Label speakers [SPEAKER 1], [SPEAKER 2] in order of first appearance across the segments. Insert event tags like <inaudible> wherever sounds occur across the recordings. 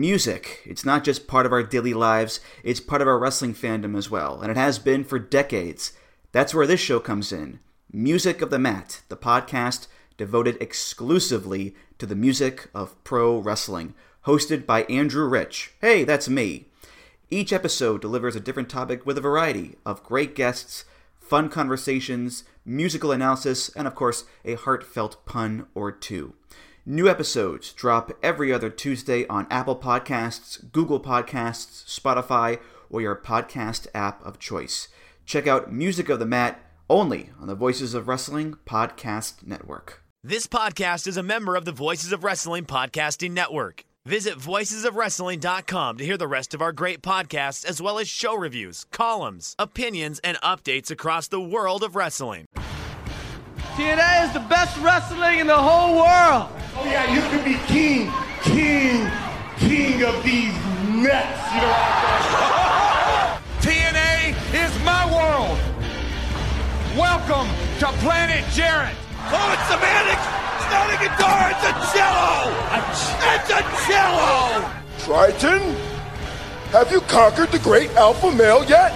[SPEAKER 1] music. It's not just part of our daily lives, it's part of our wrestling fandom as well, and it has been for decades. That's where this show comes in Music of the Mat, the podcast devoted exclusively to the music of pro wrestling, hosted by Andrew Rich. Hey, that's me. Each episode delivers a different topic with a variety of great guests, fun conversations, musical analysis, and of course, a heartfelt pun or two. New episodes drop every other Tuesday on Apple Podcasts, Google Podcasts, Spotify, or your podcast app of choice. Check out Music of the Mat only on the Voices of Wrestling Podcast Network.
[SPEAKER 2] This podcast is a member of the Voices of Wrestling Podcasting Network. Visit voicesofwrestling.com to hear the rest of our great podcasts, as well as show reviews, columns, opinions, and updates across the world of wrestling.
[SPEAKER 3] TNA is the best wrestling in the whole world.
[SPEAKER 4] Oh yeah, you could be king, king, king of these nuts. You know what
[SPEAKER 5] TNA is my world. Welcome to Planet Jarrett.
[SPEAKER 6] Oh, it's semantics. It's not a guitar. It's a cello. A ch- it's a cello.
[SPEAKER 4] Triton, have you conquered the great alpha male yet?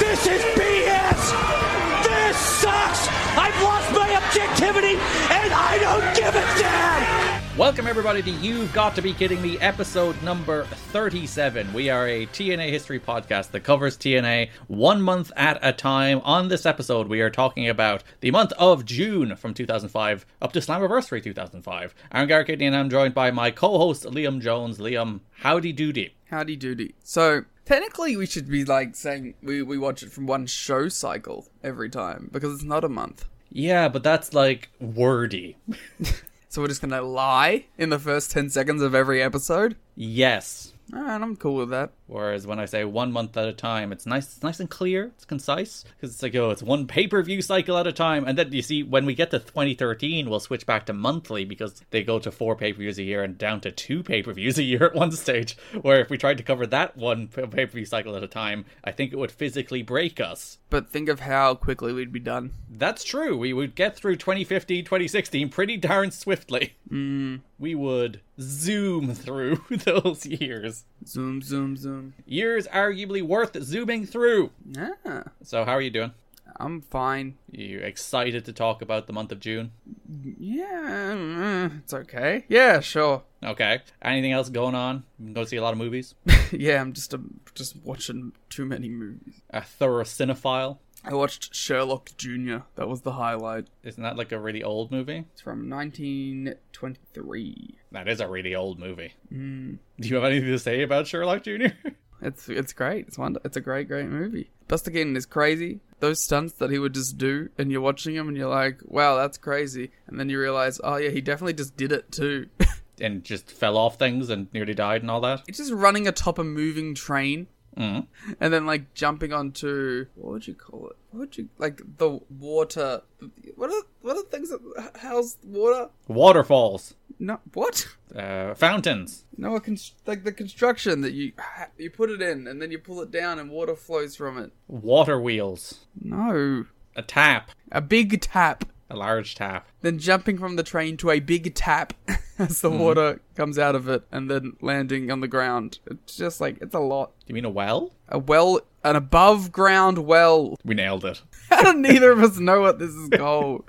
[SPEAKER 6] This is BS. This sucks. I've lost my objectivity, and I don't give a damn.
[SPEAKER 7] Welcome, everybody, to You've Got to Be Kidding Me, episode number 37. We are a TNA history podcast that covers TNA one month at a time. On this episode, we are talking about the month of June from 2005 up to Slammiversary 2005. Aaron Garricade, and I'm joined by my co host, Liam Jones. Liam, howdy doody.
[SPEAKER 3] Howdy doody. So, technically, we should be like saying we, we watch it from one show cycle every time because it's not a month.
[SPEAKER 7] Yeah, but that's like wordy.
[SPEAKER 3] So we're just gonna lie in the first ten seconds of every episode.
[SPEAKER 7] Yes.
[SPEAKER 3] Alright, I'm cool with that.
[SPEAKER 7] Whereas when I say one month at a time, it's nice, it's nice and clear, it's concise, because it's like, oh, it's one pay per view cycle at a time. And then you see, when we get to 2013, we'll switch back to monthly because they go to four pay per views a year and down to two pay per views a year at one stage. Where if we tried to cover that one pay per view cycle at a time, I think it would physically break us.
[SPEAKER 3] But think of how quickly we'd be done.
[SPEAKER 7] That's true. We would get through 2015, 2016 pretty darn swiftly.
[SPEAKER 3] Mm.
[SPEAKER 7] We would zoom through <laughs> those years.
[SPEAKER 3] Zoom, zoom, zoom.
[SPEAKER 7] Years arguably worth zooming through.
[SPEAKER 3] Yeah.
[SPEAKER 7] So, how are you doing?
[SPEAKER 3] I'm fine.
[SPEAKER 7] You excited to talk about the month of June?
[SPEAKER 3] Yeah, it's okay. Yeah, sure. <laughs>
[SPEAKER 7] Okay. Anything else going on? Go see a lot of movies.
[SPEAKER 3] yeah, I'm just a, just watching too many movies.
[SPEAKER 7] A thorough cinephile.
[SPEAKER 3] I watched Sherlock Jr. That was the highlight.
[SPEAKER 7] Isn't that like a really old movie?
[SPEAKER 3] It's from 1923.
[SPEAKER 7] That is a really old movie.
[SPEAKER 3] Mm.
[SPEAKER 7] Do you have anything to say about Sherlock Jr.?
[SPEAKER 3] It's it's great. It's one. It's a great great movie. Buster Keaton is crazy. Those stunts that he would just do, and you're watching him, and you're like, "Wow, that's crazy," and then you realize, "Oh yeah, he definitely just did it too."
[SPEAKER 7] <laughs>
[SPEAKER 3] <laughs>
[SPEAKER 7] and just fell off things and nearly died and all that.
[SPEAKER 3] it's just running atop a moving train,
[SPEAKER 7] Mm.
[SPEAKER 3] and then like jumping onto what would you call it? What would you like the water? What are what are things that house water?
[SPEAKER 7] Waterfalls,
[SPEAKER 3] No, what?
[SPEAKER 7] uh, fountains.
[SPEAKER 3] No, a const- like the construction that you you put it in, and then you pull it down, and water flows from it.
[SPEAKER 7] water wheels,
[SPEAKER 3] No,
[SPEAKER 7] a tap,
[SPEAKER 3] a big tap.
[SPEAKER 7] a large tap.
[SPEAKER 3] then jumping from the train to a big tap <laughs> as the water comes out of it and then landing on the ground. It's just like, it's a lot.
[SPEAKER 7] Do you mean a well?
[SPEAKER 3] A well, an above ground well. <laughs>
[SPEAKER 7] We nailed it.
[SPEAKER 3] How do neither of us know what this is called?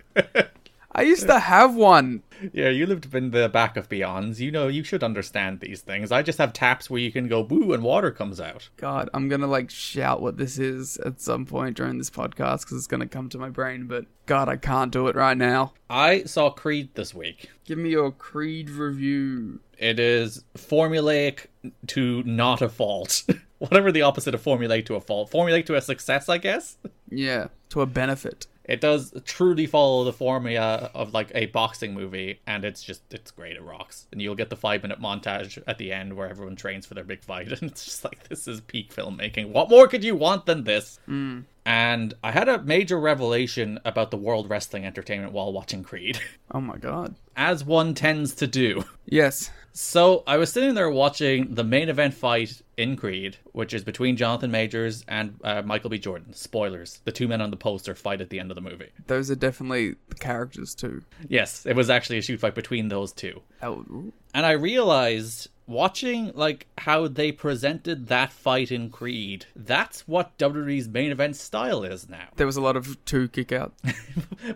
[SPEAKER 3] I used to have one.
[SPEAKER 7] Yeah, you lived in the back of Beyonds. You know, you should understand these things. I just have taps where you can go boo and water comes out.
[SPEAKER 3] God, I'm gonna like shout what this is at some point during this podcast because it's gonna come to my brain, but God, I can't do it right now.
[SPEAKER 7] I saw Creed this week.
[SPEAKER 3] Give me your Creed review.
[SPEAKER 7] It is formulaic to not a fault. <laughs> Whatever the opposite of formulaic to a fault. Formulaic to a success, I guess.
[SPEAKER 3] Yeah, to a benefit.
[SPEAKER 7] It does truly follow the formula of like a boxing movie, and it's just it's great. It rocks, and you'll get the five minute montage at the end where <laughs> everyone trains for their big fight, and it's just like this is peak filmmaking. What more could you want than this? and I had a major revelation about the World Wrestling Entertainment while watching Creed, <laughs>
[SPEAKER 3] Oh my god.
[SPEAKER 7] as one tends to do.
[SPEAKER 3] Yes.
[SPEAKER 7] So I was sitting there watching the main event fight in Creed, which is between Jonathan Majors and uh, Michael B. Jordan. Spoilers: the two men on the poster fight at the end of the movie.
[SPEAKER 3] Those are definitely the characters too.
[SPEAKER 7] Yes, it was actually a shoot fight between those two.
[SPEAKER 3] Oh, ooh.
[SPEAKER 7] and I realized watching like how they presented that fight in Creed. That's what WWE's main event style is now. <laughs>
[SPEAKER 3] There was a lot of two kick out.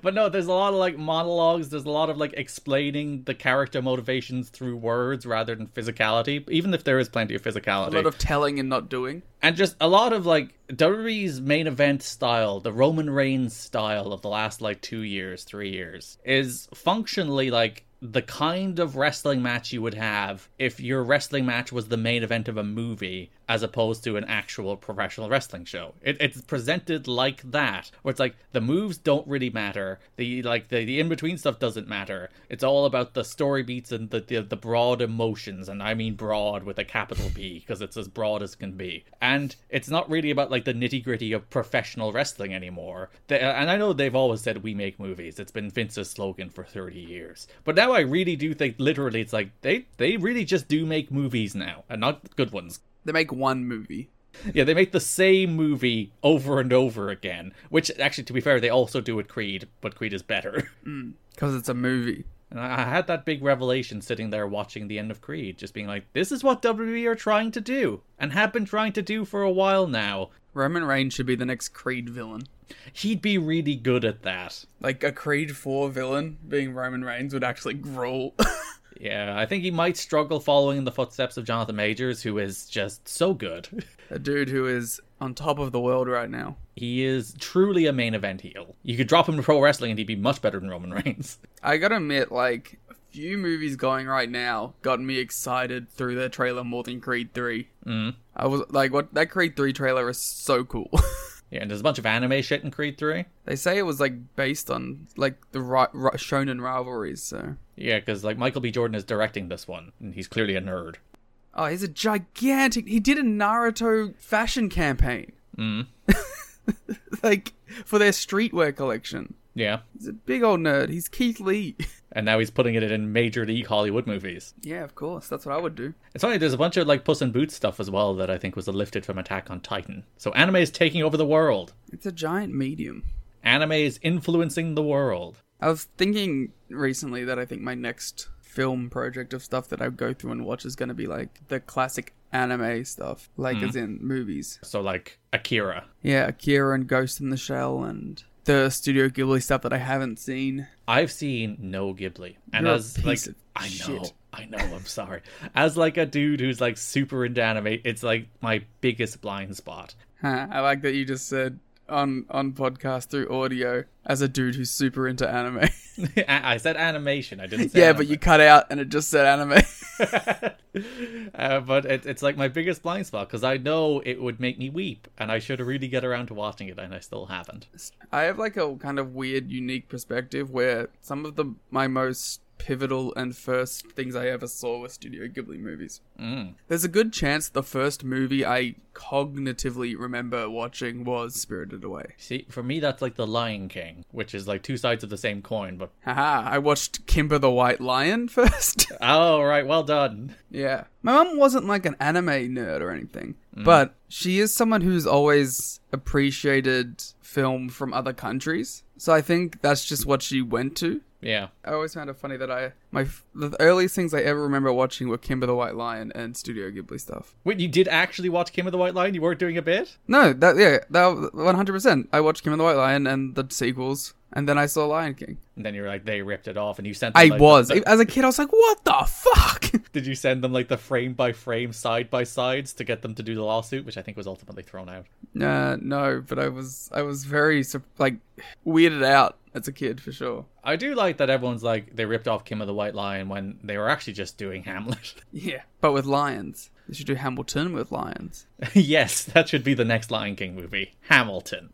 [SPEAKER 7] But no, there's a lot of like monologues. There's a lot of like explaining the character motivations through words rather than physicality. Even if there is plenty of
[SPEAKER 3] A
[SPEAKER 7] physicality,
[SPEAKER 3] lot of telling and not doing.
[SPEAKER 7] and just a lot of like WWE's main event style, the Roman Reigns style of the last like two years, three years, is functionally like the kind of wrestling match you would have if your wrestling match was the main event of a movie as opposed to an actual professional wrestling show. It, it's presented like that, where it's like the moves don't really matter, the like the, the in between stuff doesn't matter. It's all about the story beats and the the, the broad emotions, and I mean broad with a capital B because it's as broad as can be. And it's not really about like the nitty gritty of professional wrestling anymore. They, and I know they've always said we make movies. It's been Vince's slogan for thirty years. But now I really do think literally it's like they they really just do make movies now, and not good ones.
[SPEAKER 3] They make one movie.
[SPEAKER 7] Yeah, they make the same movie over and over again. Which actually, to be fair, they also do with Creed, but Creed is better. <laughs>
[SPEAKER 3] Because it's a movie.
[SPEAKER 7] And I I had that big revelation sitting there watching the end of Creed, just being like, this is what WWE are trying to do, and have been trying to do for a while now.
[SPEAKER 3] Roman Reigns should be the next Creed villain.
[SPEAKER 7] He'd be really good at that.
[SPEAKER 3] Like a Creed 4 villain being Roman Reigns would actually growl.
[SPEAKER 7] Yeah, I think he might struggle following in the footsteps of Jonathan Majors, who is just so good.
[SPEAKER 3] <laughs>
[SPEAKER 7] <laughs>
[SPEAKER 3] a dude who is on top of the world right now.
[SPEAKER 7] he is truly a main event heel. You could drop him to pro wrestling and he'd be much better than Roman <laughs> Reigns.
[SPEAKER 3] I gotta admit, like, a few movies going right now got me excited through their trailer more than Creed 3. Mm. I was like, what? That Creed 3 trailer is so cool. <laughs>
[SPEAKER 7] Yeah, and there's a bunch of anime shit in Creed 3.
[SPEAKER 3] they say it was, like, based on, like, the ri- ri- shonen rivalries, so.
[SPEAKER 7] Yeah, because like Michael B. Jordan is directing this one, and he's clearly a nerd.
[SPEAKER 3] Oh, he's a gigantic. He did a Naruto fashion campaign. Mm. <laughs> like, for their streetwear collection.
[SPEAKER 7] Yeah.
[SPEAKER 3] He's a big old nerd. He's Keith Lee. <laughs>
[SPEAKER 7] And now he's putting it in major league Hollywood movies.
[SPEAKER 3] yeah, of course. That's what I would do.
[SPEAKER 7] It's funny, there's a bunch of like Puss in Boots stuff as well that I think was lifted from Attack on Titan. So anime is taking over the world.
[SPEAKER 3] It's a giant medium.
[SPEAKER 7] Anime is influencing the world.
[SPEAKER 3] I was thinking recently that I think my next film project of stuff that I go through and watch is going to be like the classic anime stuff, like as in movies.
[SPEAKER 7] So like Akira.
[SPEAKER 3] Yeah, Akira and Ghost in the Shell and the Studio Ghibli stuff that I haven't seen.
[SPEAKER 7] I've seen no Ghibli, and
[SPEAKER 3] You're a
[SPEAKER 7] as
[SPEAKER 3] piece
[SPEAKER 7] like
[SPEAKER 3] of
[SPEAKER 7] I know,
[SPEAKER 3] shit.
[SPEAKER 7] I know, I'm sorry. As like a dude who's like super into anime, it's like my biggest blind spot. <laughs>
[SPEAKER 3] Huh, <laughs> I like that you just said on on podcast through audio as a dude who's super into anime. <laughs>
[SPEAKER 7] I I said animation. I didn't. say
[SPEAKER 3] yeah,
[SPEAKER 7] anime. <laughs>
[SPEAKER 3] but you cut out and it just said anime. <laughs>
[SPEAKER 7] uh, but it, it's like my biggest blind spot because I know it would make me weep, and I should really get around to watching it, and I still haven't.
[SPEAKER 3] I have like a kind of weird, unique perspective where some of the my most pivotal and first things I ever saw were Studio Ghibli movies. There's a good chance the first movie I cognitively remember watching was Spirited Away.
[SPEAKER 7] See, for me, that's like the Lion King, which is like two sides of the same coin. But
[SPEAKER 3] Haha, I watched Kimber the White Lion <laughs> first.
[SPEAKER 7] oh, right, well done.
[SPEAKER 3] yeah. My mum wasn't like an anime nerd or anything, but she is someone who's always appreciated film from other countries. So I think that's just what she went to.
[SPEAKER 7] Yeah,
[SPEAKER 3] I always found it funny that I my f- the earliest things I ever remember watching were Kimber the White Lion and Studio Ghibli stuff.
[SPEAKER 7] wait, you did actually watch Kim of the White Lion? You weren't doing a bit?
[SPEAKER 3] No, that yeah, that one hundred percent. I watched Kimber the White Lion and the sequels, and then I saw Lion King.
[SPEAKER 7] And then you were like, they ripped it off, and you sent. Them,
[SPEAKER 3] I
[SPEAKER 7] like,
[SPEAKER 3] was
[SPEAKER 7] the- the-
[SPEAKER 3] as a kid. I was like, what the fuck?
[SPEAKER 7] did you send them like the frame by frame, side by sides to get them to do the lawsuit, which I think was ultimately thrown out?
[SPEAKER 3] Nah, no, but I was I was very sur- like weirded out as a kid for sure.
[SPEAKER 7] I do like that everyone's like they ripped off Kim of the White Lion when they were actually just doing Hamlet. <laughs>
[SPEAKER 3] Yeah, but with lions, they should do Hamilton with lions. <laughs>
[SPEAKER 7] yes, that should be the next Lion King movie, Hamilton.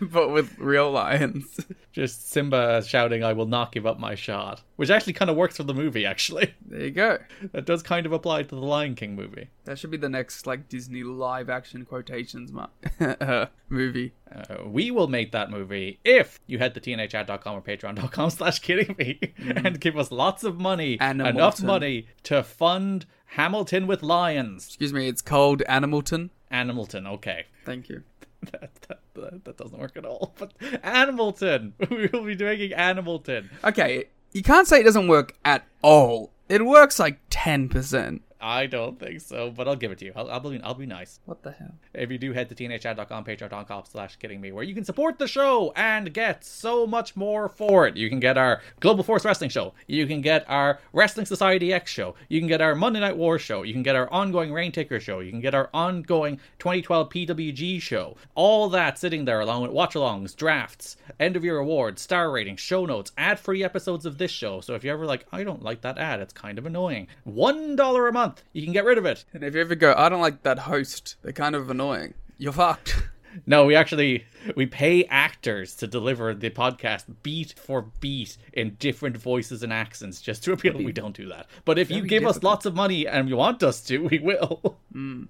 [SPEAKER 3] but with real lions. <laughs>
[SPEAKER 7] Just Simba shouting, I will not give up my shot. Which actually kind of works for the movie, actually.
[SPEAKER 3] There you go.
[SPEAKER 7] That does kind of apply to the Lion King movie.
[SPEAKER 3] That should be the next like Disney live action quotations mark <laughs> uh, movie.
[SPEAKER 7] Uh, we will make that movie if you head to tnhchat.com or patreon.com <laughs> slash kidding me and give us lots of money,
[SPEAKER 3] Animalton.
[SPEAKER 7] enough money to fund Hamilton with lions.
[SPEAKER 3] Excuse me, it's called Animalton.
[SPEAKER 7] Animalton, okay. <laughs>
[SPEAKER 3] Thank you.
[SPEAKER 7] That, that, that, that doesn't work at all. <laughs> But Animalton! <laughs> We will be making Animalton.
[SPEAKER 3] Okay, you can't say it doesn't work at all. It works like ten percent.
[SPEAKER 7] I don't think so, but I'll give it to you. I'll, I'll, be, I'll be nice.
[SPEAKER 3] What the hell?
[SPEAKER 7] If you do head to tnhchat.com, patreon.com slash kidding me, where you can support the show and get so much more for it. You can get our Global Force Wrestling show. You can get our Wrestling Society X show. You can get our Monday Night War show. You can get our ongoing Rain Ticker show. You can get our ongoing 2012 PWG show. All that sitting there along with watch alongs, drafts, end of year awards, star ratings, show notes, ad free episodes of this show. So if you're ever like, I don't like that ad, it's kind of annoying. $1 a month, you can get rid of it.
[SPEAKER 3] And if you ever go, I don't like that host. They're kind of annoying. You're fucked. <laughs>
[SPEAKER 7] No, we actually we pay actors to deliver the podcast beat for beat in different voices and accents just to appeal. We don't do that, but if you
[SPEAKER 3] very
[SPEAKER 7] give us
[SPEAKER 3] difficult. Hmm.
[SPEAKER 7] lots of money and you want us to, we will. <laughs>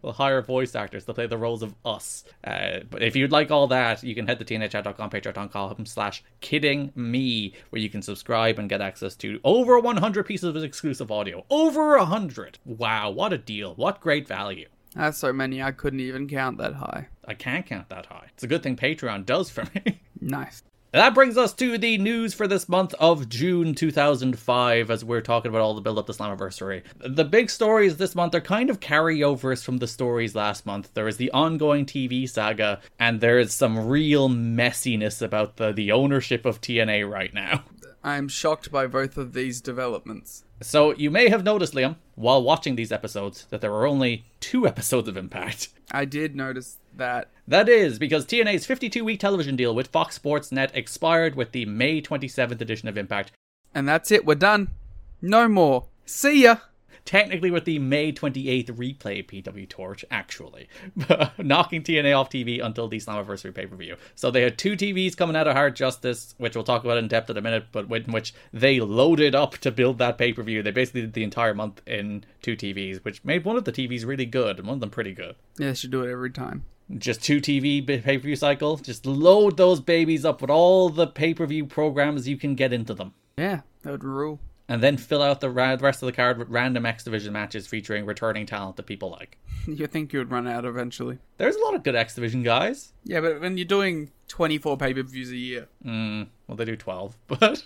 [SPEAKER 7] We'll hire voice actors to play the roles of us. Uh, but if you'd like all that, you can head to tnhchat.com, patreon.com slash kidding me, where you can subscribe and get access to over 100 pieces of exclusive audio. Over 100! Wow, what a deal. What great value.
[SPEAKER 3] I have so many I couldn't even count that high.
[SPEAKER 7] I can't count that high. It's a good thing Patreon does for me. <laughs>
[SPEAKER 3] Nice.
[SPEAKER 7] That brings us to the news for this month of June 2005, as we're talking about all the build up to Slammiversary. The big stories this month are kind of carryovers from the stories last month. There is the ongoing TV saga, and there is some real messiness about the, the ownership of TNA right now.
[SPEAKER 3] I am shocked by both of these developments.
[SPEAKER 7] So, you may have noticed, Liam, while watching these episodes, that there were only two episodes of Impact.
[SPEAKER 3] I did notice that.
[SPEAKER 7] That is because TNA's 52 week television deal with Fox Sports Net expired with the May 27th edition of Impact,
[SPEAKER 3] And that's it. We're done. No more. See ya.
[SPEAKER 7] technically with the May 28th replay PW Torch, actually, <laughs> knocking TNA off TV until the Slammiversary pay per view. So they had two TVs coming out of Hard Justice, which we'll talk about in depth in a minute, but in which they loaded up to build that pay per view. They basically did the entire month in two TVs, which made one of the TVs really good and one of them pretty good
[SPEAKER 3] Yeah, I should do it every time.
[SPEAKER 7] just two TV pay per view cycle. Just load those babies up with all the pay per view programs you can get into them.
[SPEAKER 3] Yeah, that would rule. <laughs>
[SPEAKER 7] And then fill out the ra- the rest of the card with random X Division matches featuring returning talent that people like.
[SPEAKER 3] You think you would run out eventually.
[SPEAKER 7] There's a lot of good X Division guys.
[SPEAKER 3] Yeah, but when you're doing 24 pay per views a year,
[SPEAKER 7] Well, they do 12, <laughs> but.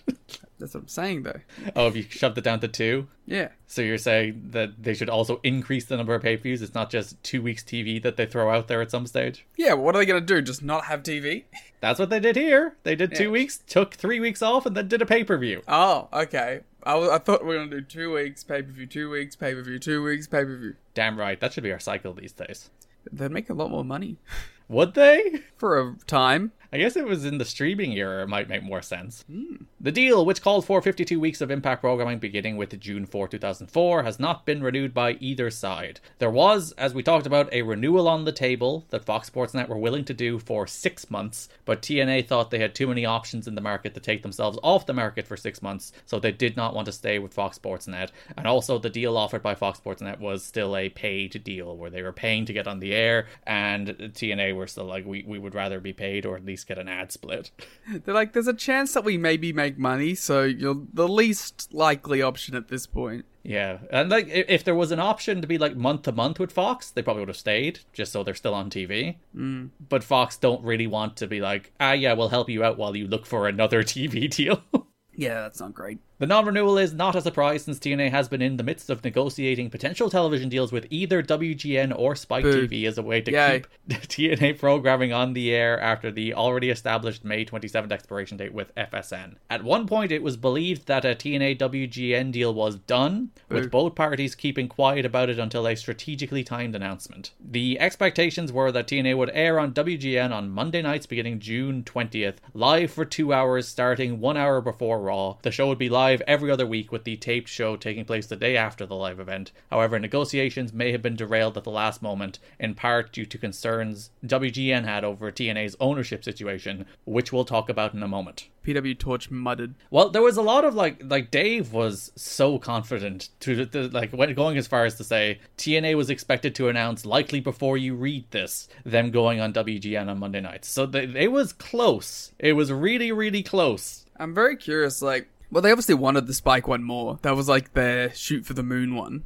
[SPEAKER 3] that's what I'm saying though.
[SPEAKER 7] oh, if you shoved it down to two?
[SPEAKER 3] Yeah.
[SPEAKER 7] So you're saying that they should also increase the number of pay per views? It's not just two weeks TV that they throw out there at some stage?
[SPEAKER 3] Yeah, what are they going to do? Just not have TV?
[SPEAKER 7] That's what they did here. They did two
[SPEAKER 3] Yeah.
[SPEAKER 7] weeks, took three weeks off, and then did a pay per view.
[SPEAKER 3] <laughs> Oh, okay. I, w- I thought we were going to do two weeks, pay per view, two weeks, pay per view, two weeks, pay per view.
[SPEAKER 7] Damn right. That should be our cycle these days.
[SPEAKER 3] They'd make a lot more money <laughs>
[SPEAKER 7] Would they?
[SPEAKER 3] for a time.
[SPEAKER 7] I guess it was in the streaming era, it might make more sense. The deal, which called for 52 weeks of Impact programming beginning with June 4, 2004, has not been renewed by either side. There was, as we talked about, a renewal on the table that Fox Sports Net were willing to do for six months, but TNA thought they had too many options in the market to take themselves off the market for six months, so they did not want to stay with Fox Sports Net. And also, the deal offered by Fox Sports Net was still a paid deal where they were paying to get on the air, and TNA were still like, we, we would rather be paid or at least get an ad split.
[SPEAKER 3] They're like, there's a chance that we maybe make money, so you're the least likely option at this point.
[SPEAKER 7] Yeah, and like i- if there was an option to be like month to month with Fox, they probably would have stayed just so they're still on TV. Mm. But Fox don't really want to be like, ah, yeah, we'll help you out while you look for another TV deal. <laughs>
[SPEAKER 3] Yeah, that's not great.
[SPEAKER 7] the non renewal is not a surprise since TNA has been in the midst of negotiating potential television deals with either WGN or Spike
[SPEAKER 3] Boo.
[SPEAKER 7] TV as a way to
[SPEAKER 3] Yay.
[SPEAKER 7] keep <laughs> TNA programming on the air after the already established May 27th expiration date with FSN. At one point, it was believed that a TNA WGN deal was done, with both parties keeping quiet about it until a strategically timed announcement. The expectations were that TNA would air on WGN on Monday nights beginning June 20th, live for two hours, starting one hour before Raw. The show would be live live every other week, with the taped show taking place the day after the live event. However, negotiations may have been derailed at the last moment, in part due to concerns WGN had over TNA's ownership situation, which we'll talk about in a moment.
[SPEAKER 3] PW Torch mudded.
[SPEAKER 7] Well, there was a lot of like, like Dave was so confident to the, like went going as far as to say TNA was expected to announce likely before you read this them going on WGN on Monday nights. So they, they was close. It was really really close.
[SPEAKER 3] I'm very curious, like, well, they obviously wanted the Spike one more. That was like their shoot for the moon one.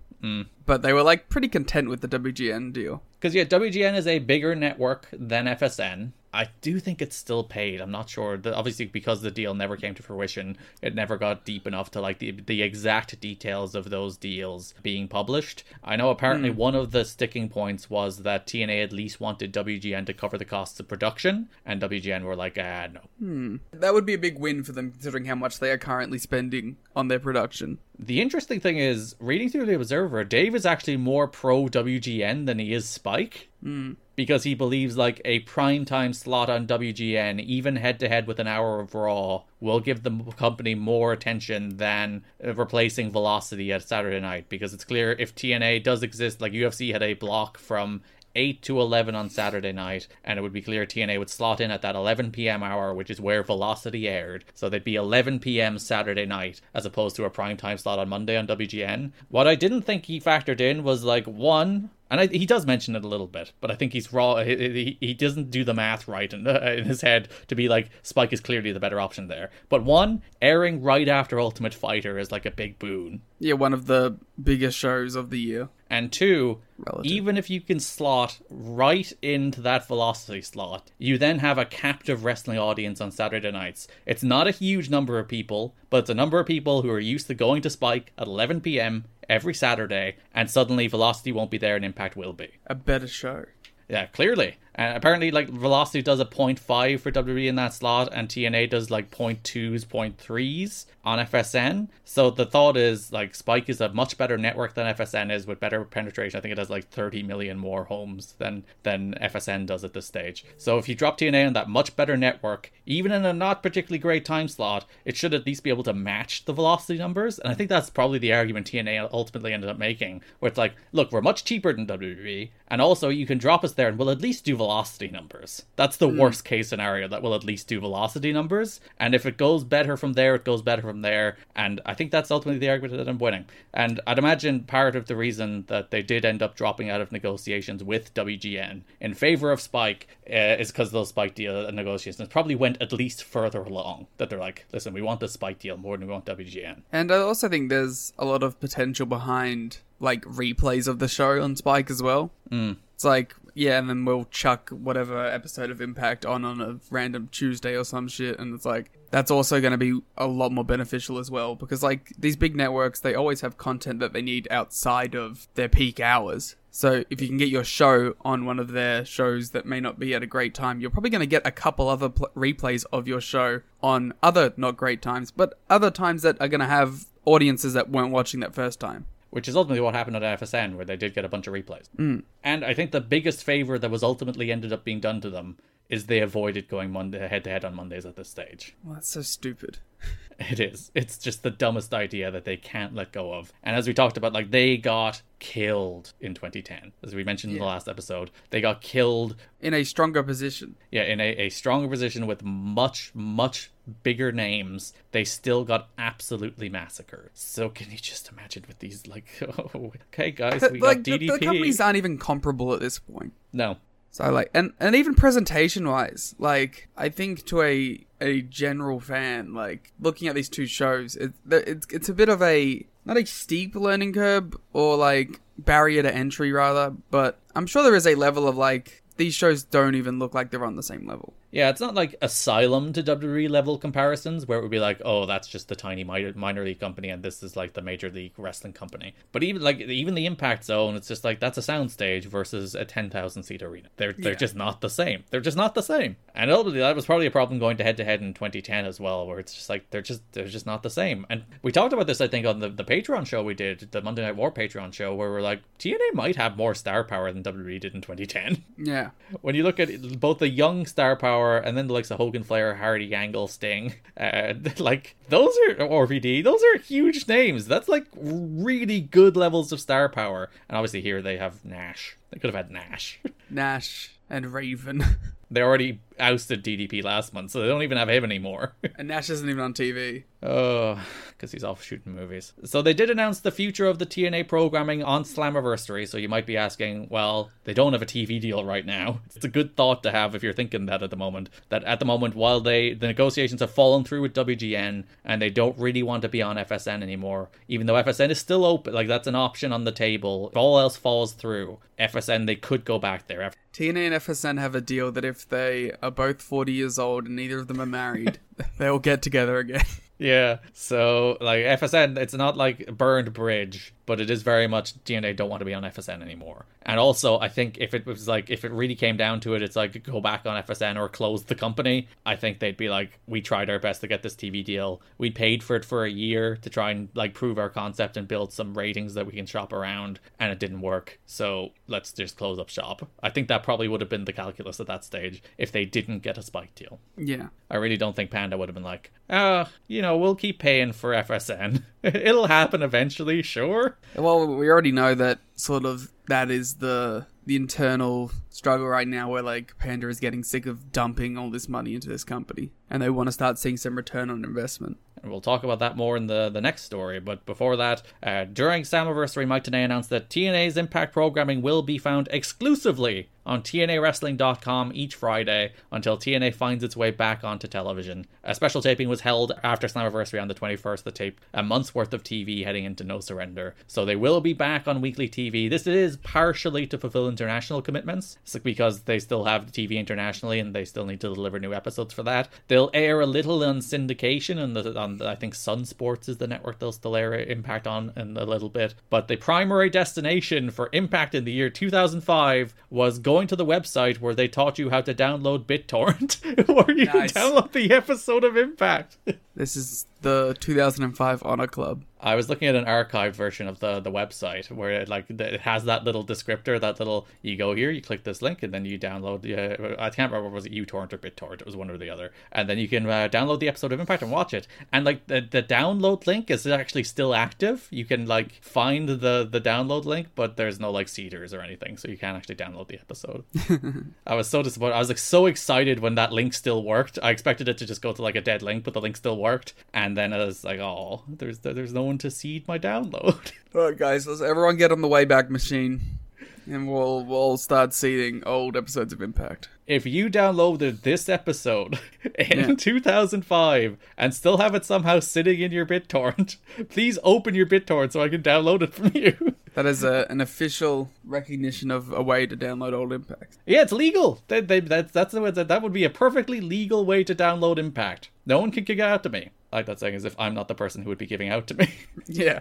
[SPEAKER 3] But they were like pretty content with the WGN deal.
[SPEAKER 7] Because yeah, WGN is a bigger network than FSN. I do think it's still paid. I'm not sure. The, obviously, because the deal never came to fruition, it never got deep enough to like the the exact details of those deals being published. I know apparently one of the sticking points was that TNA at least wanted WGN to cover the costs of production, and WGN were like, ah, no.
[SPEAKER 3] That would be a big win for them considering how much they are currently spending on their production.
[SPEAKER 7] The interesting thing is, reading through the Observer, Dave is actually more pro WGN than he is Spike. Because he believes like a prime time slot on WGN, even head to head with an hour of Raw, will give the m- company more attention than uh, replacing Velocity at Saturday night. Because it's clear if TNA does exist, like UFC had a block from 8 to 11 on Saturday night, and it would be clear TNA would slot in at that 11 p.m. hour, which is where Velocity aired. So they'd be 11 p.m. Saturday night, as opposed to a prime time slot on Monday on WGN. What I didn't think he factored in was like one. And I, he does mention it a little bit, but I think he's raw. He, he, he doesn't do the math right in, uh, in his head to be like Spike is clearly the better option there. But one airing right after Ultimate Fighter is like a big boon.
[SPEAKER 3] Yeah, one of the biggest shows of the year.
[SPEAKER 7] And two,
[SPEAKER 3] Relative.
[SPEAKER 7] even if you can slot right into that velocity slot, you then have a captive wrestling audience on Saturday nights. It's not a huge number of people, but it's a number of people who are used to going to Spike at 11 p.m. every Saturday, and suddenly Velocity won't be there and Impact will be.
[SPEAKER 3] A better show.
[SPEAKER 7] Yeah, clearly. And apparently, like Velocity does a 0.5 for WWE in that slot, and TNA does like 0.2s, 0.3s on FSN. So the thought is like Spike is a much better network than FSN is with better penetration. I think it has like 30 million more homes than than FSN does at this stage. So if you drop TNA on that much better network, even in a not particularly great time slot, it should at least be able to match the Velocity numbers. And I think that's probably the argument TNA ultimately ended up making, where it's like, look, we're much cheaper than WWE, and also you can drop us there and we'll at least do velocity numbers. That's the worst case scenario that we'll at least do velocity numbers. And if it goes better from there, it goes better from there. And I think that's ultimately the argument that I'm winning. And I'd imagine part of the reason that they did end up dropping out of negotiations with WGN in favor of Spike uh, is because those Spike deal negotiations probably went at least further along. That they're like, listen, we want the Spike deal more than we want WGN.
[SPEAKER 3] And I also think there's a lot of potential behind like replays of the show on Spike as well. Mm. It's like yeah, and then we'll chuck whatever episode of Impact on on a random Tuesday or some shit, and it's like that's also going to be a lot more beneficial as well because like these big networks they always have content that they need outside of their peak hours. So if you can get your show on one of their shows that may not be at a great time, you're probably going to get a couple other pl- replays of your show on other not great times, but other times that are going to have audiences that weren't watching that first time.
[SPEAKER 7] which is ultimately what happened on FSN, where they did get a bunch of replays.
[SPEAKER 3] Hmm.
[SPEAKER 7] And I think the biggest favor that was ultimately ended up being done to them is they avoided going Monday head to head on Mondays at this stage. <laughs>
[SPEAKER 3] Well, that's so stupid.
[SPEAKER 7] It is. It's just the dumbest idea that they can't let go of. And as we talked about, like they got killed in 2010, as we mentioned in the last episode, they got killed
[SPEAKER 3] In a stronger position.
[SPEAKER 7] yeah, in a, a stronger position with much, much bigger names, they still got absolutely massacred. So can you just imagine with these like, <laughs> oh, okay guys, we
[SPEAKER 3] like
[SPEAKER 7] got
[SPEAKER 3] the,
[SPEAKER 7] DDP.
[SPEAKER 3] the companies aren't even comparable at this point.
[SPEAKER 7] no,
[SPEAKER 3] So like, and and even presentation wise, like I think to a a general fan, like looking at these two shows, it, the- it's it's a bit of a not a steep learning curve or like barrier to entry rather, but I'm sure there is a level of like these shows don't even look like they're on the same level.
[SPEAKER 7] Yeah, it's not like Asylum to WWE level comparisons where it would be like, oh, that's just the tiny minor, minor league company and this is like the major league wrestling company. But even like even the Impact Zone, it's just like that's a soundstage versus a 10,000 seat arena. They're they're just not the same. They're just not the same. And ultimately that was probably a problem going to head to head in 2010 as well where it's just like they're just they're just not the same. And we talked about this I think on the the Patreon show we did, the Monday Night War Patreon show where we're like TNA might have more star power than WWE E did in 2010
[SPEAKER 3] Yeah,
[SPEAKER 7] when you look at both the young star power Power, and then the likes of Hogan, Flair, Hardy, Angle, Sting. <laughs> Uh, like those are RVD. Those are huge names. That's like really good levels of star power. And obviously here they have Nash. They could have had Nash. <laughs>
[SPEAKER 3] Nash and Raven. <laughs>
[SPEAKER 7] they already ousted DDP last month, so they don't even have him anymore. <laughs>
[SPEAKER 3] and Nash isn't even on TV.
[SPEAKER 7] Oh, because he's off shooting movies. So they did announce the future of the TNA programming on Slammiversary. So you might be asking, well, they don't have a TV deal right now. <laughs> It's a good thought to have if you're thinking that at the moment. That at the moment, while they the negotiations have fallen through with WGN and they don't really want to be on FSN anymore, even though FSN is still open, like that's an option on the table. If all else falls through, FSN they could go back there.
[SPEAKER 3] TNA and FSN have a deal that if they are both 40 years old and neither of them are married, <laughs> they'll get together again. <laughs>
[SPEAKER 7] Yeah. So like FSN, it's not like burned bridge, but it is very much DNA don't want to be on FSN anymore. And also, I think if it was like if it really came down to it, it's like go back on FSN or close the company. I think they'd be like, we tried our best to get this TV deal. We paid for it for a year to try and like prove our concept and build some ratings that we can shop around, and it didn't work. So let's just close up shop. I think that probably would have been the calculus at that stage if they didn't get a spike deal.
[SPEAKER 3] yeah.
[SPEAKER 7] I really don't think Panda would have been like, uh, you know, we'll keep paying for FSN. <laughs> It'll happen eventually, sure.
[SPEAKER 3] Well, we already know that sort of that is the the internal struggle right now where like Panda is getting sick of dumping all this money into this company and they want to start seeing some return on investment.
[SPEAKER 7] And we'll talk about that more in the, the next story. But before that, uh, during Slammiversary, Mike Tenay announced that TNA's Impact programming will be found exclusively on TNAWrestling.com each Friday until TNA finds its way back onto television. A special taping was held after Slammiversary on the 21st to tape a month's worth of TV heading into No Surrender. So they will be back on weekly TV. This is partially to fulfill international commitments it's like because they still have TV internationally and they still need to deliver new episodes for that. They'll air a little on syndication and the, on the, I think Sun Sports is the network they'll still air Impact on in a little bit. But the primary destination for Impact in the year 2005 was going to the website where they taught you how to download BitTorrent, <laughs> where you
[SPEAKER 3] Nice.
[SPEAKER 7] download the episode of Impact. <laughs>
[SPEAKER 3] This is the 2005 Honor Club.
[SPEAKER 7] I was looking at an archived version of the the website where it like th- it has that little descriptor, that little you go here, you click this link, and then you download. the, Uh, I can't remember was it uTorrent or BitTorrent. It was one or the other, and then you can uh, download the episode of Impact and watch it. And like the, the download link is actually still active. You can like find the the download link, but there's no like cedars or anything, so you can't actually download the episode. I was so disappointed. I was like so excited when that link still worked. I expected it to just go to like a dead link, but the link still worked. And then I was like, oh, there's there's no one to seed my download. <laughs>
[SPEAKER 3] All right, guys, let's everyone get on the Wayback Machine and we'll we'll start seeing old episodes of Impact.
[SPEAKER 7] if you downloaded this episode <laughs> in 2005 and still have it somehow sitting in your BitTorrent, <laughs> please open your BitTorrent so I can download it from <laughs> you.
[SPEAKER 3] That is a, an official recognition of a way to download old Impact.
[SPEAKER 7] Yeah, it's legal. They, they, that's that's the way that that would be a perfectly legal way to download Impact. No one can kick it out to me. I like that saying as if I'm not the person who would be giving out to me. <laughs> yeah.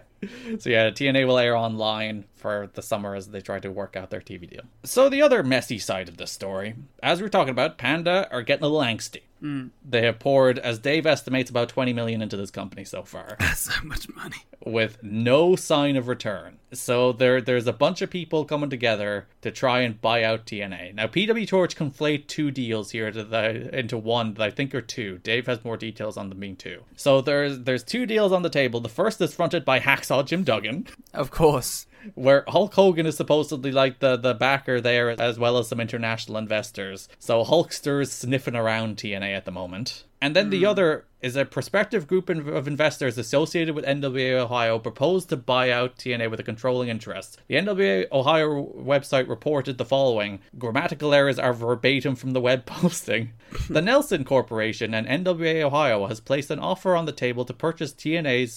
[SPEAKER 7] So yeah, TNA will air online for the summer as they try to work out their TV deal. So the other messy side of this story, as we we're talking about, Panda are getting a little angsty. They have poured, as Dave estimates, about 20 million into this company so far
[SPEAKER 3] <laughs> So much money.
[SPEAKER 7] with no sign of return. So there there's a bunch of people coming together to try and buy out TNA. Now PW Torch conflate two deals here to the, into one that I think are two. Dave has more details on them being two. So there's there's two deals on the table. The first is fronted by Hacksaw Jim Duggan
[SPEAKER 3] Of course.
[SPEAKER 7] where Hulk Hogan is supposedly like the, the backer there, as well as some international investors. So Hulkster is sniffing around TNA at the moment. And then the other is a prospective group in- of investors associated with NWA Ohio proposed to buy out TNA with a controlling interest. The NWA Ohio website reported the following grammatical errors are verbatim from the web <laughs> posting. the Nelson Corporation and NWA Ohio has placed an offer on the table to purchase TNA's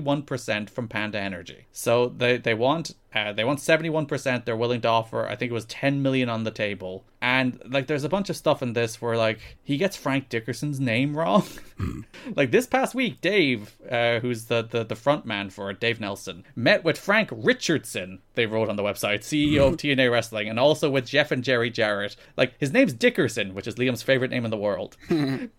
[SPEAKER 7] 71% from Panda Energy. So they, they want uh, they want 71%. They're willing to offer, I think it was 10 million on the table. And like, there's a bunch of stuff in this where like he gets Frank Dickerson's name wrong. <laughs> like this past week, Dave, uh, who's the, the the front man for it, Dave Nelson, met with Frank Richardson. They wrote on the website, CEO of TNA Wrestling, and also with Jeff and Jerry Jarrett. Like his name's Dickerson, which is Liam's favorite name in the world.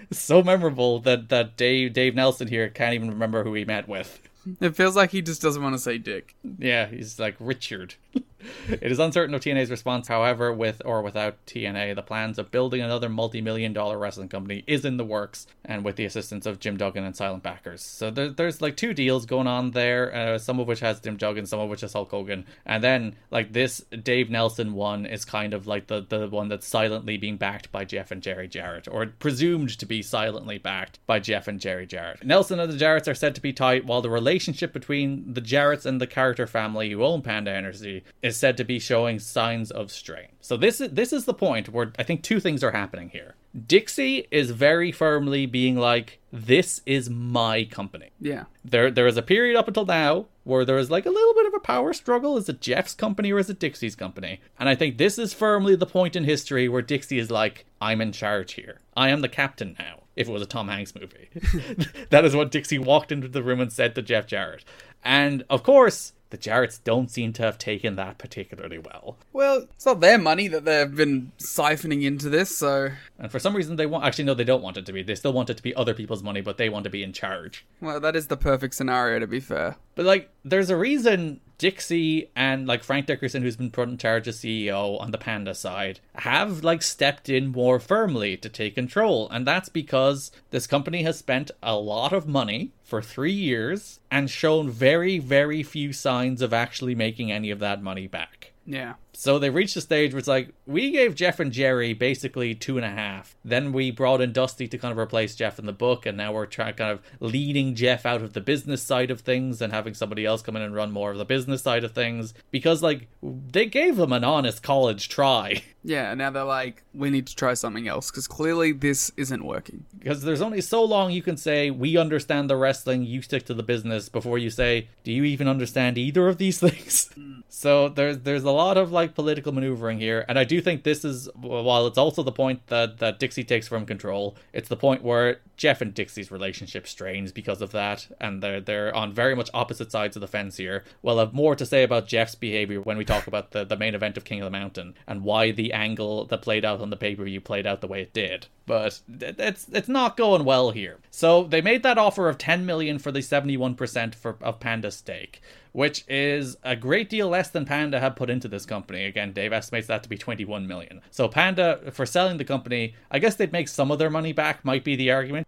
[SPEAKER 7] so memorable that that Dave Dave Nelson here can't even remember who he met with.
[SPEAKER 3] It feels like he just doesn't want to say dick.
[SPEAKER 7] Yeah, he's like Richard. <laughs> It is uncertain of TNA's response, however, with or without TNA, the plans of building another multi million dollar wrestling company is in the works and with the assistance of Jim Duggan and Silent Backers. So there, there's like two deals going on there, uh, some of which has Jim Duggan, some of which has Hulk Hogan. And then like this Dave Nelson one is kind of like the, the one that's silently being backed by Jeff and Jerry Jarrett, or presumed to be silently backed by Jeff and Jerry Jarrett. Nelson and the Jarretts are said to be tight, while the relationship between the Jarretts and the character family who own Panda Energy is said to be showing signs of strain. So this is this is the point where I think two things are happening here. Dixie is very firmly being like, this is my company
[SPEAKER 3] Yeah.
[SPEAKER 7] there there is a period up until now where there is like a little bit of a power struggle is it jeff's company or is it dixie's company and i think this is firmly the point in history where dixie is like i'm in charge here i am the captain now if it was a tom hanks movie <laughs> that is what dixie walked into the room and said to jeff jarrett and of course the jarretts don't seem to have taken that particularly well
[SPEAKER 3] Well, it's not their money that they've been siphoning into this, so
[SPEAKER 7] and for some reason they want actually no they don't want it to be they still want it to be other people's money but they want to be in charge
[SPEAKER 3] well, that is the perfect scenario to be fair.
[SPEAKER 7] But like, there's a reason Dixie and like Frank Dickerson, who's been put in charge as CEO on the Panda side, have like stepped in more firmly to take control, and that's because this company has spent a lot of money for three years and shown very, very few signs of actually making any of that money back.
[SPEAKER 3] Yeah.
[SPEAKER 7] So they reached a stage where it's like, we gave Jeff and Jerry basically two and a half. Then we brought in Dusty to kind of replace Jeff in the book. And now we're trying kind of leading Jeff out of the business side of things and having somebody else come in and run more of the business side of things. Because, like, they gave them an honest college try. <laughs>
[SPEAKER 3] Yeah, and now they're like, we need to try something else because clearly this isn't working.
[SPEAKER 7] because there's only so long you can say we understand the wrestling you stick to the business before you say do you even understand either of these <laughs> things so there's there's a lot of like political maneuvering here and i do think this is while it's also the point that that dixie takes from control it's the point where jeff and dixie's relationship strains because of that and they're they're on very much opposite sides of the fence here we'll have more to say about jeff's behavior when we talk about the the main event of king of the mountain and why the angle that played out on the pay-per-view played out the way it did but th- it's it's not going well here. So they made that offer of 10 million for the 71% for of Panda stake, which is a great deal less than Panda had put into this company. Again, Dave estimates that to be 21 million. So Panda for selling the company, I guess they'd make some of their money back might be the argument.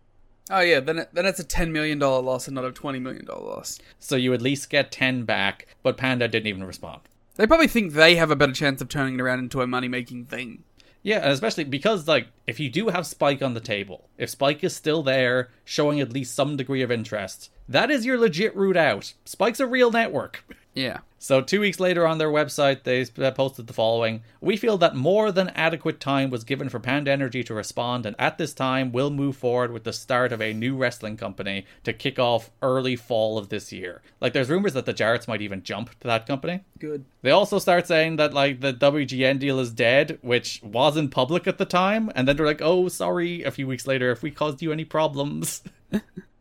[SPEAKER 3] Oh yeah, then it, then it's a ten million dollar loss and not a twenty million dollar loss.
[SPEAKER 7] So you at least get 10 back, but Panda didn't even respond.
[SPEAKER 3] They probably think they have a better chance of turning it around into a money making thing.
[SPEAKER 7] Yeah, and especially because like if you do have Spike on the table, if Spike is still there, showing at least some degree of interest, that is your legit route out. Spike's a real network. <laughs>
[SPEAKER 3] Yeah.
[SPEAKER 7] So, two weeks later on their website, they uh, posted the following We feel that more than adequate time was given for Panda Energy to respond, and at this time, we'll move forward with the start of a new wrestling company to kick off early fall of this year. Like, there's rumors that the Jarretts might even jump to that company.
[SPEAKER 3] Good.
[SPEAKER 7] They also start saying that like the WGN deal is dead, which wasn't public at the time, and then they're like, "Oh, sorry." A few weeks later, if we caused you any problems,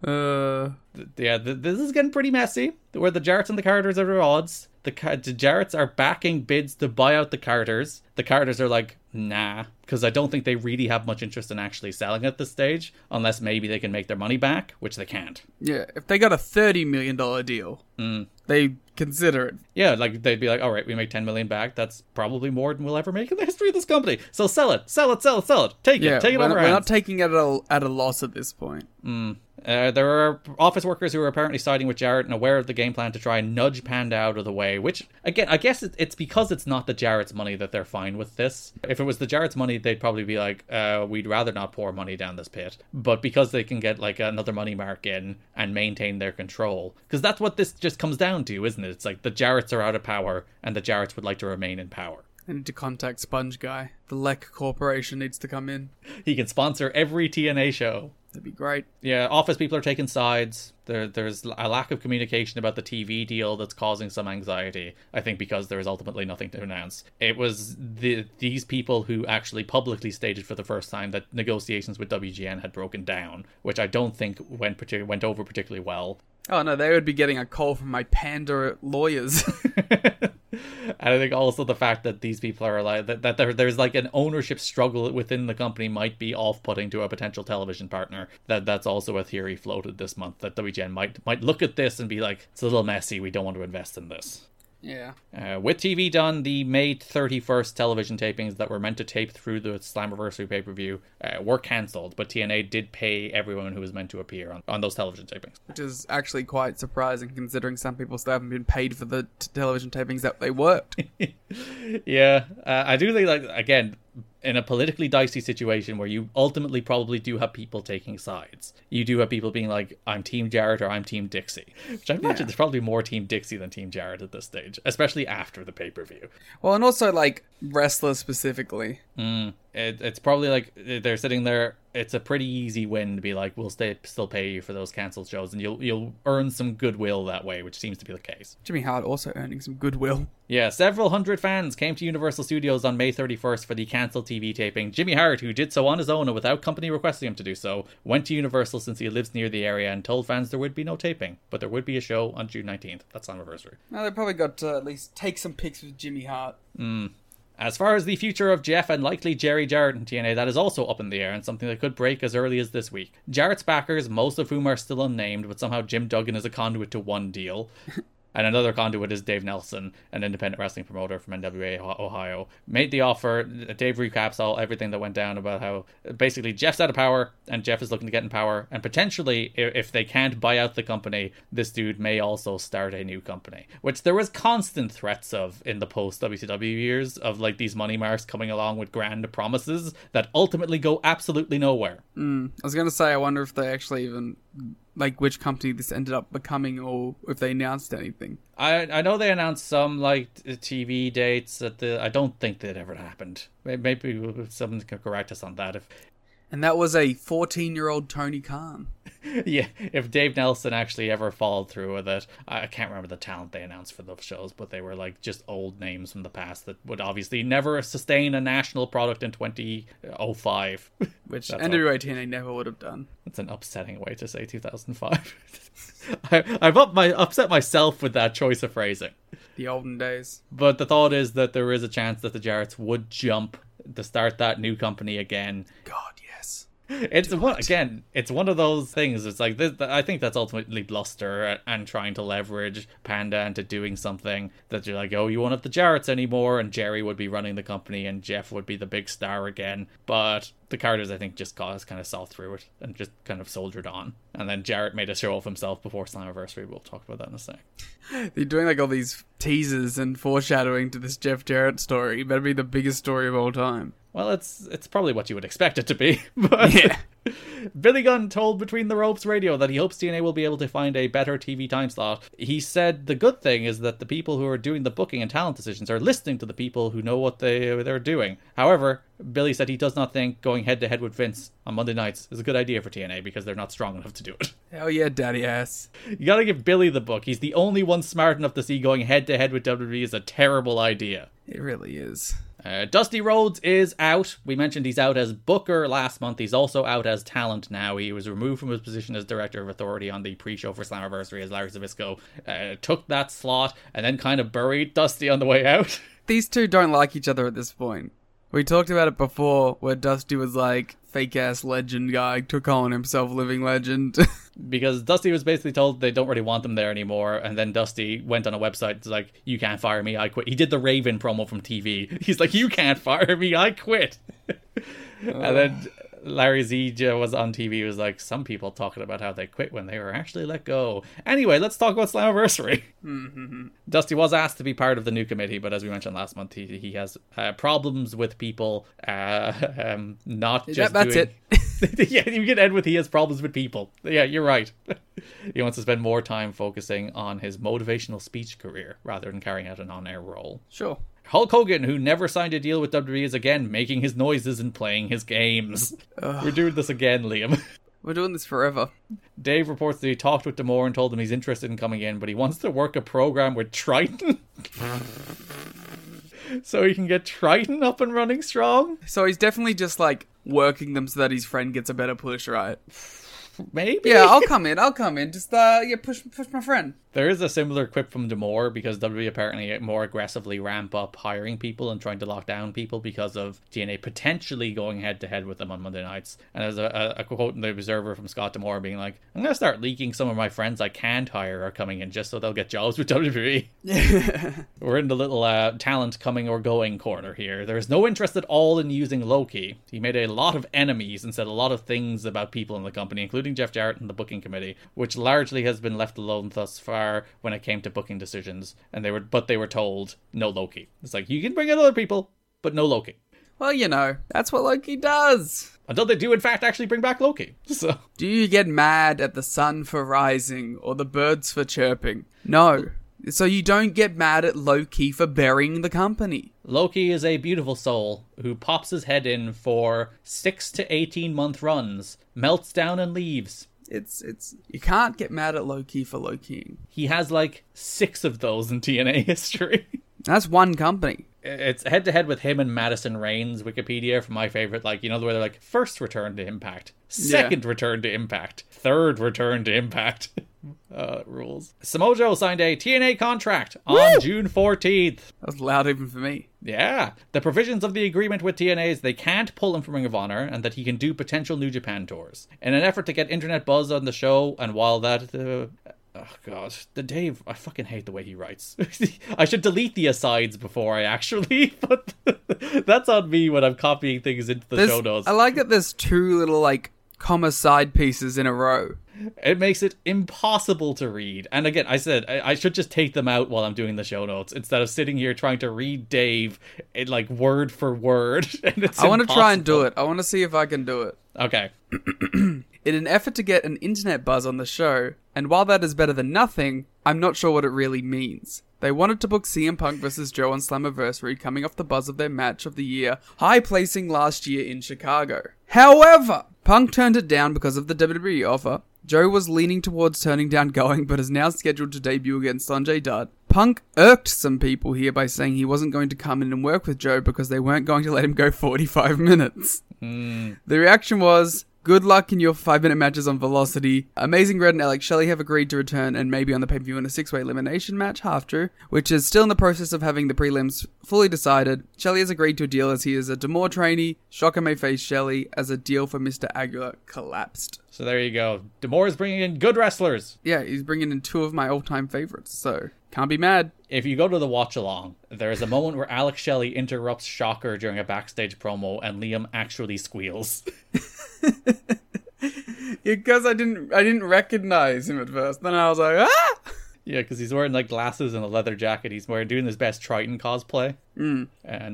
[SPEAKER 3] Uh.
[SPEAKER 7] yeah, th- this is getting pretty messy. Where the Jarretts and the Carters are at odds. The, Car- the Jarretts are backing bids to buy out the Carters. The Carters are like, nah, because I don't think they really have much interest in actually selling at this stage, unless maybe they can make their money back, which they can't.
[SPEAKER 3] Yeah. If they got a thirty million dollar deal, they consider it.
[SPEAKER 7] Yeah, like they'd be like, all right, we make 10 million back. That's probably more than we'll ever make in the history of this company. So sell it, sell it, sell it, sell it. Take
[SPEAKER 3] Yeah.
[SPEAKER 7] it, take it
[SPEAKER 3] we're,
[SPEAKER 7] over.
[SPEAKER 3] we're
[SPEAKER 7] hands.
[SPEAKER 3] not taking it at a, at a loss at this point.
[SPEAKER 7] Uh, there are office workers who are apparently siding with Jarrett and aware of the game plan to try and nudge Panda out of the way, which, again, I guess it- it's because it's not the Jarrett's money that they're fine with this. If it was the Jarrett's money, they'd probably be like, uh, we'd rather not pour money down this pit. But because they can get, like, another money mark in and maintain their control, because that's what this just comes down to, isn't it? It's like the Jarrett's are out of power and the Jarrett's would like to remain in power.
[SPEAKER 3] I need to contact Sponge Guy. The Lek Corporation needs to come in.
[SPEAKER 7] He can sponsor every TNA show.
[SPEAKER 3] That'd be great.
[SPEAKER 7] yeah, office people are taking sides. There, there's a lack of communication about the TV deal that's causing some anxiety. I think because there is ultimately nothing to announce. It was the these people who actually publicly stated for the first time that negotiations with WGN had broken down, which I don't think went partic- went over particularly well.
[SPEAKER 3] Oh no, they would be getting a call from my panda lawyers. <laughs>
[SPEAKER 7] And I think also the fact that these people are like that, that there, there's like an ownership struggle within the company might be off-putting to a potential television partner. That that's also a theory floated this month that WGN might might look at this and be like, it's a little messy. We don't want to invest in this.
[SPEAKER 3] Yeah.
[SPEAKER 7] Uh, with TV done, the May 31st television tapings that were meant to tape through the Slammiversary pay per view uh, were cancelled, but TNA did pay everyone who was meant to appear on, on those television tapings.
[SPEAKER 3] Which is actually quite surprising considering some people still haven't been paid for the t- television tapings that they worked.
[SPEAKER 7] Yeah, uh, I do think, like, again, in a politically dicey situation where you ultimately probably do have people taking sides, you do have people being like, I'm Team Jarrett or I'm Team Dixie, which I imagine there's probably more Team Dixie than Team Jarrett at this stage, especially after the pay per view.
[SPEAKER 3] well, and also like wrestlers specifically.
[SPEAKER 7] it, it's probably like they're sitting there. It's a pretty easy win to be like, we'll stay, still pay you for those cancelled shows, and you'll you'll earn some goodwill that way, which seems to be the case.
[SPEAKER 3] Jimmy Hart also earning some goodwill.
[SPEAKER 7] Yeah, several hundred fans came to Universal Studios on May 31st for the cancelled TV taping. Jimmy Hart, who did so on his own and without company requesting him to do so, went to Universal since he lives near the area and told fans there would be no taping, but there would be a show on June 19th. That's on anniversary.
[SPEAKER 3] Now they probably got to at least take some pics with Jimmy Hart.
[SPEAKER 7] As far as the future of Jeff and likely Jerry Jarrett in TNA, that is also up in the air and something that could break as early as this week. Jarrett's backers, most of whom are still unnamed, but somehow Jim Duggan is a conduit to one deal. And another conduit is Dave Nelson, an independent wrestling promoter from NWA Ho- Ohio, made the offer. Dave recaps all everything that went down about how basically Jeff's out of power and Jeff is looking to get in power. And potentially, i- if they can't buy out the company, this dude may also start a new company, which there was constant threats of in the post WCW years of like these money marks coming along with grand promises that ultimately go absolutely nowhere.
[SPEAKER 3] I was gonna say, I wonder if they actually even like which company this ended up becoming, or if they announced anything.
[SPEAKER 7] I I know they announced some like t- TV dates that the I don't think that ever happened. May- Maybe we'll- someone can correct us on that. If
[SPEAKER 3] And that was a 14-year-old Tony Khan.
[SPEAKER 7] <laughs> yeah, if Dave Nelson actually ever followed through with it, I I can't remember the talent they announced for those shows, but they were like just old names from the past that would obviously never sustain a national product in 2005.
[SPEAKER 3] Which
[SPEAKER 7] That's
[SPEAKER 3] NWA TNA never would have done.
[SPEAKER 7] <laughs> That's an upsetting way to say 2005. <laughs> I, I've up my upset myself with that choice of phrasing.
[SPEAKER 3] The olden days.
[SPEAKER 7] But the thought is that there is a chance that the Jarretts would jump to start that new company again.
[SPEAKER 3] God, yes.
[SPEAKER 7] It's one again. It's one of those things. It's like this, I think that's ultimately bluster and trying to leverage Panda into doing something that you're like, oh, you won't have the Jarretts anymore, and Jerry would be running the company, and Jeff would be the big star again. But the Carters, I think, just caused kind of saw through it and just kind of soldiered on. And then Jarrett made a show of himself before Slammiversary. We'll talk about that in a sec.
[SPEAKER 3] You're doing like all these teasers and foreshadowing to this Jeff Jarrett story. It better be the biggest story of all time.
[SPEAKER 7] Well, it's it's probably what you would expect it to be. <laughs> But Billy Gunn told Between the Ropes Radio that he hopes TNA will be able to find a better TV time slot. He said the good thing is that the people who are doing the booking and talent decisions are listening to the people who know what they they're doing. However, Billy said he does not think going head to head with Vince on Monday nights is a good idea for TNA because they're not strong enough to do it. <laughs>
[SPEAKER 3] Hell yeah, daddy ass.
[SPEAKER 7] You gotta give Billy the book. He's the only one smart enough to see going head to head with WWE is a terrible idea.
[SPEAKER 3] It really is.
[SPEAKER 7] Uh, Dusty Rhodes is out. We mentioned he's out as Booker last month. He's also out as talent now. He was removed from his position as director of authority on the pre-show for Slammiversary as Larry Zabisco uh, took that slot and then kind of buried Dusty on the way out. <laughs>
[SPEAKER 3] These two don't like each other at this point. We talked about it before where Dusty was like, fake ass legend guy took on himself living legend. <laughs>
[SPEAKER 7] because Dusty was basically told they don't really want them there anymore, and then Dusty went on a website that's like, "You can't fire me, I quit." He did the Raven promo from TV. <laughs> He's like, "You can't fire me, I quit." <laughs> and then Larry Zija was on TV. Was like, "Some people talking about how they quit when they were actually let go." Anyway, let's talk about Slammiversary. <laughs>
[SPEAKER 3] Mm-hmm.
[SPEAKER 7] Dusty was asked to be part of the new committee, but as we mentioned last month, he, he has uh, problems with people uh, <laughs> um, not just.
[SPEAKER 3] that's
[SPEAKER 7] doing- <laughs>
[SPEAKER 3] it.
[SPEAKER 7] yeah, you can end with he has problems with people. Yeah, you're right. <laughs> he wants to spend more time focusing on his motivational speech career rather than carrying out an on air role.
[SPEAKER 3] sure.
[SPEAKER 7] Hulk Hogan, who never signed a deal with WWE, is again making his noises and playing his games. We're doing this again, Liam. <laughs>
[SPEAKER 3] We're doing this forever.
[SPEAKER 7] Dave reports that he talked with Demore and told him he's interested in coming in, but he wants to work a program with Triton. <laughs> so he can get Triton up and running strong.
[SPEAKER 3] So he's definitely just like working them so that his friend gets a better push, right?
[SPEAKER 7] Maybe.
[SPEAKER 3] Yeah, I'll come in. I'll come in. Just uh, yeah, push push my friend.
[SPEAKER 7] There is a similar quip from Demore because WWE apparently more aggressively ramp up hiring people and trying to lock down people because of TNA potentially going head to head with them on Monday nights. And there's a, a, a quote in the Observer from Scott Demore being like, "I'm gonna start leaking some of my friends I can't hire are coming in just so they'll get jobs with E." WWE." We're in the little uh, talent coming or going corner here. There is no interest at all in using Loki. He made a lot of enemies and said a lot of things about people in the company, including Jeff Jarrett and the booking committee, which largely has been left alone thus far when it came to booking decisions. And they were, but they were told no Loki. It's like you can bring in other people, but no Loki
[SPEAKER 3] Well, you know, that's what Loki does.
[SPEAKER 7] until they do in fact actually bring back Loki. <laughs> So
[SPEAKER 3] Do you get mad at the sun for rising or the birds for chirping? No. So you don't get mad at Loki for burying the company.
[SPEAKER 7] Loki is a beautiful soul who pops his head in for six to eighteen month runs, melts down and leaves.
[SPEAKER 3] It's it's you can't get mad at Loki for Lokiing.
[SPEAKER 7] He has like six of those in TNA <laughs> history.
[SPEAKER 3] That's one company.
[SPEAKER 7] it's head to head with him and Madison Rain's Wikipedia for my favorite. Like you know the way they're like first return to Impact, second return to Impact, third return to Impact. <laughs> uh, rules. Samojo signed a TNA contract on June fourteenth.
[SPEAKER 3] That was loud even for me.
[SPEAKER 7] Yeah. The provisions of the agreement with TNA is they can't pull him from Ring of Honor and that he can do potential New Japan tours. In an effort to get internet buzz on the show, and while that. Uh, oh, God. The Dave. I fucking hate the way he writes. <laughs> I should delete the asides before I actually, <laughs> but that's on me when I'm copying things into the
[SPEAKER 3] There's-
[SPEAKER 7] show notes.
[SPEAKER 3] I like that there's two little like comma side pieces in a row.
[SPEAKER 7] It makes it impossible to read. And again, I said I, I should just take them out while I'm doing the show notes instead of sitting here trying to read Dave in like word for word. <laughs> And it's
[SPEAKER 3] I want to try and do
[SPEAKER 7] impossible.
[SPEAKER 3] it. I want to see if I can do it.
[SPEAKER 7] Okay.
[SPEAKER 3] In an effort to get an internet buzz on the show, and while that is better than nothing, I'm not sure what it really means. They wanted to book CM Punk vs. Joe on Slammiversary coming off the buzz of their match of the year, high placing last year in Chicago. However, Punk turned it down because of the WWE offer. Joe was leaning towards turning down going, but is now scheduled to debut against Sanjay Dutt. Punk irked some people here by saying he wasn't going to come in and work with Joe because they weren't going to let him go 45 minutes. The reaction was, good luck in your five minute matches on Velocity. Amazing Red and Alex Shelley have agreed to return and maybe on the pay per view in a six way elimination match, half true, which is still in the process of having the prelims fully decided. Shelley has agreed to a deal as he is a Demore trainee. Shocker may face Shelley as a deal for Mr. Aguilar collapsed.
[SPEAKER 7] So there you go. Demore is bringing in good wrestlers.
[SPEAKER 3] Yeah, he's bringing in two of my all time favorites, so can't be mad.
[SPEAKER 7] If you go to the watch along, there is a moment where Alex Shelley interrupts Shocker during a backstage promo and Liam actually squeals. <laughs>
[SPEAKER 3] Because I didn't, I didn't recognize him at first. Then I was like, ah!
[SPEAKER 7] yeah, because he's wearing like glasses and a leather jacket. He's wearing doing his best Triton cosplay. And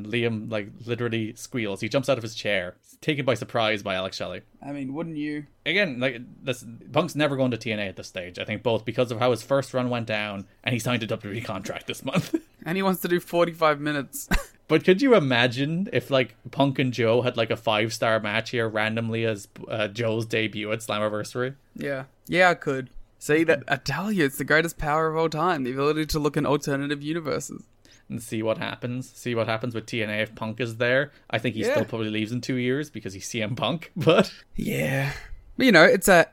[SPEAKER 7] Liam like literally squeals. He jumps out of his chair, He's taken by surprise by Alex Shelley.
[SPEAKER 3] I mean, wouldn't you?
[SPEAKER 7] Again, like this, Punk's never going to TNA at this stage. I think both because of how his first run went down and he signed a WWE contract this month. <laughs>
[SPEAKER 3] And he wants to do 45 minutes. <laughs>
[SPEAKER 7] But could you imagine if like Punk and Joe had like a five star match here randomly as uh, Joe's debut at Slammiversary?
[SPEAKER 3] Yeah. Yeah, I could. See that I tell you, it's the greatest power of all time, the ability to look in alternative universes.
[SPEAKER 7] and see what happens. See what happens with TNA if Punk is there. I think he
[SPEAKER 3] Yeah.
[SPEAKER 7] still probably leaves in two years because he's CM Punk. <laughs> But
[SPEAKER 3] Yeah. But you know, it's a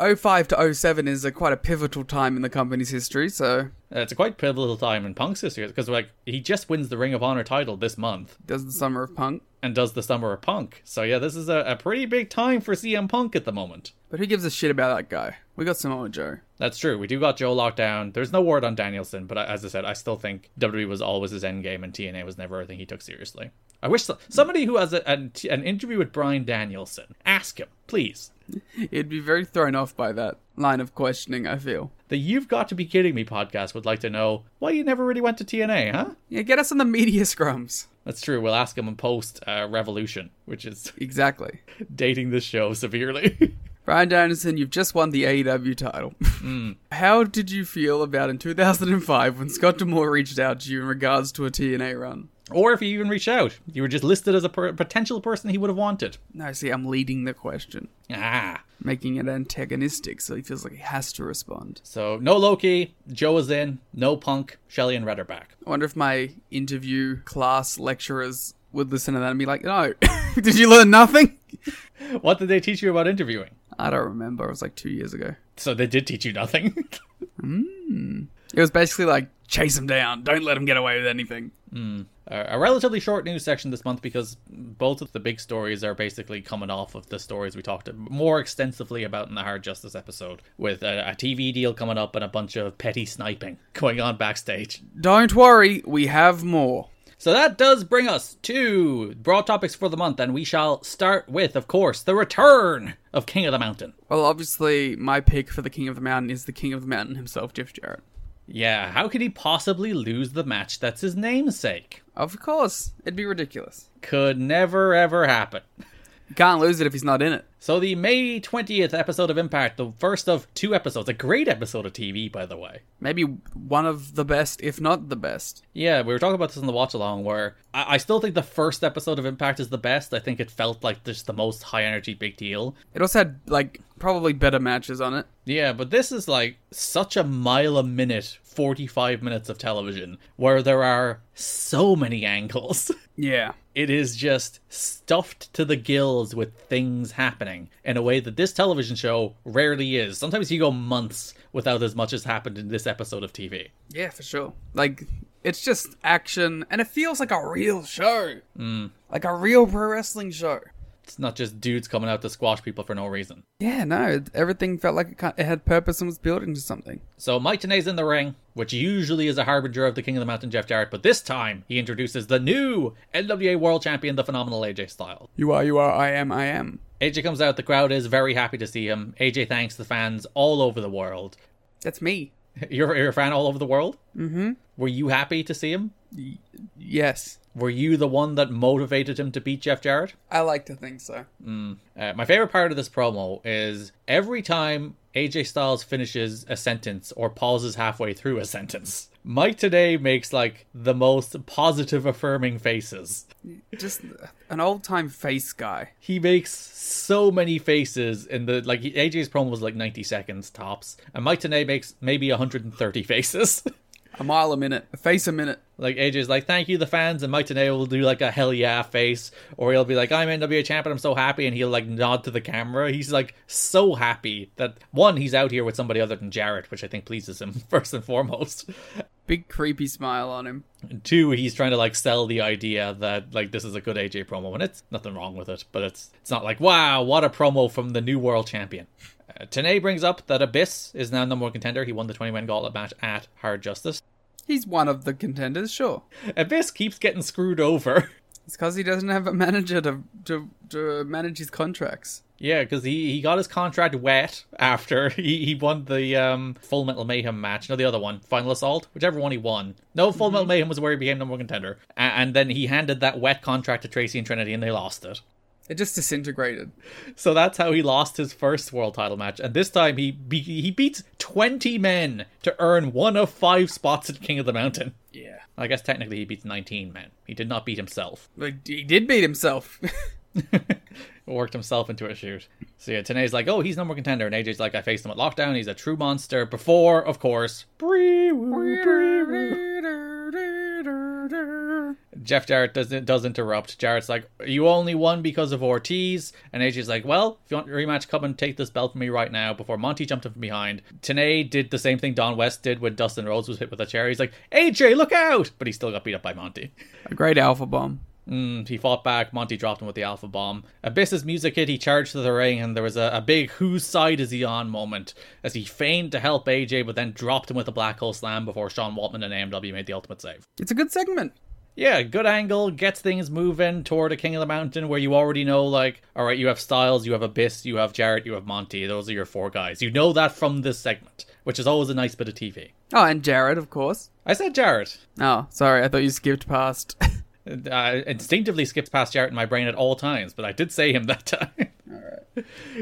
[SPEAKER 3] 05 to 07 is a quite a pivotal time in the company's history, so it
[SPEAKER 7] it's a quite pivotal time in Punk's history because like he just wins the Ring of Honor title this month
[SPEAKER 3] does the summer of punk.
[SPEAKER 7] and does the Summer of Punk. So yeah, this is a, a pretty big time for CM Punk at the moment.
[SPEAKER 3] But who gives a shit about that guy? We got Samoa Joe.
[SPEAKER 7] That's true. We do got Joe locked down. There's no word on Danielson, but I- as I said, I still think WWE was always his end game, and TNA was never a thing he took seriously. I wish so- somebody who has a, an, an interview with Brian Danielson ask him, please.
[SPEAKER 3] He'd be very thrown off by that line of questioning, I feel.
[SPEAKER 7] The You've Got to Be Kidding Me podcast would like to know why you never really went to TNA, huh?
[SPEAKER 3] Yeah, get us on the media scrums.
[SPEAKER 7] That's true. We'll ask him in post uh, Revolution, which is <laughs>
[SPEAKER 3] Exactly.
[SPEAKER 7] dating this show severely. <laughs>
[SPEAKER 3] Brian Danielson, you've just won the AEW title. <laughs> How did you feel about in 2005 when Scott Demore reached out to you in regards to a TNA run?
[SPEAKER 7] or if you even reached out, you were just listed as a per- potential person he would have wanted.
[SPEAKER 3] No, see, I'm leading the question,
[SPEAKER 7] Ah.
[SPEAKER 3] making it antagonistic, so he feels like he has to respond.
[SPEAKER 7] So, no Loki, Joe is in, no Punk, Shelly and Red are back.
[SPEAKER 3] I wonder if my interview class lecturers would listen to that and be like, no, <laughs> did you learn nothing?
[SPEAKER 7] What did they teach you about interviewing?
[SPEAKER 3] I don't remember. It was like two years ago.
[SPEAKER 7] So they did teach you nothing. <laughs>
[SPEAKER 3] It was basically like chase him down. Don't let him get away with anything.
[SPEAKER 7] a relatively short news section this month because both of the big stories are basically coming off of the stories we talked more extensively about in the Hard Justice episode, with a, a TV deal coming up and a bunch of petty sniping <laughs> going on backstage.
[SPEAKER 3] Don't worry, we have more.
[SPEAKER 7] So that does bring us to broad topics for the month, and we shall start with, of course, the return of King of the Mountain.
[SPEAKER 3] Well, obviously, my pick for the King of the Mountain is the King of the Mountain himself, Jeff Jarrett.
[SPEAKER 7] Yeah, how could he possibly lose the match that's his namesake?
[SPEAKER 3] Of course, it'd be ridiculous.
[SPEAKER 7] Could never ever happen.
[SPEAKER 3] You can't lose it if he's not in it.
[SPEAKER 7] So the May 20th episode of Impact, the first of two episodes, a great episode of TV, by the way.
[SPEAKER 3] Maybe one of the best, if not the best.
[SPEAKER 7] Yeah, we were talking about this in the watch along where I, I still think the first episode of Impact is the best. I think it felt like just the most high energy big deal.
[SPEAKER 3] It also had like probably better matches on it.
[SPEAKER 7] Yeah, but this is like such a mile a minute, 45 minutes of television where there are so many angles. <laughs>
[SPEAKER 3] Yeah.
[SPEAKER 7] It is just stuffed to the gills with things happening in a way that this television show rarely is. Sometimes you go months without as much as happened in this episode of TV.
[SPEAKER 3] Yeah, for sure. Like it's just action and it feels like a real show. Like a real pro wrestling show.
[SPEAKER 7] It's not just dudes coming out to squash people for no reason.
[SPEAKER 3] Yeah, no, it- everything felt like it, ki- it had purpose and was built into something.
[SPEAKER 7] So Mike Tenay's in the ring, which usually is a harbinger of the King of the Mountain, Jeff Jarrett, but this time he introduces the new NWA World Champion, the phenomenal AJ Styles.
[SPEAKER 3] You are, you are, I am, I am.
[SPEAKER 7] AJ comes out, the crowd is very happy to see him. AJ thanks the fans all over the world. <laughs>
[SPEAKER 3] That's me.
[SPEAKER 7] You're, you're a fan all over the world? Mm-hmm. Were you happy to see him?
[SPEAKER 3] Yes.
[SPEAKER 7] Were you the one that motivated him to beat Jeff Jarrett?
[SPEAKER 3] I like to think so.
[SPEAKER 7] Uh, my favorite part of this promo is every time AJ Styles finishes a sentence or pauses halfway through a sentence, Mike today makes like the most positive affirming faces.
[SPEAKER 3] Just an old time face guy.
[SPEAKER 7] He makes so many faces in the like AJ's promo was like 90 seconds tops, and Mike today makes maybe 130 faces. <laughs>
[SPEAKER 3] A mile a minute, a face a minute.
[SPEAKER 7] Like AJ's like, thank you, the fans, and Mike Tenay will do like a hell yeah face, or he'll be like, I'm NWA champion, I'm so happy, and he'll like nod to the camera. He's like so happy that one, he's out here with somebody other than Jarrett, which I think pleases him <laughs> first and foremost.
[SPEAKER 3] Big creepy smile on him.
[SPEAKER 7] And two, he's trying to like sell the idea that like this is a good AJ promo, and it's nothing wrong with it, but it's it's not like wow, what a promo from the new world champion. Uh, Tenay brings up that Abyss is now number one contender. He won the 20 man gauntlet match at Hard Justice.
[SPEAKER 3] He's one of the contenders, sure.
[SPEAKER 7] Abyss keeps getting screwed over. <laughs>
[SPEAKER 3] It's because he doesn't have a manager to, to to manage his contracts.
[SPEAKER 7] Yeah, because he, he got his contract wet after <laughs> he, he won the um, Full Metal Mayhem match. No, the other one, Final Assault, whichever one he won. No, Full Metal Mayhem was where he became number one contender. A- and then he handed that wet contract to Tracy and Trinity and they lost it.
[SPEAKER 3] It just disintegrated.
[SPEAKER 7] So that's how he lost his first world title match. And this time he, be- he beats 20 men to earn one of five spots at King of the Mountain.
[SPEAKER 3] Yeah.
[SPEAKER 7] I guess technically he beats 19 men. He did not beat himself.
[SPEAKER 3] But he did beat himself. <laughs>
[SPEAKER 7] worked himself into a shoot. So yeah, Tanae's like, oh, he's number one contender, and AJ's like, I faced him at lockdown. He's a true monster. Before, of course, Jeff Jarrett does does interrupt. Jarrett's like, you only won because of Ortiz, and AJ's like, well, if you want your rematch, come and take this belt from me right now. Before Monty jumped in from behind, Tanae did the same thing Don West did when Dustin Rhodes was hit with a chair. He's like, AJ, look out! But he still got beat up by Monty.
[SPEAKER 3] a great alpha bomb.
[SPEAKER 7] He fought back. Monty dropped him with the alpha bomb. Abyss's music hit. He charged to the ring, and there was a, a big "whose side is he on?" moment as he feigned to help AJ, but then dropped him with a black hole slam before Sean Waltman and AMW made the ultimate save.
[SPEAKER 3] It's a good segment.
[SPEAKER 7] Yeah, good angle, gets things moving toward a King of the Mountain where you already know, like, all right, you have Styles, you have Abyss, you have Jarrett, you have Monty. Those are your four guys. You know that from this segment, which is always a nice bit of TV.
[SPEAKER 3] Oh, and Jared, of course.
[SPEAKER 7] I said Jarrett.
[SPEAKER 3] Oh, sorry, I thought you skipped past. <laughs>
[SPEAKER 7] I instinctively skipped past Jarrett in my brain at all times, but I <laughs> did say him that time. All right.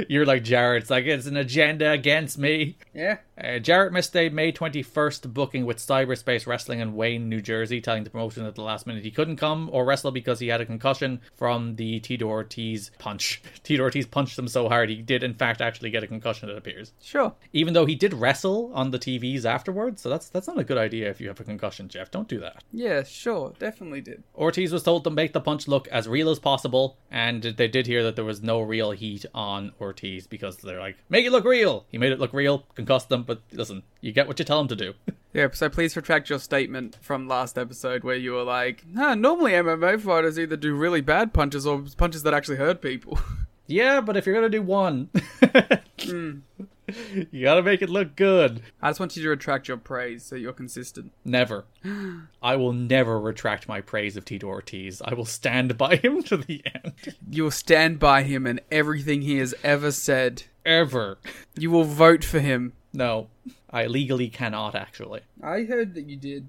[SPEAKER 7] You're like Jarrett's like it's an agenda against me. Yeah. Uh, Jarrett missed a May 21st booking with Cyberspace Wrestling in Wayne, New Jersey, telling the promotion at the last minute he couldn't come or wrestle because he had a concussion from the Tito Ortiz punch. <laughs> Tito Ortiz punched him so hard he did, in fact, actually get a concussion, it appears.
[SPEAKER 3] Sure.
[SPEAKER 7] Even though he did wrestle on the TVs afterwards, so that's that's not a good idea if you have a concussion, Jeff. Don't do that.
[SPEAKER 3] Yeah, sure. Definitely did.
[SPEAKER 7] Ortiz was told to make the punch look as real as possible, and they did hear that there was no real heat on Ortiz because they're like, make it look real. He made it look real, concussed them, but listen, you get what you tell him to do. <laughs>
[SPEAKER 3] Yeah, so please retract your statement from last episode where you were like, huh, normally MMA fighters either do really bad punches or punches that actually hurt people. <laughs>
[SPEAKER 7] yeah, but if you're gonna do one, <laughs> you gotta make it look good.
[SPEAKER 3] I just want you to retract your praise so you're consistent.
[SPEAKER 7] <gasps> Never. I will never retract my praise of Tito Ortiz. I will stand by him to the end. <laughs>
[SPEAKER 3] You will stand by him and everything he has ever said.
[SPEAKER 7] Ever.
[SPEAKER 3] You will vote for him.
[SPEAKER 7] No, I legally cannot actually.
[SPEAKER 3] I heard that you did.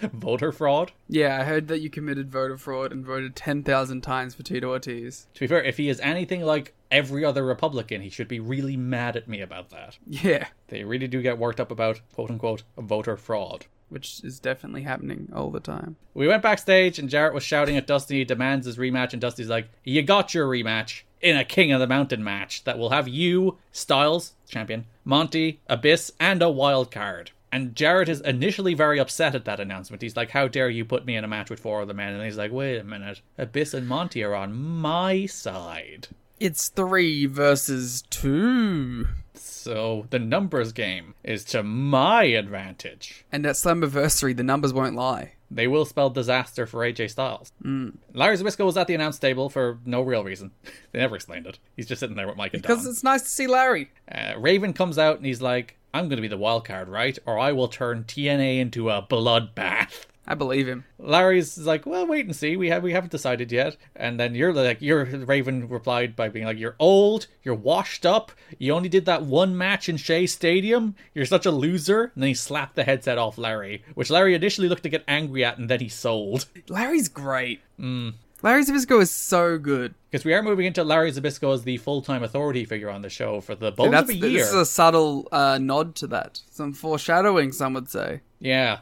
[SPEAKER 7] Voter fraud?
[SPEAKER 3] Yeah, I heard that you committed voter fraud and voted 10,000 times for Tito Ortiz. <laughs>
[SPEAKER 7] To be fair, if he is anything like every other Republican, he should be really mad at me about that.
[SPEAKER 3] Yeah,
[SPEAKER 7] They really do get worked up about quote unquote voter fraud.
[SPEAKER 3] which is definitely happening all the time.
[SPEAKER 7] We went backstage and Jarrett was shouting at Dusty, demands his rematch, and Dusty's like, You got your rematch in a King of the Mountain match that will have you, Styles, champion, Monty, Abyss, and a wild card. And Jarrett is initially very upset at that announcement. He's like, How dare you put me in a match with four other men? And he's like, Wait a minute, Abyss and Monty are on my side.
[SPEAKER 3] It's three versus two.
[SPEAKER 7] So the numbers game is to my advantage.
[SPEAKER 3] And at Slammiversary, the numbers won't lie.
[SPEAKER 7] They will spell disaster for AJ Styles.
[SPEAKER 3] Hmm.
[SPEAKER 7] Larry Zbysko was at the announce table for no real reason. <laughs> they never explained it. He's just sitting there with Mike and
[SPEAKER 3] Because
[SPEAKER 7] Don.
[SPEAKER 3] it's nice to see Larry.
[SPEAKER 7] Uh, Raven comes out and he's like, I'm going to be the wild card, right? Or I will turn TNA into a bloodbath.
[SPEAKER 3] I believe him.
[SPEAKER 7] Larry's like, well, wait and see. We have we haven't decided yet. And then you're like, your Raven replied by being like, you're old, you're washed up. You only did that one match in Shea Stadium. You're such a loser. And then he slapped the headset off Larry, which Larry initially looked to get angry at, and then he sold.
[SPEAKER 3] Larry's great. Mm. Larry Zbysko is so good.
[SPEAKER 7] Because we are moving into Larry Zabisco as the full time authority figure on the show for the bones
[SPEAKER 3] That's
[SPEAKER 7] of a
[SPEAKER 3] th-
[SPEAKER 7] year.
[SPEAKER 3] this is a subtle uh, nod to that. Some foreshadowing, some would say.
[SPEAKER 7] Yeah.